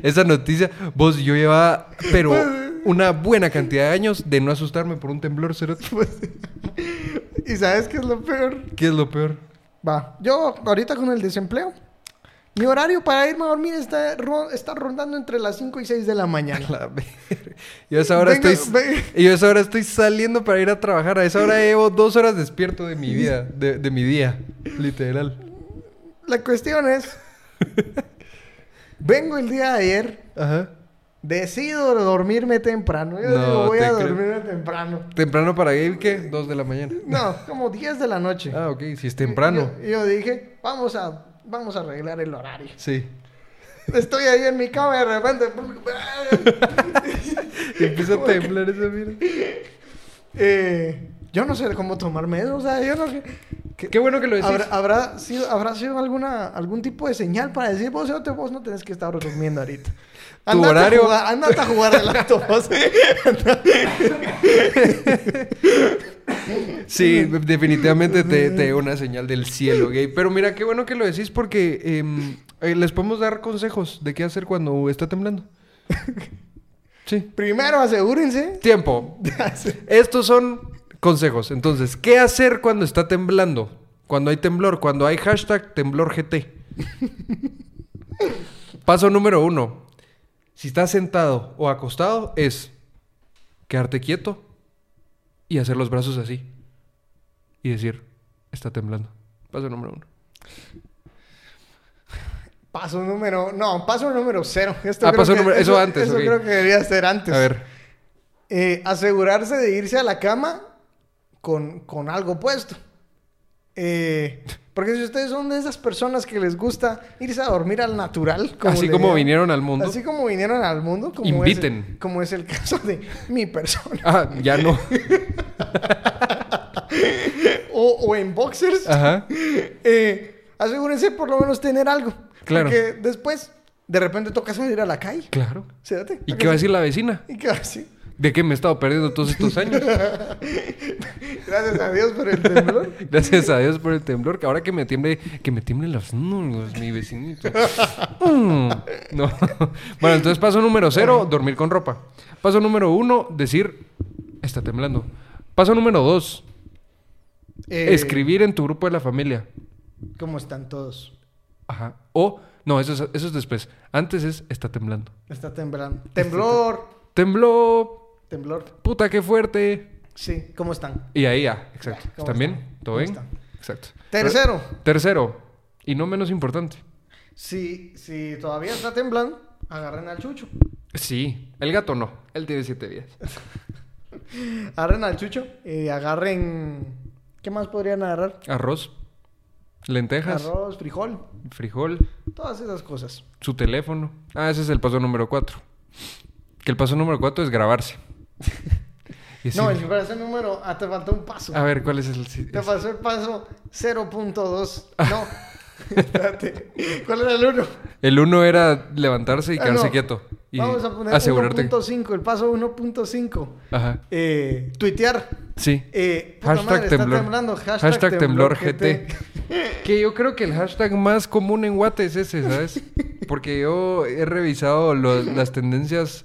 [SPEAKER 2] Esa noticia, vos, yo llevaba, pero
[SPEAKER 1] Pues,
[SPEAKER 2] una buena cantidad de años de no asustarme por un temblor, cerote.
[SPEAKER 1] ¿Y sabes qué es lo peor?
[SPEAKER 2] ¿Qué es lo peor?
[SPEAKER 1] Va. Yo ahorita con el desempleo. Mi horario para irme a dormir está, ro- está rondando entre las 5 y 6 de la mañana.
[SPEAKER 2] La ver- yo a esa hora
[SPEAKER 1] Venga,
[SPEAKER 2] estoy.
[SPEAKER 1] ve-
[SPEAKER 2] y yo a esa hora estoy saliendo para ir a trabajar. A esa hora llevo dos horas despierto de mi vida, de, de mi día, literal.
[SPEAKER 1] La cuestión es, vengo el día de ayer,
[SPEAKER 2] Ajá.
[SPEAKER 1] decido dormirme temprano. Yo
[SPEAKER 2] No,
[SPEAKER 1] digo, voy
[SPEAKER 2] te
[SPEAKER 1] a
[SPEAKER 2] creo.
[SPEAKER 1] dormirme temprano.
[SPEAKER 2] ¿Temprano para Gabe qué? Dos de la mañana.
[SPEAKER 1] No, como 10 de la noche.
[SPEAKER 2] Ah, ok, si es temprano.
[SPEAKER 1] Y yo, yo dije, vamos a, vamos a arreglar el horario.
[SPEAKER 2] Sí.
[SPEAKER 1] Estoy ahí en mi cama y de repente...
[SPEAKER 2] Y empieza a temblar esa mierda.
[SPEAKER 1] eh, yo no sé cómo tomarme eso, o sea, yo no sé...
[SPEAKER 2] Qué bueno que lo decís.
[SPEAKER 1] ¿Habrá, habrá sido, habrá sido alguna, algún tipo de señal para decir, vos, cerote, vos no tenés que estar durmiendo ahorita?
[SPEAKER 2] Tu horario-
[SPEAKER 1] A jugar, andate a jugar al acto, vos.
[SPEAKER 2] Sí, definitivamente te, te una señal del cielo, gay. Pero mira, qué bueno que lo decís porque em, eh, les podemos dar consejos de qué hacer cuando está temblando. Sí.
[SPEAKER 1] Primero, asegúrense.
[SPEAKER 2] Tiempo. Estos son consejos. Entonces, ¿qué hacer cuando está temblando? Cuando hay temblor, cuando hay hashtag temblorgt. Paso número uno. Si estás sentado o acostado, es quedarte quieto y hacer los brazos así. Y decir, está temblando. Paso número uno.
[SPEAKER 1] paso número... No, paso número cero. Esto
[SPEAKER 2] Ah,
[SPEAKER 1] creo
[SPEAKER 2] paso
[SPEAKER 1] que-
[SPEAKER 2] número- eso antes,
[SPEAKER 1] Eso
[SPEAKER 2] ok.
[SPEAKER 1] creo que debería ser antes.
[SPEAKER 2] A ver.
[SPEAKER 1] Eh, asegurarse de irse a la cama con, con algo puesto. Eh, porque si ustedes son de esas personas que les gusta irse a dormir al natural,
[SPEAKER 2] así
[SPEAKER 1] le
[SPEAKER 2] como
[SPEAKER 1] llaman,
[SPEAKER 2] vinieron al mundo.
[SPEAKER 1] Así como vinieron al mundo, como,
[SPEAKER 2] Inviten.
[SPEAKER 1] Es, como es el caso de mi persona.
[SPEAKER 2] Ah, ya no.
[SPEAKER 1] O, o en boxers.
[SPEAKER 2] Ajá.
[SPEAKER 1] Eh, asegúrense por lo menos tener algo.
[SPEAKER 2] Claro.
[SPEAKER 1] Porque después, de repente toca salir a la calle.
[SPEAKER 2] Claro.
[SPEAKER 1] Cédate.
[SPEAKER 2] ¿Y qué va a decir la vecina?
[SPEAKER 1] ¿Y qué va a decir?
[SPEAKER 2] ¿De qué me he estado perdiendo todos estos años?
[SPEAKER 1] Gracias a Dios por el temblor.
[SPEAKER 2] Gracias a Dios por el temblor, que ahora que me tiemble, que me tiemblen las nalgas, mi vecinito. Mm, no. Bueno, entonces paso número cero, dormir con ropa. Paso número uno, decir, está temblando. Paso número dos,
[SPEAKER 1] Eh,
[SPEAKER 2] escribir en tu grupo de la familia.
[SPEAKER 1] ¿Cómo están todos?
[SPEAKER 2] Ajá. O, no, eso es, eso es después. Antes es, está temblando.
[SPEAKER 1] Está temblando. Temblor.
[SPEAKER 2] Tembló,
[SPEAKER 1] Temblor.
[SPEAKER 2] puta, qué fuerte.
[SPEAKER 1] Sí. ¿Cómo están?
[SPEAKER 2] Y ahí ya, exacto.
[SPEAKER 1] ¿Cómo
[SPEAKER 2] ¿Están bien?
[SPEAKER 1] están?
[SPEAKER 2] ¿Todo
[SPEAKER 1] ¿Cómo
[SPEAKER 2] bien?
[SPEAKER 1] están?
[SPEAKER 2] Exacto.
[SPEAKER 1] Tercero.
[SPEAKER 2] Tercero, y no menos importante.
[SPEAKER 1] Si, si todavía está temblando, agarren al chucho.
[SPEAKER 2] Sí, el gato no, él tiene siete días.
[SPEAKER 1] Agarren al chucho y agarren... ¿Qué más podrían agarrar?
[SPEAKER 2] Arroz, lentejas,
[SPEAKER 1] Arroz, frijol.
[SPEAKER 2] frijol,
[SPEAKER 1] Todas esas cosas.
[SPEAKER 2] Su teléfono. Ah, ese es el paso número 4. Que el paso número 4 es grabarse. Y decir,
[SPEAKER 1] No, el para ese número, ah, te falta un paso.
[SPEAKER 2] A ver, ¿cuál es el...? sí,
[SPEAKER 1] Te
[SPEAKER 2] es-
[SPEAKER 1] pasó el paso 0.2. No. Espérate. ¿Cuál era el 1?
[SPEAKER 2] El 1 era levantarse y
[SPEAKER 1] Ah,
[SPEAKER 2] quedarse
[SPEAKER 1] no.
[SPEAKER 2] quieto. Y
[SPEAKER 1] Vamos a poner
[SPEAKER 2] asegurarte.
[SPEAKER 1] 1.5, el paso 1.5.
[SPEAKER 2] Ajá.
[SPEAKER 1] Eh, tuitear.
[SPEAKER 2] Sí.
[SPEAKER 1] Eh, puta
[SPEAKER 2] Hashtag
[SPEAKER 1] madre, está
[SPEAKER 2] temblor.
[SPEAKER 1] temblando. Hashtag,
[SPEAKER 2] Hashtag temblor
[SPEAKER 1] GT.
[SPEAKER 2] Que yo creo que el hashtag más común en Guate es ese, ¿sabes? Porque yo he revisado lo- las tendencias,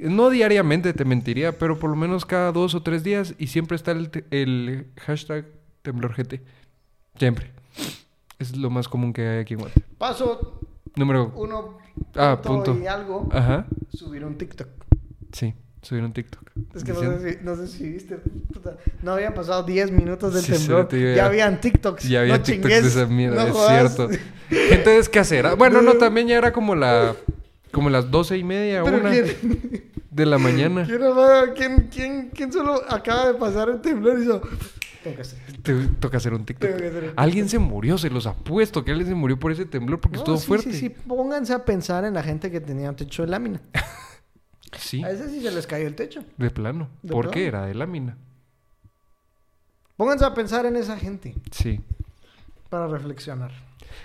[SPEAKER 2] no diariamente te mentiría, pero por lo menos cada dos o tres días y siempre está el, te- el hashtag temblorgete. Siempre. Es lo más común que hay aquí en Guate.
[SPEAKER 1] Paso
[SPEAKER 2] Número...
[SPEAKER 1] 1.
[SPEAKER 2] Ah, punto.
[SPEAKER 1] Y algo.
[SPEAKER 2] Ajá.
[SPEAKER 1] Subir un TikTok.
[SPEAKER 2] Sí, subieron TikTok.
[SPEAKER 1] Es que no
[SPEAKER 2] Diciendo-
[SPEAKER 1] sé, si, no sé si viste. puta, no habían pasado 10 minutos del
[SPEAKER 2] Sí,
[SPEAKER 1] temblor.
[SPEAKER 2] cerote, yo
[SPEAKER 1] ya,
[SPEAKER 2] ya-
[SPEAKER 1] habían TikToks.
[SPEAKER 2] Ya había
[SPEAKER 1] no
[SPEAKER 2] TikToks
[SPEAKER 1] chingues,
[SPEAKER 2] de esa mierda,
[SPEAKER 1] no
[SPEAKER 2] es
[SPEAKER 1] jodas.
[SPEAKER 2] cierto. Gente descasera. Ah, Bueno, no, también ya era como la... Como las doce y media,
[SPEAKER 1] Pero
[SPEAKER 2] una
[SPEAKER 1] ¿quién,
[SPEAKER 2] de la mañana.
[SPEAKER 1] quién, nomás- quién, quién- quién solo acaba de pasar el temblor y yo. Tengo que hacer.
[SPEAKER 2] Te toca hacer un TikTok.
[SPEAKER 1] Tengo que hacer un TikTok.
[SPEAKER 2] Alguien se murió, se los apuesto que alguien se murió por ese temblor porque
[SPEAKER 1] No,
[SPEAKER 2] estuvo
[SPEAKER 1] sí,
[SPEAKER 2] fuerte.
[SPEAKER 1] Sí, sí, pónganse a pensar en la gente que tenía techo de lámina.
[SPEAKER 2] Sí,
[SPEAKER 1] A veces sí se les cayó el techo.
[SPEAKER 2] de plano.
[SPEAKER 1] De
[SPEAKER 2] ¿Por qué?
[SPEAKER 1] plano.
[SPEAKER 2] Era de lámina.
[SPEAKER 1] Pónganse a pensar en esa gente
[SPEAKER 2] Sí.
[SPEAKER 1] para reflexionar.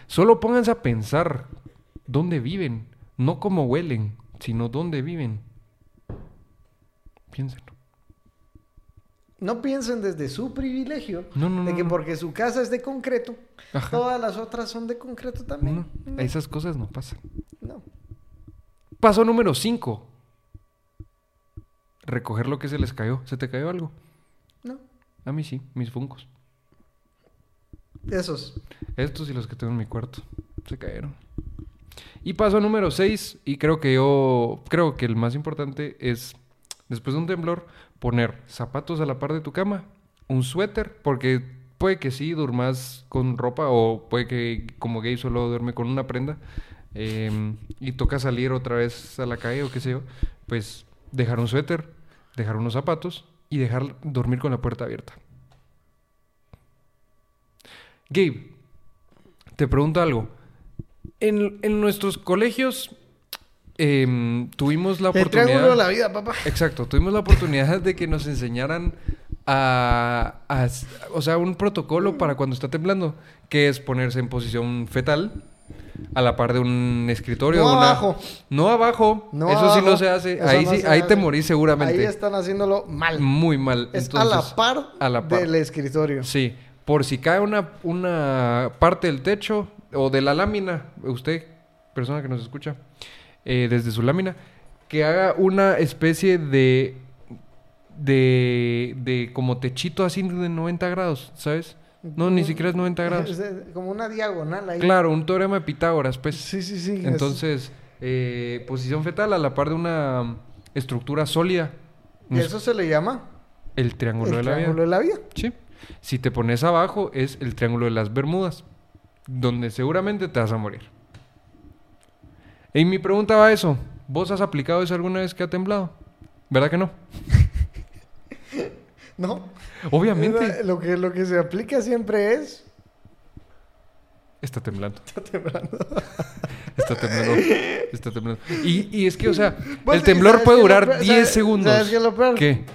[SPEAKER 2] Solo pónganse a pensar dónde viven, no cómo huelen, sino dónde viven. Piénsenlo.
[SPEAKER 1] No piensen desde su privilegio
[SPEAKER 2] No, no,
[SPEAKER 1] de
[SPEAKER 2] no,
[SPEAKER 1] que
[SPEAKER 2] no.
[SPEAKER 1] porque su casa es de concreto,
[SPEAKER 2] Ajá.
[SPEAKER 1] todas las otras son de concreto también.
[SPEAKER 2] No, esas cosas no pasan.
[SPEAKER 1] No.
[SPEAKER 2] Paso número 5. Recoger lo que se les cayó. ¿Se te cayó algo?
[SPEAKER 1] No.
[SPEAKER 2] A mí sí, mis funcos.
[SPEAKER 1] Esos.
[SPEAKER 2] Estos y los que tengo en mi cuarto. Se cayeron. Y paso número 6, y creo que yo, creo que el más importante es, después de un temblor, poner zapatos a la par de tu cama, un suéter, porque puede que sí durmas con ropa o puede que como gay solo duerme con una prenda eh, y toca salir otra vez a la calle o qué sé yo, pues dejar un suéter, dejar unos zapatos y dejar dormir con la puerta abierta. Gabe, te pregunto algo. En, en nuestros colegios em, tuvimos la
[SPEAKER 1] El
[SPEAKER 2] oportunidad...
[SPEAKER 1] triángulo de la vida, papá.
[SPEAKER 2] Exacto, tuvimos la oportunidad de que nos enseñaran a, a- O sea, un protocolo para cuando está temblando, que es ponerse en posición fetal a la par de un escritorio.
[SPEAKER 1] No
[SPEAKER 2] de una-
[SPEAKER 1] abajo.
[SPEAKER 2] No abajo.
[SPEAKER 1] No
[SPEAKER 2] eso sí
[SPEAKER 1] abajo.
[SPEAKER 2] no se hace.
[SPEAKER 1] Eso
[SPEAKER 2] Ahí,
[SPEAKER 1] no
[SPEAKER 2] sí,
[SPEAKER 1] se
[SPEAKER 2] ahí
[SPEAKER 1] hace.
[SPEAKER 2] te morís seguramente.
[SPEAKER 1] Ahí están haciéndolo mal.
[SPEAKER 2] Muy mal.
[SPEAKER 1] es a
[SPEAKER 2] Entonces,
[SPEAKER 1] la par
[SPEAKER 2] a la par.
[SPEAKER 1] del escritorio.
[SPEAKER 2] Sí, por si cae una, una parte del techo o de la lámina, usted, persona que nos escucha, eh, desde su lámina, que haga una especie de, de, de como techito así de 90 grados, ¿sabes? No, ni siquiera es 90
[SPEAKER 1] Es,
[SPEAKER 2] grados.
[SPEAKER 1] eh, como una diagonal ahí.
[SPEAKER 2] Claro, un teorema de Pitágoras, pues.
[SPEAKER 1] Sí, sí, sí. es-
[SPEAKER 2] Entonces, eh, posición fetal a la par de una estructura sólida.
[SPEAKER 1] ¿Y eso se le llama?
[SPEAKER 2] El triángulo
[SPEAKER 1] el
[SPEAKER 2] de la vida.
[SPEAKER 1] triángulo de la vida.
[SPEAKER 2] Sí. Si te pones abajo es el Triángulo de las Bermudas, donde seguramente te vas a morir. Y mi pregunta va a eso. ¿Vos has aplicado eso alguna vez que ha temblado? ¿Verdad que no?
[SPEAKER 1] No.
[SPEAKER 2] Obviamente
[SPEAKER 1] Era- Lo que, lo que se aplica siempre es.
[SPEAKER 2] está temblando. Está temblando. Está temblando. Y, y es que, o sea,
[SPEAKER 1] Vos-
[SPEAKER 2] el temblor
[SPEAKER 1] Pues ¿sabes
[SPEAKER 2] puede
[SPEAKER 1] qué es lo
[SPEAKER 2] durar
[SPEAKER 1] peor?
[SPEAKER 2] 10
[SPEAKER 1] ¿Sabes-
[SPEAKER 2] segundos.
[SPEAKER 1] ¿Sabes qué es lo peor?
[SPEAKER 2] ¿Qué?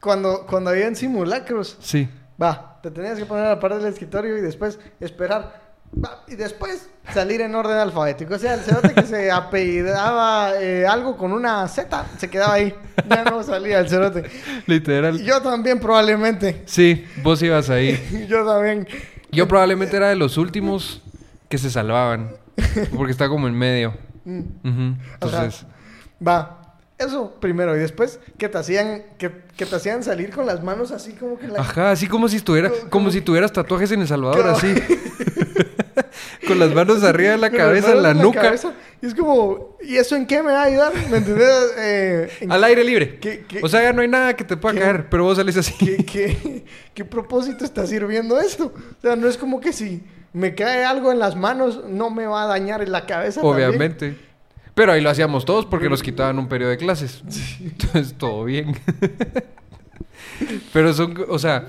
[SPEAKER 1] Cuando, cuando habían simulacros,
[SPEAKER 2] Sí.
[SPEAKER 1] va, te tenías que poner a la par del escritorio y después esperar. va, y después salir en orden alfabético. O sea, el cerote que se apellidaba eh, algo con una Z se quedaba ahí. Ya no salía el cerote.
[SPEAKER 2] Literal.
[SPEAKER 1] Yo también, probablemente.
[SPEAKER 2] Sí, vos ibas ahí.
[SPEAKER 1] Yo también.
[SPEAKER 2] Yo probablemente era de los últimos que se salvaban. Porque está como en medio.
[SPEAKER 1] Mm.
[SPEAKER 2] Ujú. Entonces,
[SPEAKER 1] Va. Eso primero. Y después que te hacían, que, que te hacían salir con las manos así como que en la
[SPEAKER 2] ajá, así como si estuviera,
[SPEAKER 1] Como-
[SPEAKER 2] como si tuvieras tatuajes en El Salvador,
[SPEAKER 1] Como-
[SPEAKER 2] así. Con las manos arriba de la
[SPEAKER 1] Con las
[SPEAKER 2] cabeza, en
[SPEAKER 1] manos
[SPEAKER 2] la
[SPEAKER 1] en
[SPEAKER 2] nuca.
[SPEAKER 1] cabeza. Y es como, ¿y eso en qué me va a ayudar? ¿Me entendés? Eh, en-
[SPEAKER 2] Al aire libre.
[SPEAKER 1] ¿Qué- qué-
[SPEAKER 2] O sea, ya no hay nada que te pueda
[SPEAKER 1] qué-
[SPEAKER 2] caer, pero vos salís así.
[SPEAKER 1] ¿qué, qué, qué propósito está sirviendo esto? O sea, no es como que si me cae algo en las manos, no me va a dañar en la cabeza. también.
[SPEAKER 2] Obviamente. Pero ahí lo hacíamos todos porque nos quitaban un periodo de clases. Entonces, todo bien. Pero son, o sea,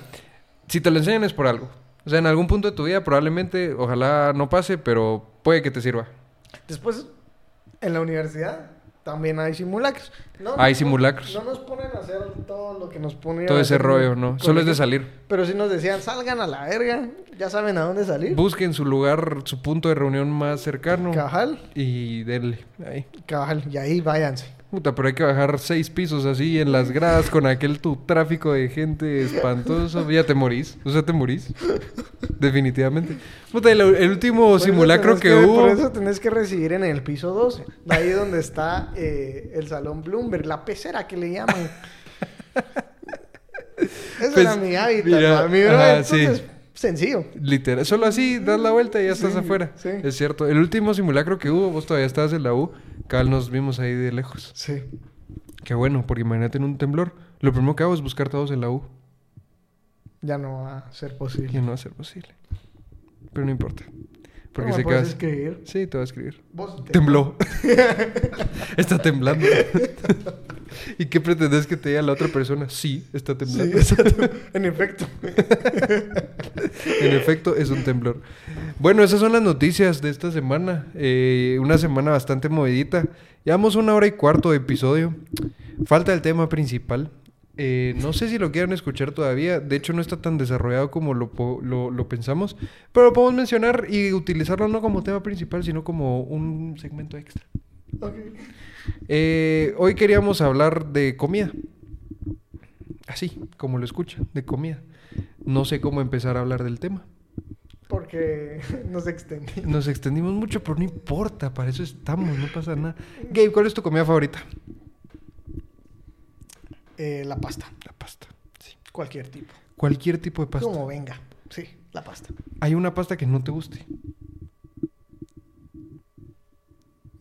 [SPEAKER 2] si te lo enseñan es por algo. O sea, en algún punto de tu vida probablemente, ojalá no pase, pero puede que te sirva.
[SPEAKER 1] Después, en la universidad también hay simulacros. No,
[SPEAKER 2] Hay
[SPEAKER 1] no-
[SPEAKER 2] simulacros.
[SPEAKER 1] No nos ponen a hacer todo lo que nos ponen.
[SPEAKER 2] Todo
[SPEAKER 1] a
[SPEAKER 2] ese
[SPEAKER 1] hacer
[SPEAKER 2] rollo, ¿no?
[SPEAKER 1] con
[SPEAKER 2] Solo es de
[SPEAKER 1] ellos,
[SPEAKER 2] salir.
[SPEAKER 1] Pero si nos decían, salgan a la verga, ya saben a dónde salir.
[SPEAKER 2] Busquen su lugar, su punto de reunión más cercano
[SPEAKER 1] Cabal,
[SPEAKER 2] y denle. Ahí.
[SPEAKER 1] cabal, y ahí váyanse.
[SPEAKER 2] Puta, pero hay que bajar seis pisos así en las gradas con aquel tu tráfico de gente espantoso. Ya te morís. O sea, te morís. Definitivamente. Puta, el, el último
[SPEAKER 1] Por eso
[SPEAKER 2] simulacro
[SPEAKER 1] tenés
[SPEAKER 2] que, hubo.
[SPEAKER 1] Por eso tenés que recibir en el piso 12, de ahí donde está eh, el salón Bloomberg, la pecera que le llaman. Eso
[SPEAKER 2] Pues,
[SPEAKER 1] era mi hábitat,
[SPEAKER 2] mira,
[SPEAKER 1] ¿va? mi bro,
[SPEAKER 2] ajá,
[SPEAKER 1] entonces,
[SPEAKER 2] sí.
[SPEAKER 1] sencillo.
[SPEAKER 2] Literal, solo así das la vuelta y ya estás
[SPEAKER 1] Sí,
[SPEAKER 2] afuera.
[SPEAKER 1] sí.
[SPEAKER 2] Es cierto. El último simulacro que hubo, vos todavía estabas en la U, Cal nos vimos ahí de lejos.
[SPEAKER 1] Sí.
[SPEAKER 2] Qué bueno, porque imagínate en un temblor. Lo primero que hago es buscar todos en la U.
[SPEAKER 1] Ya no va a ser
[SPEAKER 2] Y
[SPEAKER 1] posible.
[SPEAKER 2] no va a ser posible. Pero no importa.
[SPEAKER 1] Pero
[SPEAKER 2] Porque se
[SPEAKER 1] me puedes
[SPEAKER 2] quedas.
[SPEAKER 1] escribir.
[SPEAKER 2] Sí, te voy a escribir.
[SPEAKER 1] Vos te-
[SPEAKER 2] Tembló. está temblando. ¿Y qué pretendes que te diga la otra persona? Sí, está
[SPEAKER 1] Sí,
[SPEAKER 2] temblando.
[SPEAKER 1] exacto. en efecto.
[SPEAKER 2] En efecto, es un temblor. Bueno, esas son las noticias de esta semana. Eh, una semana bastante movidita. Llevamos una hora y cuarto de episodio. Falta el tema principal. Eh, no sé si lo quieran escuchar todavía. De hecho, no está tan desarrollado como lo, po- lo- lo pensamos. Pero lo podemos mencionar y utilizarlo no como tema principal, sino como un segmento extra.
[SPEAKER 1] Ok.
[SPEAKER 2] Eh, hoy queríamos hablar de comida. Así, como lo escuchan, de comida. No sé cómo empezar a hablar del tema.
[SPEAKER 1] Porque nos extendí.
[SPEAKER 2] Nos extendimos mucho, pero no importa, para eso estamos, no pasa nada. Gabe, ¿cuál es tu comida favorita?
[SPEAKER 1] Eh, la pasta,
[SPEAKER 2] La pasta. Sí.
[SPEAKER 1] cualquier tipo.
[SPEAKER 2] Cualquier tipo de pasta.
[SPEAKER 1] Como venga. Sí, la pasta.
[SPEAKER 2] Hay una pasta que no te guste.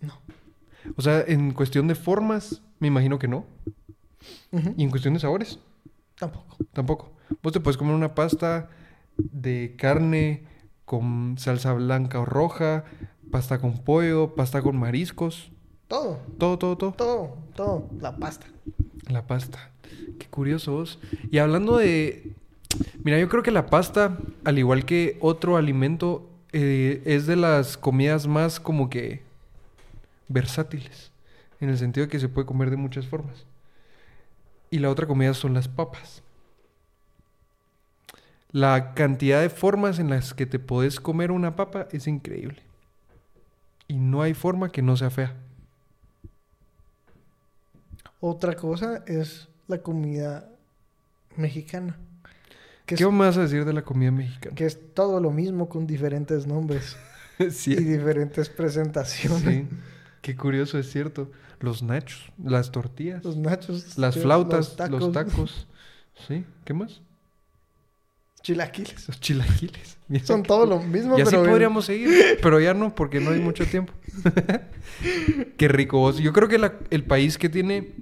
[SPEAKER 1] No.
[SPEAKER 2] O sea, en cuestión de formas, me imagino que no.
[SPEAKER 1] Ujú.
[SPEAKER 2] Y en cuestión de sabores,
[SPEAKER 1] Tampoco.
[SPEAKER 2] tampoco. Vos te puedes comer una pasta de carne con salsa blanca o roja, pasta con pollo, pasta con mariscos,
[SPEAKER 1] Todo.
[SPEAKER 2] todo, todo, todo.
[SPEAKER 1] Todo, todo, la pasta.
[SPEAKER 2] La pasta. Qué curioso vos. Y hablando de... Mira, yo creo que la pasta, al igual que otro alimento, eh, es de las comidas más como que versátiles. En el sentido de que se puede comer de muchas formas. Y la otra comida son las papas. La cantidad de formas en las que te podés comer una papa es increíble. Y no hay forma que no sea fea.
[SPEAKER 1] Otra cosa es la comida mexicana. Que es,
[SPEAKER 2] ¿Qué más a decir de la comida mexicana?
[SPEAKER 1] que es todo lo mismo con diferentes nombres
[SPEAKER 2] Sí.
[SPEAKER 1] y diferentes presentaciones.
[SPEAKER 2] Sí. Qué curioso, es cierto. Los nachos, las tortillas,
[SPEAKER 1] Los nachos.
[SPEAKER 2] las
[SPEAKER 1] los
[SPEAKER 2] flautas, los tacos. Sí, ¿qué más?
[SPEAKER 1] Chilaquiles.
[SPEAKER 2] Los chilaquiles. Mira
[SPEAKER 1] Son
[SPEAKER 2] que-
[SPEAKER 1] todo lo mismo,
[SPEAKER 2] Y así
[SPEAKER 1] pero en-
[SPEAKER 2] podríamos seguir, pero ya no, porque no hay mucho tiempo. Qué rico vos. Yo creo que la- el país que tiene.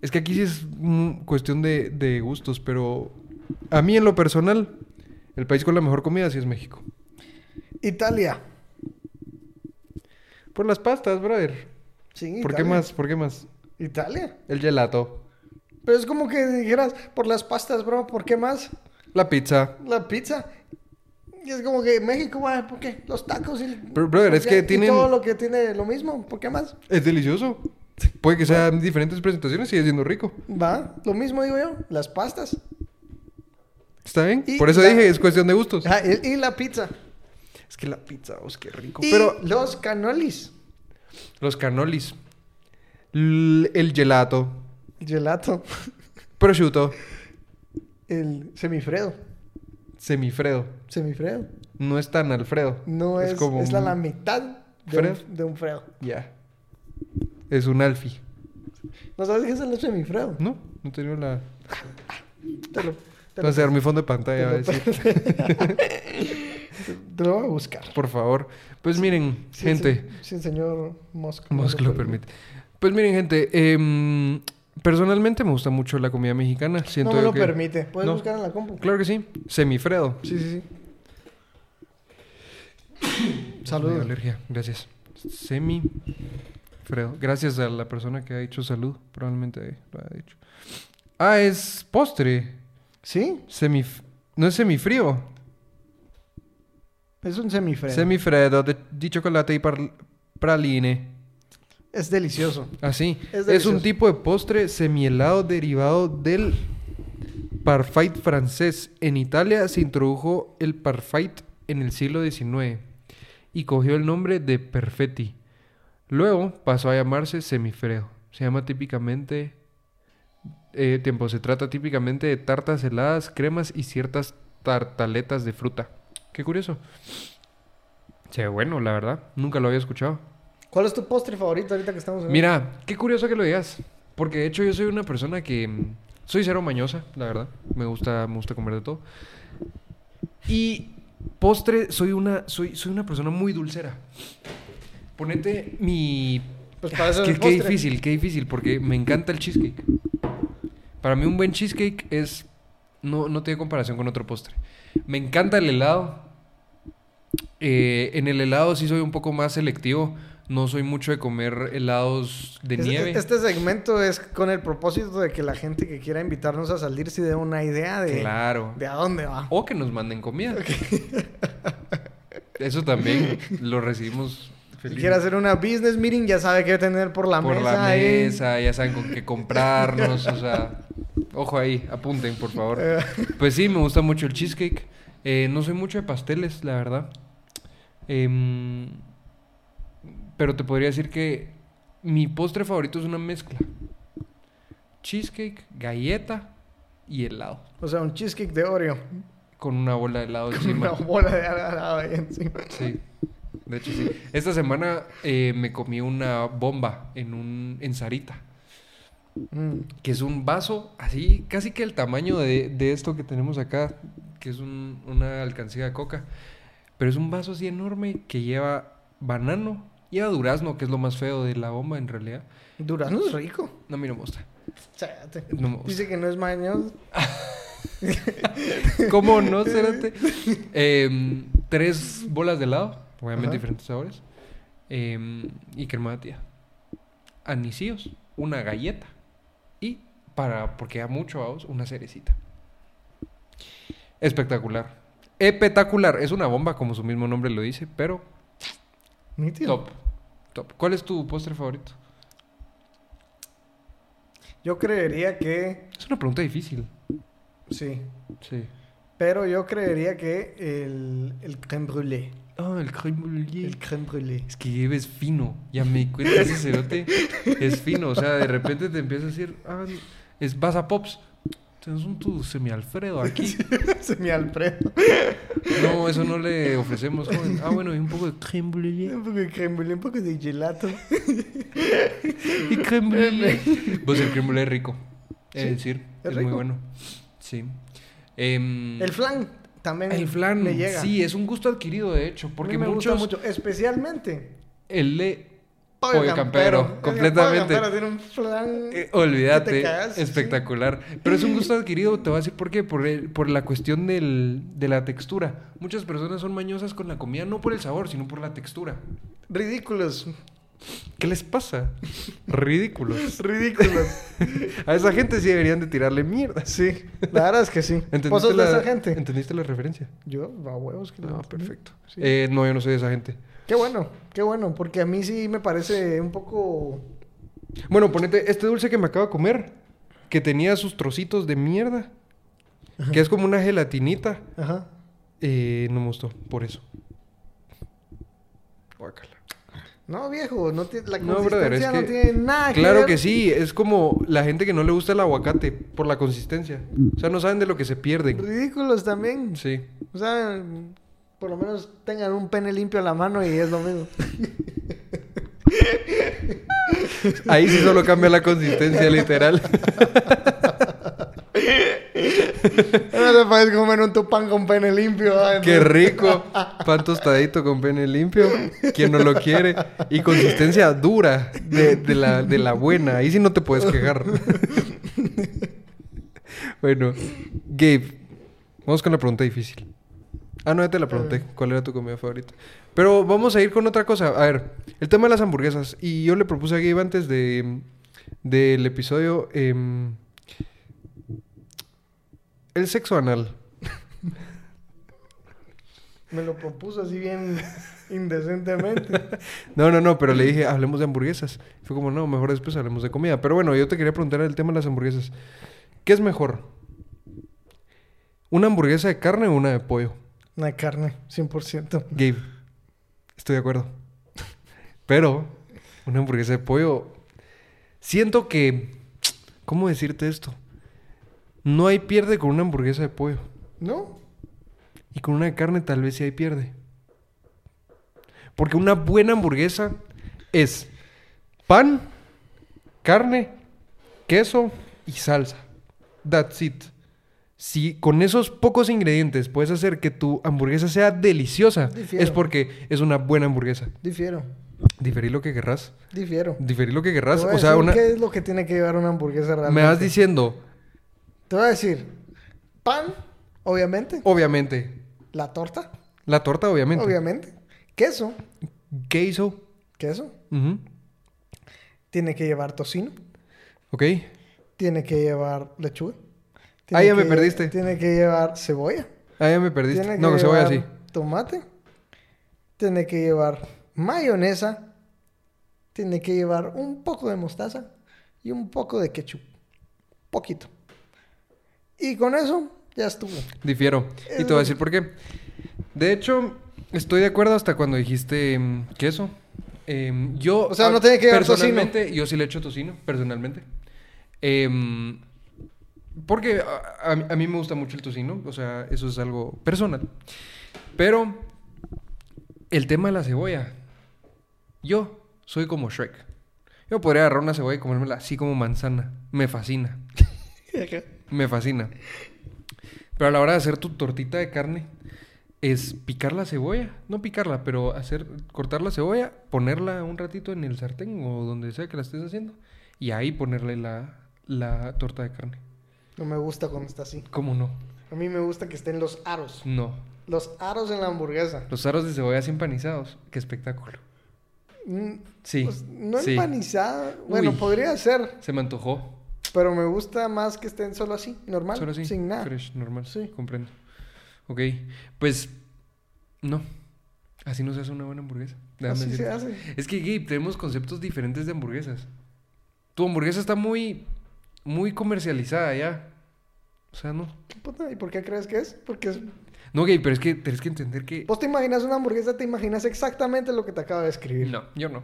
[SPEAKER 2] Es que aquí sí es mm, cuestión de, de gustos, pero a mí en lo personal, el país con la mejor comida sí es México.
[SPEAKER 1] Italia.
[SPEAKER 2] Por las pastas, brother.
[SPEAKER 1] Sí,
[SPEAKER 2] ¿Por qué
[SPEAKER 1] Italia.
[SPEAKER 2] más? ¿Por qué más?
[SPEAKER 1] Italia.
[SPEAKER 2] El gelato,
[SPEAKER 1] Pero es como que dijeras, por las pastas, bro, ¿por qué más?
[SPEAKER 2] la pizza,
[SPEAKER 1] La pizza. Y es como que México, va, ¿por qué? Los tacos y...
[SPEAKER 2] Pero, brother, es
[SPEAKER 1] y-
[SPEAKER 2] que
[SPEAKER 1] y
[SPEAKER 2] tienen-
[SPEAKER 1] todo lo que tiene lo mismo, ¿por qué más?
[SPEAKER 2] Es delicioso. Puede que sean diferentes presentaciones, sigue siendo rico.
[SPEAKER 1] Va, lo mismo digo yo, las pastas.
[SPEAKER 2] ¿Está bien?
[SPEAKER 1] Y
[SPEAKER 2] Por eso
[SPEAKER 1] la-
[SPEAKER 2] dije, es cuestión de gustos.
[SPEAKER 1] Ajá, Ah, y, y la pizza.
[SPEAKER 2] Es que la pizza, os qué rico.
[SPEAKER 1] Y
[SPEAKER 2] Pero
[SPEAKER 1] los canolis.
[SPEAKER 2] los canolis, l- el gelato,
[SPEAKER 1] Gelato.
[SPEAKER 2] prosciutto,
[SPEAKER 1] El semifredo.
[SPEAKER 2] semifredo.
[SPEAKER 1] Semifredo.
[SPEAKER 2] No es tan Alfredo.
[SPEAKER 1] No es... Es, la,
[SPEAKER 2] un-
[SPEAKER 1] la mitad de
[SPEAKER 2] Fredo.
[SPEAKER 1] un, de un fredo.
[SPEAKER 2] Ya. Es un alfi.
[SPEAKER 1] ¿No sabes qué es el semifredo?
[SPEAKER 2] ¿No? No tenía la...
[SPEAKER 1] Te lo... Te
[SPEAKER 2] Va a
[SPEAKER 1] lo,
[SPEAKER 2] ser mi fondo de pantalla, va a
[SPEAKER 1] te lo-
[SPEAKER 2] decir.
[SPEAKER 1] te lo voy a buscar.
[SPEAKER 2] Por favor. Pues miren,
[SPEAKER 1] Sí,
[SPEAKER 2] gente.
[SPEAKER 1] sí, sí, señor Musk. no
[SPEAKER 2] Más que lo permite. Pues miren, gente, em, personalmente me gusta mucho la comida mexicana. Siento
[SPEAKER 1] no me
[SPEAKER 2] yo
[SPEAKER 1] lo
[SPEAKER 2] que-
[SPEAKER 1] permite. Puedes
[SPEAKER 2] No.
[SPEAKER 1] buscar en la compu.
[SPEAKER 2] Claro que sí. Semifredo.
[SPEAKER 1] Sí, sí, sí.
[SPEAKER 2] Me dio
[SPEAKER 1] Saludos.
[SPEAKER 2] alergia. Gracias. Semifredo. Gracias a la persona que ha dicho salud. Probablemente lo ha dicho. Ah, es postre.
[SPEAKER 1] ¿Sí?
[SPEAKER 2] Semif no es semifrío.
[SPEAKER 1] Es un semifredo.
[SPEAKER 2] Semifredo de, de chocolate y par- praline.
[SPEAKER 1] Es delicioso.
[SPEAKER 2] Así.
[SPEAKER 1] Es
[SPEAKER 2] Ah, Es, un
[SPEAKER 1] delicioso.
[SPEAKER 2] tipo de postre semielado derivado del parfait francés. En Italia se introdujo el parfait en el siglo XIX y cogió el nombre de perfetti. Luego pasó a llamarse semifredo. Se llama típicamente... eh, tiempo, se trata típicamente de tartas heladas, cremas y ciertas tartaletas de fruta. Qué curioso. Se ve bueno, la verdad. Nunca lo había escuchado.
[SPEAKER 1] ¿Cuál es tu postre favorito ahorita que estamos en-
[SPEAKER 2] Mira, qué curioso que lo digas. Porque de hecho yo soy una persona que... mm, Soy cero mañosa, la verdad. Me gusta, me gusta comer de todo. Y postre, soy una, soy, soy una persona muy dulcera. Ponete mi...
[SPEAKER 1] Pues para eso es
[SPEAKER 2] qué,
[SPEAKER 1] el
[SPEAKER 2] qué
[SPEAKER 1] postre.
[SPEAKER 2] difícil, qué difícil. Porque me encanta el cheesecake. Para mí un buen cheesecake es... No, no tiene comparación con otro postre. Me encanta el helado. Eh, en el helado sí soy un poco más selectivo. No soy mucho de comer helados de
[SPEAKER 1] Es-
[SPEAKER 2] nieve.
[SPEAKER 1] Este segmento es con el propósito de que la gente que quiera invitarnos a salir si dé una idea de,
[SPEAKER 2] Claro. Oh,
[SPEAKER 1] de a dónde va.
[SPEAKER 2] O que nos manden comida. Eso también lo recibimos.
[SPEAKER 1] Si
[SPEAKER 2] feliz.
[SPEAKER 1] quiere hacer una business meeting, ya sabe qué tener por la
[SPEAKER 2] por
[SPEAKER 1] mesa.
[SPEAKER 2] la
[SPEAKER 1] ahí.
[SPEAKER 2] mesa, ya saben con qué comprarnos, o sea, ojo ahí, apunten por favor.
[SPEAKER 1] Eh.
[SPEAKER 2] Pues sí, me gusta mucho el cheesecake. Eh, no soy mucho de pasteles, la verdad. Em, pero te podría decir que mi postre favorito es una mezcla. Cheesecake, galleta y helado.
[SPEAKER 1] O sea, un cheesecake de Oreo.
[SPEAKER 2] Con una bola de helado
[SPEAKER 1] Con
[SPEAKER 2] encima.
[SPEAKER 1] una bola de helado ahí encima.
[SPEAKER 2] Pues Sí. De hecho, sí. Esta semana eh, me comí una bomba en un en Sarita,
[SPEAKER 1] Mm.
[SPEAKER 2] que es un vaso así, casi que el tamaño de, de esto que tenemos acá, que es un- una alcancía de coca. Pero es un vaso así enorme que lleva banano, lleva durazno, que es lo más feo de la bomba en realidad.
[SPEAKER 1] Durazno es rico.
[SPEAKER 2] No, a mí no me gusta.
[SPEAKER 1] Cállate.
[SPEAKER 2] No me gusta.
[SPEAKER 1] Dice que no es mañoso.
[SPEAKER 2] ¿Cómo no, Cérate? Em, tres bolas de helado, obviamente
[SPEAKER 1] Ajá.
[SPEAKER 2] diferentes sabores. em, y crema de tía. Anisillos, una galleta. Y, para porque da mucho a vos, una cerecita. Espectacular. Espectacular. Es una bomba, como su mismo nombre lo dice, pero
[SPEAKER 1] Nítido.
[SPEAKER 2] top. Top. ¿Cuál es tu postre favorito?
[SPEAKER 1] Yo creería que.
[SPEAKER 2] Es una pregunta difícil.
[SPEAKER 1] Sí.
[SPEAKER 2] Sí.
[SPEAKER 1] Pero yo creería que el, el crème brûlée.
[SPEAKER 2] Ah, el crème brûlée.
[SPEAKER 1] El crème brûlée.
[SPEAKER 2] Es que Gabe es fino. Ya me di cuenta ese cerote es fino. O sea, de repente te empieza a decir, ah, es, vas a Pops. Tienes un tu semi-Alfredo aquí.
[SPEAKER 1] Se me Alfredo.
[SPEAKER 2] No, eso no le ofrecemos, joven. Ah, bueno, y un poco de crème brûlée.
[SPEAKER 1] Un poco de crème brûlée, un poco de gelato.
[SPEAKER 2] Y crème brûlée. Pues el crème brûlée es rico. Es
[SPEAKER 1] Sí,
[SPEAKER 2] decir,
[SPEAKER 1] es
[SPEAKER 2] es, muy
[SPEAKER 1] rico.
[SPEAKER 2] bueno. Sí. Em,
[SPEAKER 1] El flan también.
[SPEAKER 2] el flan,
[SPEAKER 1] Me llega.
[SPEAKER 2] sí, es un gusto adquirido, de hecho. Porque
[SPEAKER 1] A mí me
[SPEAKER 2] muchos...
[SPEAKER 1] gusta mucho. Especialmente.
[SPEAKER 2] El de...
[SPEAKER 1] Pollo,
[SPEAKER 2] Pollo
[SPEAKER 1] campero.
[SPEAKER 2] campero,
[SPEAKER 1] Es que
[SPEAKER 2] completamente.
[SPEAKER 1] Pollo campero tiene un flan.
[SPEAKER 2] Eh, olvídate,
[SPEAKER 1] que te cagas, sí.
[SPEAKER 2] espectacular. Pero es un gusto adquirido, te voy a decir por qué, por, el- por la cuestión del- de la textura. Muchas personas son mañosas con la comida, no por el sabor, sino por la textura.
[SPEAKER 1] Ridículos.
[SPEAKER 2] ¿Qué les pasa? Ridículos.
[SPEAKER 1] Ridículos.
[SPEAKER 2] A esa gente sí deberían de tirarle mierda.
[SPEAKER 1] sí. La verdad es que sí. ¿Vos sos de esa gente?
[SPEAKER 2] ¿Entendiste la referencia?
[SPEAKER 1] Yo, a huevos que la
[SPEAKER 2] No,
[SPEAKER 1] entendí.
[SPEAKER 2] perfecto.
[SPEAKER 1] Sí.
[SPEAKER 2] Eh, no, yo no soy de esa gente.
[SPEAKER 1] Qué bueno, qué bueno, porque a mí sí me parece un poco.
[SPEAKER 2] Bueno, ponete este dulce que me acabo de comer, que tenía sus trocitos de mierda, que es como una gelatinita.
[SPEAKER 1] Ajá.
[SPEAKER 2] Eh, no me gustó, por eso. Guácala.
[SPEAKER 1] No, viejo, no tiene, la
[SPEAKER 2] No,
[SPEAKER 1] consistencia
[SPEAKER 2] brother, es
[SPEAKER 1] no
[SPEAKER 2] que-
[SPEAKER 1] tiene nada que
[SPEAKER 2] Claro
[SPEAKER 1] ver.
[SPEAKER 2] que sí, es como la gente que no le gusta el aguacate por la consistencia. O sea, no saben de lo que se pierden.
[SPEAKER 1] Ridículos también.
[SPEAKER 2] Sí.
[SPEAKER 1] O sea, por lo menos tengan un pene limpio en la mano y es lo mismo.
[SPEAKER 2] Ahí sí solo cambia la consistencia, literal.
[SPEAKER 1] no te puedes comer un tupán con pene limpio. ah, ay,
[SPEAKER 2] Qué
[SPEAKER 1] no.
[SPEAKER 2] rico. Pan tostadito con pene limpio. Quien no lo quiere. Y consistencia dura de, de la, de la buena. Ahí sí no te puedes quejar. bueno, Gabe, vamos con la pregunta difícil. Ah, no, ya te la pregunté. ¿Cuál era tu comida favorita? Pero vamos a ir con otra cosa. A ver, el tema de las hamburguesas. Y yo le propuse a Gabe antes de, del episodio em, el sexo anal.
[SPEAKER 1] Me lo propuso así bien indecentemente.
[SPEAKER 2] No, no, no, pero le dije, hablemos de hamburguesas. Fue como, no, mejor después hablemos de comida. Pero bueno, yo te quería preguntar el tema de las hamburguesas. ¿Qué es mejor? ¿Una hamburguesa de carne o una de pollo?
[SPEAKER 1] Una carne, 100%.
[SPEAKER 2] Gabe, estoy de acuerdo. Pero una hamburguesa de pollo, siento que, ¿cómo decirte esto? No hay pierde con una hamburguesa de pollo.
[SPEAKER 1] ¿No?
[SPEAKER 2] Y con una de carne tal vez sí hay pierde. Porque una buena hamburguesa es pan, carne, queso y salsa. That's it. Si con esos pocos ingredientes puedes hacer que tu hamburguesa sea deliciosa,
[SPEAKER 1] Difiero.
[SPEAKER 2] es porque es una buena hamburguesa.
[SPEAKER 1] Difiero.
[SPEAKER 2] Diferir lo que querrás.
[SPEAKER 1] Difiero.
[SPEAKER 2] Diferir lo que querrás.
[SPEAKER 1] Te voy a
[SPEAKER 2] O sea,
[SPEAKER 1] decir
[SPEAKER 2] una...
[SPEAKER 1] ¿Qué es lo que tiene que llevar una hamburguesa realmente?
[SPEAKER 2] me vas diciendo,
[SPEAKER 1] Te voy a decir, pan, obviamente.
[SPEAKER 2] obviamente,
[SPEAKER 1] La torta,
[SPEAKER 2] la torta, obviamente.
[SPEAKER 1] obviamente. Queso,
[SPEAKER 2] Queso.
[SPEAKER 1] queso.
[SPEAKER 2] Ujú.
[SPEAKER 1] Tiene que llevar tocino.
[SPEAKER 2] Ok.
[SPEAKER 1] Tiene que llevar lechuga.
[SPEAKER 2] Ah, ya
[SPEAKER 1] tiene
[SPEAKER 2] me
[SPEAKER 1] que-
[SPEAKER 2] perdiste.
[SPEAKER 1] Tiene que llevar cebolla.
[SPEAKER 2] Ah, ya me perdiste.
[SPEAKER 1] Tiene que
[SPEAKER 2] no, que se vaya así.
[SPEAKER 1] llevar tomate. Tiene que llevar mayonesa. Tiene que llevar un poco de mostaza y un poco de ketchup. Poquito. Y con eso ya estuvo.
[SPEAKER 2] Difiero. Y te voy a decir por qué. De hecho, estoy de acuerdo hasta cuando dijiste mm, queso. Em, yo.
[SPEAKER 1] O sea, no
[SPEAKER 2] ah,
[SPEAKER 1] tiene que haber tocino.
[SPEAKER 2] Personalmente, yo sí le echo tocino, personalmente. Em, porque a, a- a mí me gusta mucho el tocino. O sea, eso es algo personal. Pero. El tema de la cebolla. Yo soy como Shrek. Yo podría agarrar una cebolla y comérmela así como manzana. Me fascina. Me fascina. Pero a la hora de hacer tu tortita de carne, es picar la cebolla. No picarla, pero hacer, cortar la cebolla, ponerla un ratito en el sartén o donde sea que la estés haciendo. Y ahí ponerle la, la torta de carne.
[SPEAKER 1] No me gusta cuando está así.
[SPEAKER 2] ¿Cómo no?
[SPEAKER 1] A mí me gusta que estén los aros.
[SPEAKER 2] No.
[SPEAKER 1] Los aros en la hamburguesa.
[SPEAKER 2] Los aros de cebolla sin panizados. Qué espectáculo.
[SPEAKER 1] Mm,
[SPEAKER 2] Sí.
[SPEAKER 1] pues, no
[SPEAKER 2] sí.
[SPEAKER 1] empanizada. Bueno,
[SPEAKER 2] Uy.
[SPEAKER 1] podría ser.
[SPEAKER 2] Se me antojó.
[SPEAKER 1] Pero me gusta más que estén solo así, normal.
[SPEAKER 2] Solo así.
[SPEAKER 1] Sin nada.
[SPEAKER 2] Fresh, normal.
[SPEAKER 1] Sí.
[SPEAKER 2] Comprendo. Ok. Pues, no. Así no se hace una buena hamburguesa. Déjame
[SPEAKER 1] Así se
[SPEAKER 2] decirte.
[SPEAKER 1] hace.
[SPEAKER 2] Es que, Gabe, tenemos conceptos diferentes de hamburguesas. Tu hamburguesa está muy, muy comercializada ya. O sea, no.
[SPEAKER 1] ¿Qué puta? ¿Y por qué crees que es? Porque es...
[SPEAKER 2] No, Gabe, pero es que tenés que entender que...
[SPEAKER 1] vos te imaginas una hamburguesa, te imaginas exactamente lo que te acabo de escribir.
[SPEAKER 2] No, yo no.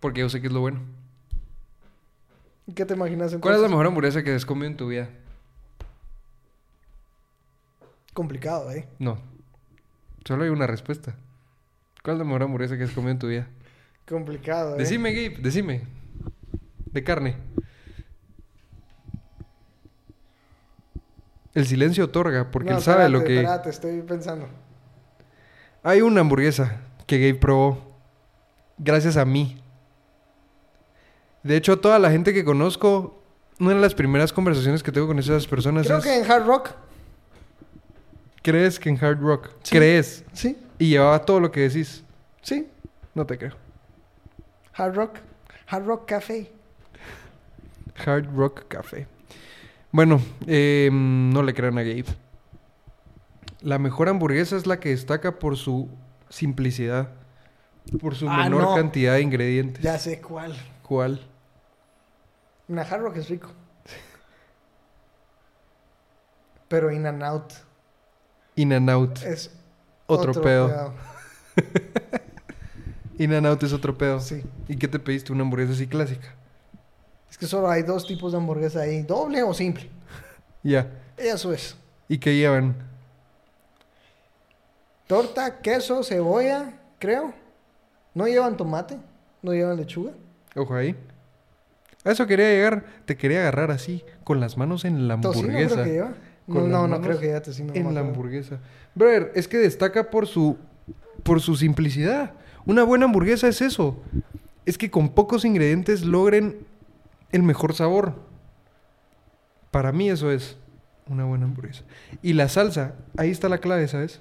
[SPEAKER 2] Porque yo sé que es lo bueno.
[SPEAKER 1] ¿Y ¿Qué te imaginas entonces?
[SPEAKER 2] ¿Cuál es la mejor hamburguesa que has comido en tu vida?
[SPEAKER 1] Complicado, ¿eh?
[SPEAKER 2] No. Solo hay una respuesta. ¿Cuál es la mejor hamburguesa que has comido en tu vida?
[SPEAKER 1] Complicado, ¿eh?
[SPEAKER 2] Decime, Gabe, decime. De carne. El silencio otorga, porque
[SPEAKER 1] No,
[SPEAKER 2] él sabe lo
[SPEAKER 1] espérate,
[SPEAKER 2] que...
[SPEAKER 1] Espérate, estoy pensando.
[SPEAKER 2] Hay una hamburguesa que Gabe probó gracias a mí. De hecho, toda la gente que conozco, una de las primeras conversaciones que tengo con esas personas
[SPEAKER 1] Creo
[SPEAKER 2] es,
[SPEAKER 1] que en Hard Rock.
[SPEAKER 2] ¿crees que en Hard Rock? ¿Crees?
[SPEAKER 1] Sí,
[SPEAKER 2] Y llevaba todo lo que decís.
[SPEAKER 1] sí.
[SPEAKER 2] No te creo.
[SPEAKER 1] Hard Rock. Hard Rock Café.
[SPEAKER 2] Hard Rock Café. Bueno, eh, no le crean a Gabe. La mejor hamburguesa es la que destaca por su simplicidad, por su
[SPEAKER 1] Ah,
[SPEAKER 2] menor
[SPEAKER 1] no.
[SPEAKER 2] cantidad de ingredientes.
[SPEAKER 1] Ya sé cuál.
[SPEAKER 2] ¿Cuál?
[SPEAKER 1] Una Hard Rock es rico. Pero In and Out
[SPEAKER 2] In and Out.
[SPEAKER 1] es
[SPEAKER 2] Otro, pedo. In and Out es otro pedo.
[SPEAKER 1] Sí.
[SPEAKER 2] ¿Y qué te pediste? Una hamburguesa así clásica.
[SPEAKER 1] Es que solo hay dos tipos de hamburguesa ahí. Doble o simple.
[SPEAKER 2] Ya.
[SPEAKER 1] Eso es.
[SPEAKER 2] ¿Y qué llevan?
[SPEAKER 1] Torta, queso, cebolla, creo. No llevan tomate, no llevan lechuga.
[SPEAKER 2] Ojo ahí. A eso quería llegar. Te quería agarrar así, con las manos en la
[SPEAKER 1] Tocino
[SPEAKER 2] hamburguesa.
[SPEAKER 1] creo que lleva. No,
[SPEAKER 2] Con las
[SPEAKER 1] no, no
[SPEAKER 2] manos
[SPEAKER 1] creo que lleva tocino. no me
[SPEAKER 2] en la
[SPEAKER 1] acuerdo.
[SPEAKER 2] hamburguesa. Brother, es que destaca por su, por su simplicidad. Una buena hamburguesa es eso. Es que con pocos ingredientes logren el mejor sabor. Para mí eso es una buena hamburguesa. Y la salsa, ahí está la clave, ¿sabes?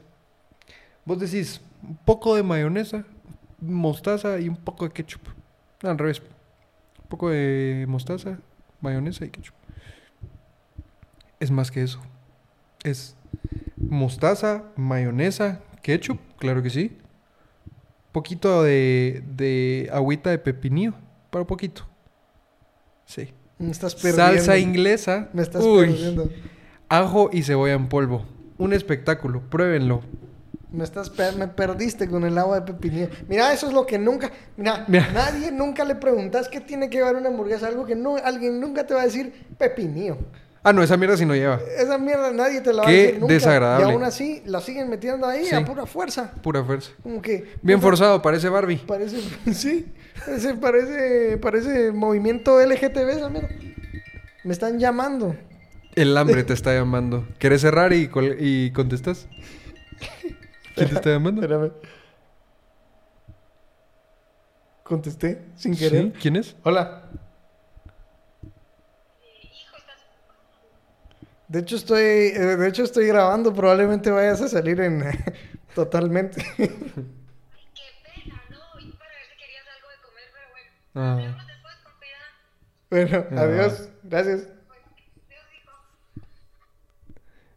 [SPEAKER 2] Vos decís un poco de mayonesa, mostaza y un poco de ketchup. No, al revés. Un poco de mostaza, mayonesa y ketchup. Es más que eso. Es mostaza, mayonesa, Ketchup, claro que sí. Poquito de, de agüita de pepinillo, pero poquito. Sí.
[SPEAKER 1] Me estás perdiendo.
[SPEAKER 2] Salsa inglesa.
[SPEAKER 1] Me estás
[SPEAKER 2] Uy.
[SPEAKER 1] perdiendo.
[SPEAKER 2] Ajo y cebolla en polvo. Un espectáculo, pruébenlo.
[SPEAKER 1] Me, estás per- me perdiste con el agua de pepinillo. Mira, eso es lo que nunca. Mira,
[SPEAKER 2] Mira.
[SPEAKER 1] nadie nunca le preguntas qué tiene que llevar una hamburguesa. Algo que no, alguien nunca te va a decir pepinillo.
[SPEAKER 2] Ah, no, esa mierda sí no lleva.
[SPEAKER 1] Esa mierda nadie te la va
[SPEAKER 2] Qué
[SPEAKER 1] a decir nunca.
[SPEAKER 2] desagradable.
[SPEAKER 1] Y aún así la siguen metiendo ahí
[SPEAKER 2] Sí.
[SPEAKER 1] a pura fuerza.
[SPEAKER 2] Pura fuerza.
[SPEAKER 1] Como que.
[SPEAKER 2] Bien
[SPEAKER 1] puta,
[SPEAKER 2] forzado, parece Barbie.
[SPEAKER 1] Parece. Sí. Parece, parece, parece movimiento LGTB esa mierda. Me están llamando.
[SPEAKER 2] El hambre te está llamando. ¿Quieres cerrar y, col- y contestas? ¿Quién te está llamando?
[SPEAKER 1] Espérame. Contesté sin
[SPEAKER 2] ¿Sí?
[SPEAKER 1] querer.
[SPEAKER 2] ¿Quién es?
[SPEAKER 1] Hola. De hecho estoy, eh, de hecho estoy grabando, probablemente vayas a salir en totalmente.
[SPEAKER 3] Ay, qué pena, ¿no? Y para ver si querías algo de comer, pero bueno.
[SPEAKER 2] Ah.
[SPEAKER 3] Hablamos después con
[SPEAKER 1] bueno,
[SPEAKER 3] cuidado.
[SPEAKER 2] Ah.
[SPEAKER 1] adiós, gracias.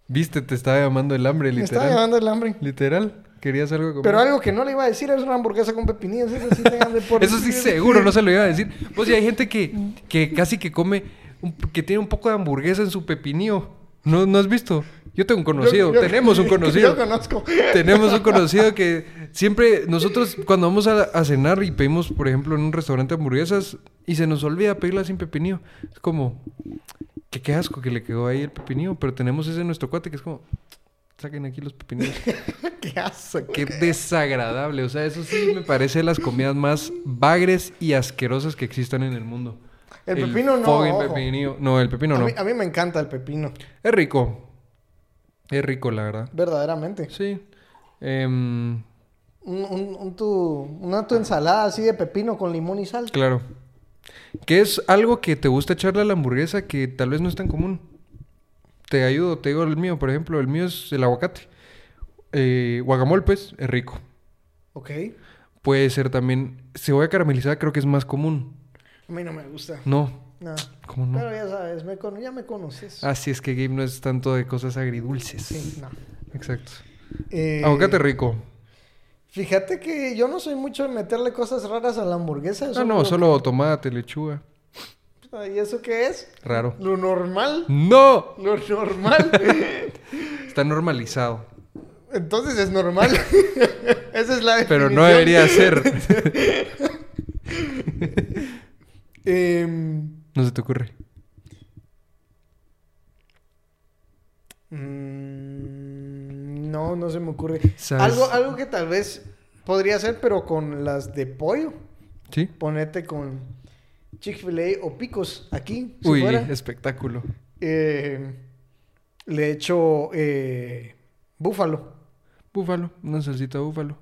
[SPEAKER 2] Viste, te estaba llamando el hambre,
[SPEAKER 1] Me estaba
[SPEAKER 2] literal.
[SPEAKER 1] llamando el hambre.
[SPEAKER 2] Literal. Querías algo como.
[SPEAKER 1] Pero algo que no le iba a decir es una hamburguesa con pepinillos. Eso sí, tengan de por-
[SPEAKER 2] Eso sí, seguro, no se lo iba a decir. Pues sí, hay gente que, que casi que come, un- que tiene un poco de hamburguesa en su pepinillo. ¿No, ¿No has visto? Yo tengo un conocido,
[SPEAKER 1] Yo- yo-
[SPEAKER 2] tenemos un conocido.
[SPEAKER 1] Yo conozco.
[SPEAKER 2] Tenemos un conocido que siempre nosotros cuando vamos a, a cenar y pedimos, por ejemplo, en un restaurante hamburguesas y se nos olvida pedirla sin pepinillo. Es como, que qué asco que le quedó ahí el pepinillo, pero tenemos ese en nuestro cuate que es como, saquen aquí los pepinillos.
[SPEAKER 1] Qué asco.
[SPEAKER 2] Qué desagradable, o sea, eso sí me parece las comidas más bagres y asquerosas que existan en el mundo.
[SPEAKER 1] El pepino no,
[SPEAKER 2] fucking
[SPEAKER 1] ojo.
[SPEAKER 2] pepinillo. No, el pepino
[SPEAKER 1] a,
[SPEAKER 2] no.
[SPEAKER 1] mí, a mí me encanta el pepino,
[SPEAKER 2] Es rico. Es rico, la verdad.
[SPEAKER 1] verdaderamente.
[SPEAKER 2] Sí. Em,
[SPEAKER 1] Un, un- un tu, una tu ensalada así de pepino con limón y sal.
[SPEAKER 2] Claro. ¿Qué es algo que te gusta echarle a la hamburguesa que tal vez no es tan común? Te ayudo, te digo el mío, por ejemplo. El mío es el aguacate. Eh, guacamole, pues, es rico.
[SPEAKER 1] Ok.
[SPEAKER 2] Puede ser también... Cebolla caramelizada creo que es más común.
[SPEAKER 1] A mí no me gusta.
[SPEAKER 2] No,
[SPEAKER 1] No.
[SPEAKER 2] ¿cómo no? Ah,
[SPEAKER 1] Pero ya sabes, me cono- ya me conoces.
[SPEAKER 2] Así es que Gabe no es tanto de cosas agridulces.
[SPEAKER 1] Sí, no.
[SPEAKER 2] Exacto.
[SPEAKER 1] Eh,
[SPEAKER 2] Aguacate rico.
[SPEAKER 1] Fíjate que yo no soy mucho de meterle cosas raras a la hamburguesa.
[SPEAKER 2] Ah, No, no, solo tomate, lechuga.
[SPEAKER 1] solo... "Ah, ¿Y eso qué es?
[SPEAKER 2] Raro.
[SPEAKER 1] Lo normal.
[SPEAKER 2] ¡No!
[SPEAKER 1] Lo normal.
[SPEAKER 2] Está normalizado.
[SPEAKER 1] Entonces es normal. Esa es la definición.
[SPEAKER 2] Pero no debería ser.
[SPEAKER 1] Em,
[SPEAKER 2] No se te ocurre.
[SPEAKER 1] mm, no, no se me ocurre.
[SPEAKER 2] ¿Sabes?
[SPEAKER 1] Algo, algo que tal vez podría ser, pero con las de pollo.
[SPEAKER 2] ¿Sí?
[SPEAKER 1] Ponete con Chick-fil-A o picos aquí. si
[SPEAKER 2] Uy,
[SPEAKER 1] fuera.
[SPEAKER 2] espectáculo.
[SPEAKER 1] Eh, le echo eh, búfalo.
[SPEAKER 2] Búfalo, una salsita búfalo.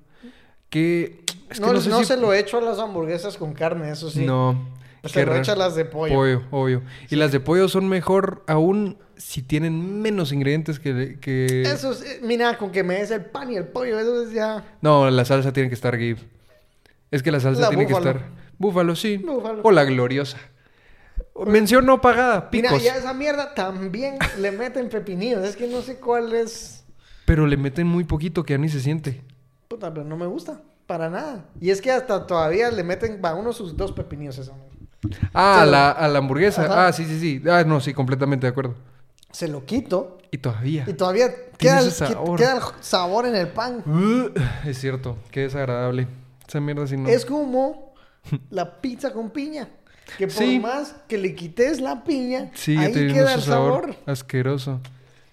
[SPEAKER 2] Que. es que
[SPEAKER 1] no
[SPEAKER 2] sé
[SPEAKER 1] no
[SPEAKER 2] si-
[SPEAKER 1] se lo echo a las hamburguesas con carne, eso sí.
[SPEAKER 2] No.
[SPEAKER 1] se
[SPEAKER 2] qué
[SPEAKER 1] lo
[SPEAKER 2] raro.
[SPEAKER 1] echo a las de pollo.
[SPEAKER 2] Pollo, obvio. Y las de pollo son mejor aún si tienen menos ingredientes que. que...
[SPEAKER 1] Eso es, eh, mira, con que me des el pan y el pollo, eso es ya.
[SPEAKER 2] No, la salsa tiene que estar Gabe. Es que la salsa
[SPEAKER 1] La
[SPEAKER 2] tiene que
[SPEAKER 1] búfalo.
[SPEAKER 2] estar. Búfalo, sí.
[SPEAKER 1] Búfalo.
[SPEAKER 2] O la gloriosa. O- Mención no pagada, picos.
[SPEAKER 1] Mira, ya esa mierda también le meten pepinillos. Es que no sé cuál es.
[SPEAKER 2] Pero le meten muy poquito que ya ni se siente.
[SPEAKER 1] Puta, pero no me gusta. Para nada. Y es que hasta todavía le meten a uno sus dos pepinillos esa mierda.
[SPEAKER 2] Ah, a
[SPEAKER 1] Pero-
[SPEAKER 2] la, a la hamburguesa.
[SPEAKER 1] Ajá.
[SPEAKER 2] Ah, sí, sí, sí. Ah, no, sí, completamente de acuerdo.
[SPEAKER 1] Se lo quito
[SPEAKER 2] Y todavía.
[SPEAKER 1] y todavía queda el,
[SPEAKER 2] ese sabor.
[SPEAKER 1] queda el sabor en el pan.
[SPEAKER 2] Uh, es cierto, qué desagradable. Esa mierda sí no.
[SPEAKER 1] Es como la pizza con piña. Que por
[SPEAKER 2] Sí.
[SPEAKER 1] más que le quites la piña,
[SPEAKER 2] sí,
[SPEAKER 1] ahí
[SPEAKER 2] tiene
[SPEAKER 1] queda
[SPEAKER 2] ese
[SPEAKER 1] el sabor.
[SPEAKER 2] Asqueroso.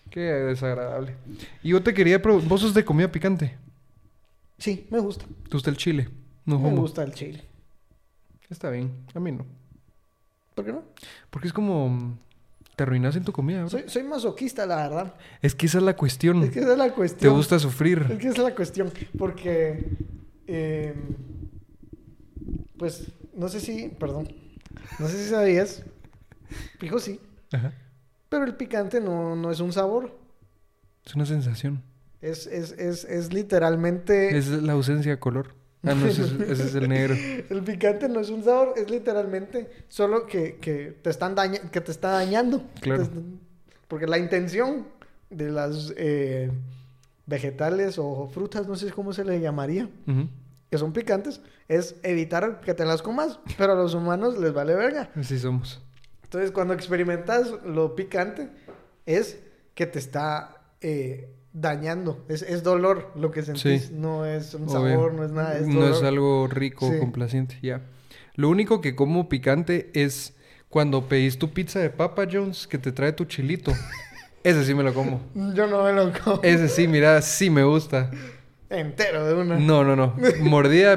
[SPEAKER 2] Qué desagradable. Y yo te quería preguntar, vos sos de comida picante.
[SPEAKER 1] Sí, me gusta.
[SPEAKER 2] ¿Te gusta el chile? No,
[SPEAKER 1] me
[SPEAKER 2] homo.
[SPEAKER 1] gusta el chile.
[SPEAKER 2] Está bien, a mí no.
[SPEAKER 1] ¿Por qué no?
[SPEAKER 2] Porque es como mm, te arruinas en tu comida, bro.
[SPEAKER 1] Soy, soy masoquista, la verdad.
[SPEAKER 2] Es que esa es la cuestión.
[SPEAKER 1] Es que esa es la
[SPEAKER 2] Mm. Te
[SPEAKER 1] cuestión.
[SPEAKER 2] gusta sufrir.
[SPEAKER 1] Es que esa es la cuestión. Porque. eh, pues, no sé si. Perdón. No sé si sabías. Fijo, sí.
[SPEAKER 2] Ajá.
[SPEAKER 1] Pero el picante no, no es un sabor.
[SPEAKER 2] Es una sensación.
[SPEAKER 1] Es, es, es, es literalmente.
[SPEAKER 2] Es la ausencia de color. Ah, no, ese es, ese es el negro.
[SPEAKER 1] El picante no es un sabor, es literalmente solo que, que te están daña- que te está dañando.
[SPEAKER 2] Claro.
[SPEAKER 1] Te- Porque la intención de las eh, vegetales o frutas, no sé cómo se le llamaría,
[SPEAKER 2] Ujú.
[SPEAKER 1] que son picantes, es evitar que te las comas, pero a los humanos les vale verga.
[SPEAKER 2] Así somos.
[SPEAKER 1] Entonces, cuando experimentas lo picante, es que te está eh, dañando. Es, es dolor lo que sentís.
[SPEAKER 2] Sí.
[SPEAKER 1] No es un
[SPEAKER 2] Obvio.
[SPEAKER 1] sabor, no es nada. Es
[SPEAKER 2] No
[SPEAKER 1] dolor.
[SPEAKER 2] es algo rico,
[SPEAKER 1] Sí.
[SPEAKER 2] complaciente, ya. Lo único que como picante es cuando pedís tu pizza de Papa Jones que te trae tu chilito. Ese sí me lo como.
[SPEAKER 1] Yo no me lo como
[SPEAKER 2] Ese sí, mira, sí me gusta.
[SPEAKER 1] entero de una.
[SPEAKER 2] No, no, no. Mordida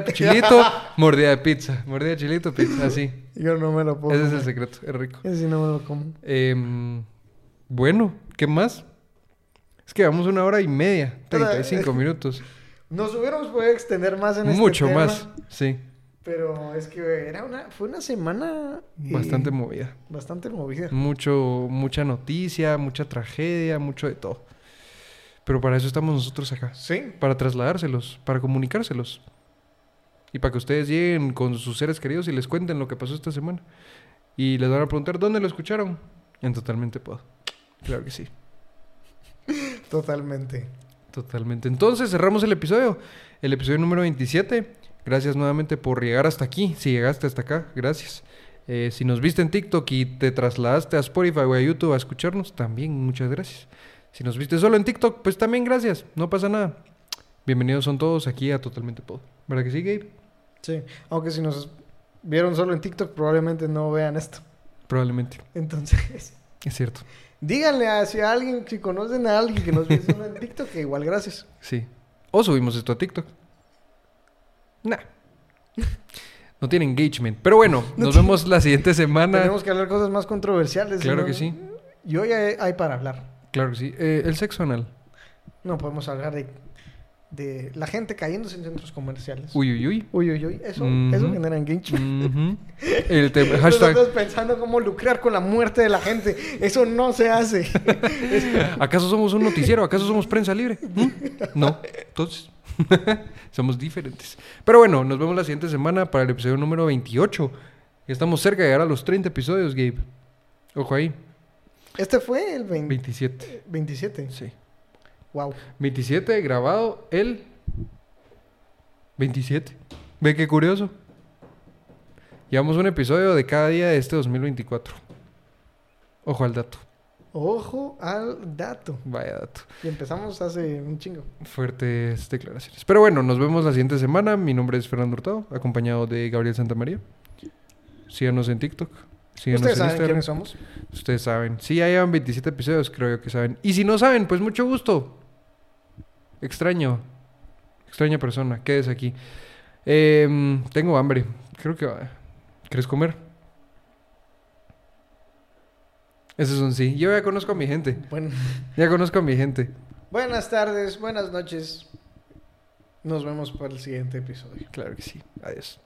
[SPEAKER 2] de chilito, mordida de pizza. Mordida de chilito, pizza, así.
[SPEAKER 1] Yo no me lo puedo.
[SPEAKER 2] Ese es el
[SPEAKER 1] comer.
[SPEAKER 2] secreto, es rico.
[SPEAKER 1] Ese sí no me lo como.
[SPEAKER 2] Em, bueno, ¿qué más? Es que vamos una hora y media, 35 minutos.
[SPEAKER 1] Nos hubiéramos podido extender más en este
[SPEAKER 2] Mucho
[SPEAKER 1] tema,
[SPEAKER 2] más, sí.
[SPEAKER 1] Pero es que era una, fue una semana eh,
[SPEAKER 2] Bastante Mm. movida.
[SPEAKER 1] bastante movida.
[SPEAKER 2] mucho, mucha noticia, mucha tragedia, mucho de todo. Pero para eso estamos nosotros acá,
[SPEAKER 1] Sí,
[SPEAKER 2] para trasladárselos, para comunicárselos. Y para que ustedes lleguen con sus seres queridos y les cuenten lo que pasó esta semana. Y les van a preguntar, ¿dónde lo escucharon? En Totalmente Puedo. Claro que sí,
[SPEAKER 1] totalmente.
[SPEAKER 2] totalmente. Entonces cerramos el episodio, el episodio número 27. Gracias nuevamente por llegar hasta aquí. Si llegaste hasta acá, gracias. Eh, si nos viste en TikTok y te trasladaste a Spotify o a YouTube a escucharnos, también muchas gracias. Si nos viste solo en TikTok, pues también gracias. No pasa nada. Bienvenidos son todos aquí a Totalmente Pod. ¿Verdad que sí, Gabe?
[SPEAKER 1] Sí, aunque si nos vieron solo en TikTok, probablemente no vean esto.
[SPEAKER 2] Probablemente.
[SPEAKER 1] Entonces.
[SPEAKER 2] Es cierto.
[SPEAKER 1] Díganle a, si a alguien, si conocen a alguien que nos ve solo en TikTok, que igual gracias.
[SPEAKER 2] Sí. O subimos esto a TikTok. Nah. No tiene engagement. Pero bueno, nos vemos la siguiente semana.
[SPEAKER 1] Tenemos que hablar cosas más controversiales.
[SPEAKER 2] Claro
[SPEAKER 1] ¿no?
[SPEAKER 2] que sí.
[SPEAKER 1] Y hoy hay, hay para hablar.
[SPEAKER 2] Claro que sí. Eh, el sexo anal.
[SPEAKER 1] No podemos hablar de, de la gente cayéndose en centros comerciales.
[SPEAKER 2] Uy, uy, uy.
[SPEAKER 1] uy, uy. uy. Eso, eso
[SPEAKER 2] Ujú.
[SPEAKER 1] genera engagement.
[SPEAKER 2] Ujú. El tema.
[SPEAKER 1] Nosotros
[SPEAKER 2] Hashtag.
[SPEAKER 1] pensando cómo lucrar con la muerte de la gente. Eso no se hace.
[SPEAKER 2] ¿Acaso somos un noticiero? ¿Acaso somos prensa libre? ¿Mm? No. Entonces. somos diferentes. Pero bueno, nos vemos la siguiente semana para el episodio número 28. Ya Estamos cerca de llegar a los 30 episodios, Gabe. Ojo ahí.
[SPEAKER 1] Este fue el 20
[SPEAKER 2] 27.
[SPEAKER 1] 27.
[SPEAKER 2] Sí.
[SPEAKER 1] Wow.
[SPEAKER 2] 27 grabado el 27. Ve qué curioso. Llevamos un episodio de cada día de este 2024. Ojo al dato.
[SPEAKER 1] Ojo al dato.
[SPEAKER 2] Vaya dato.
[SPEAKER 1] Y empezamos hace un chingo.
[SPEAKER 2] Fuertes declaraciones. Pero bueno, nos vemos la siguiente semana. Mi nombre es Fernando Hurtado, acompañado de Gabriel Santamaría. Síganos en TikTok. Síganos
[SPEAKER 1] Ustedes saben
[SPEAKER 2] en Instagram.
[SPEAKER 1] quiénes somos.
[SPEAKER 2] Ustedes saben. Sí, ya llevan 27 episodios, creo yo que saben. Y si no saben, pues mucho gusto. Extraño. Extraña persona. Quédese aquí. Em, tengo hambre. Creo que... va- ¿Quieres comer? Eso es un sí. Yo ya conozco a mi gente.
[SPEAKER 1] Bueno.
[SPEAKER 2] Ya conozco a mi gente.
[SPEAKER 1] Buenas tardes, buenas noches. Nos vemos para el siguiente episodio.
[SPEAKER 2] Claro que sí. Adiós.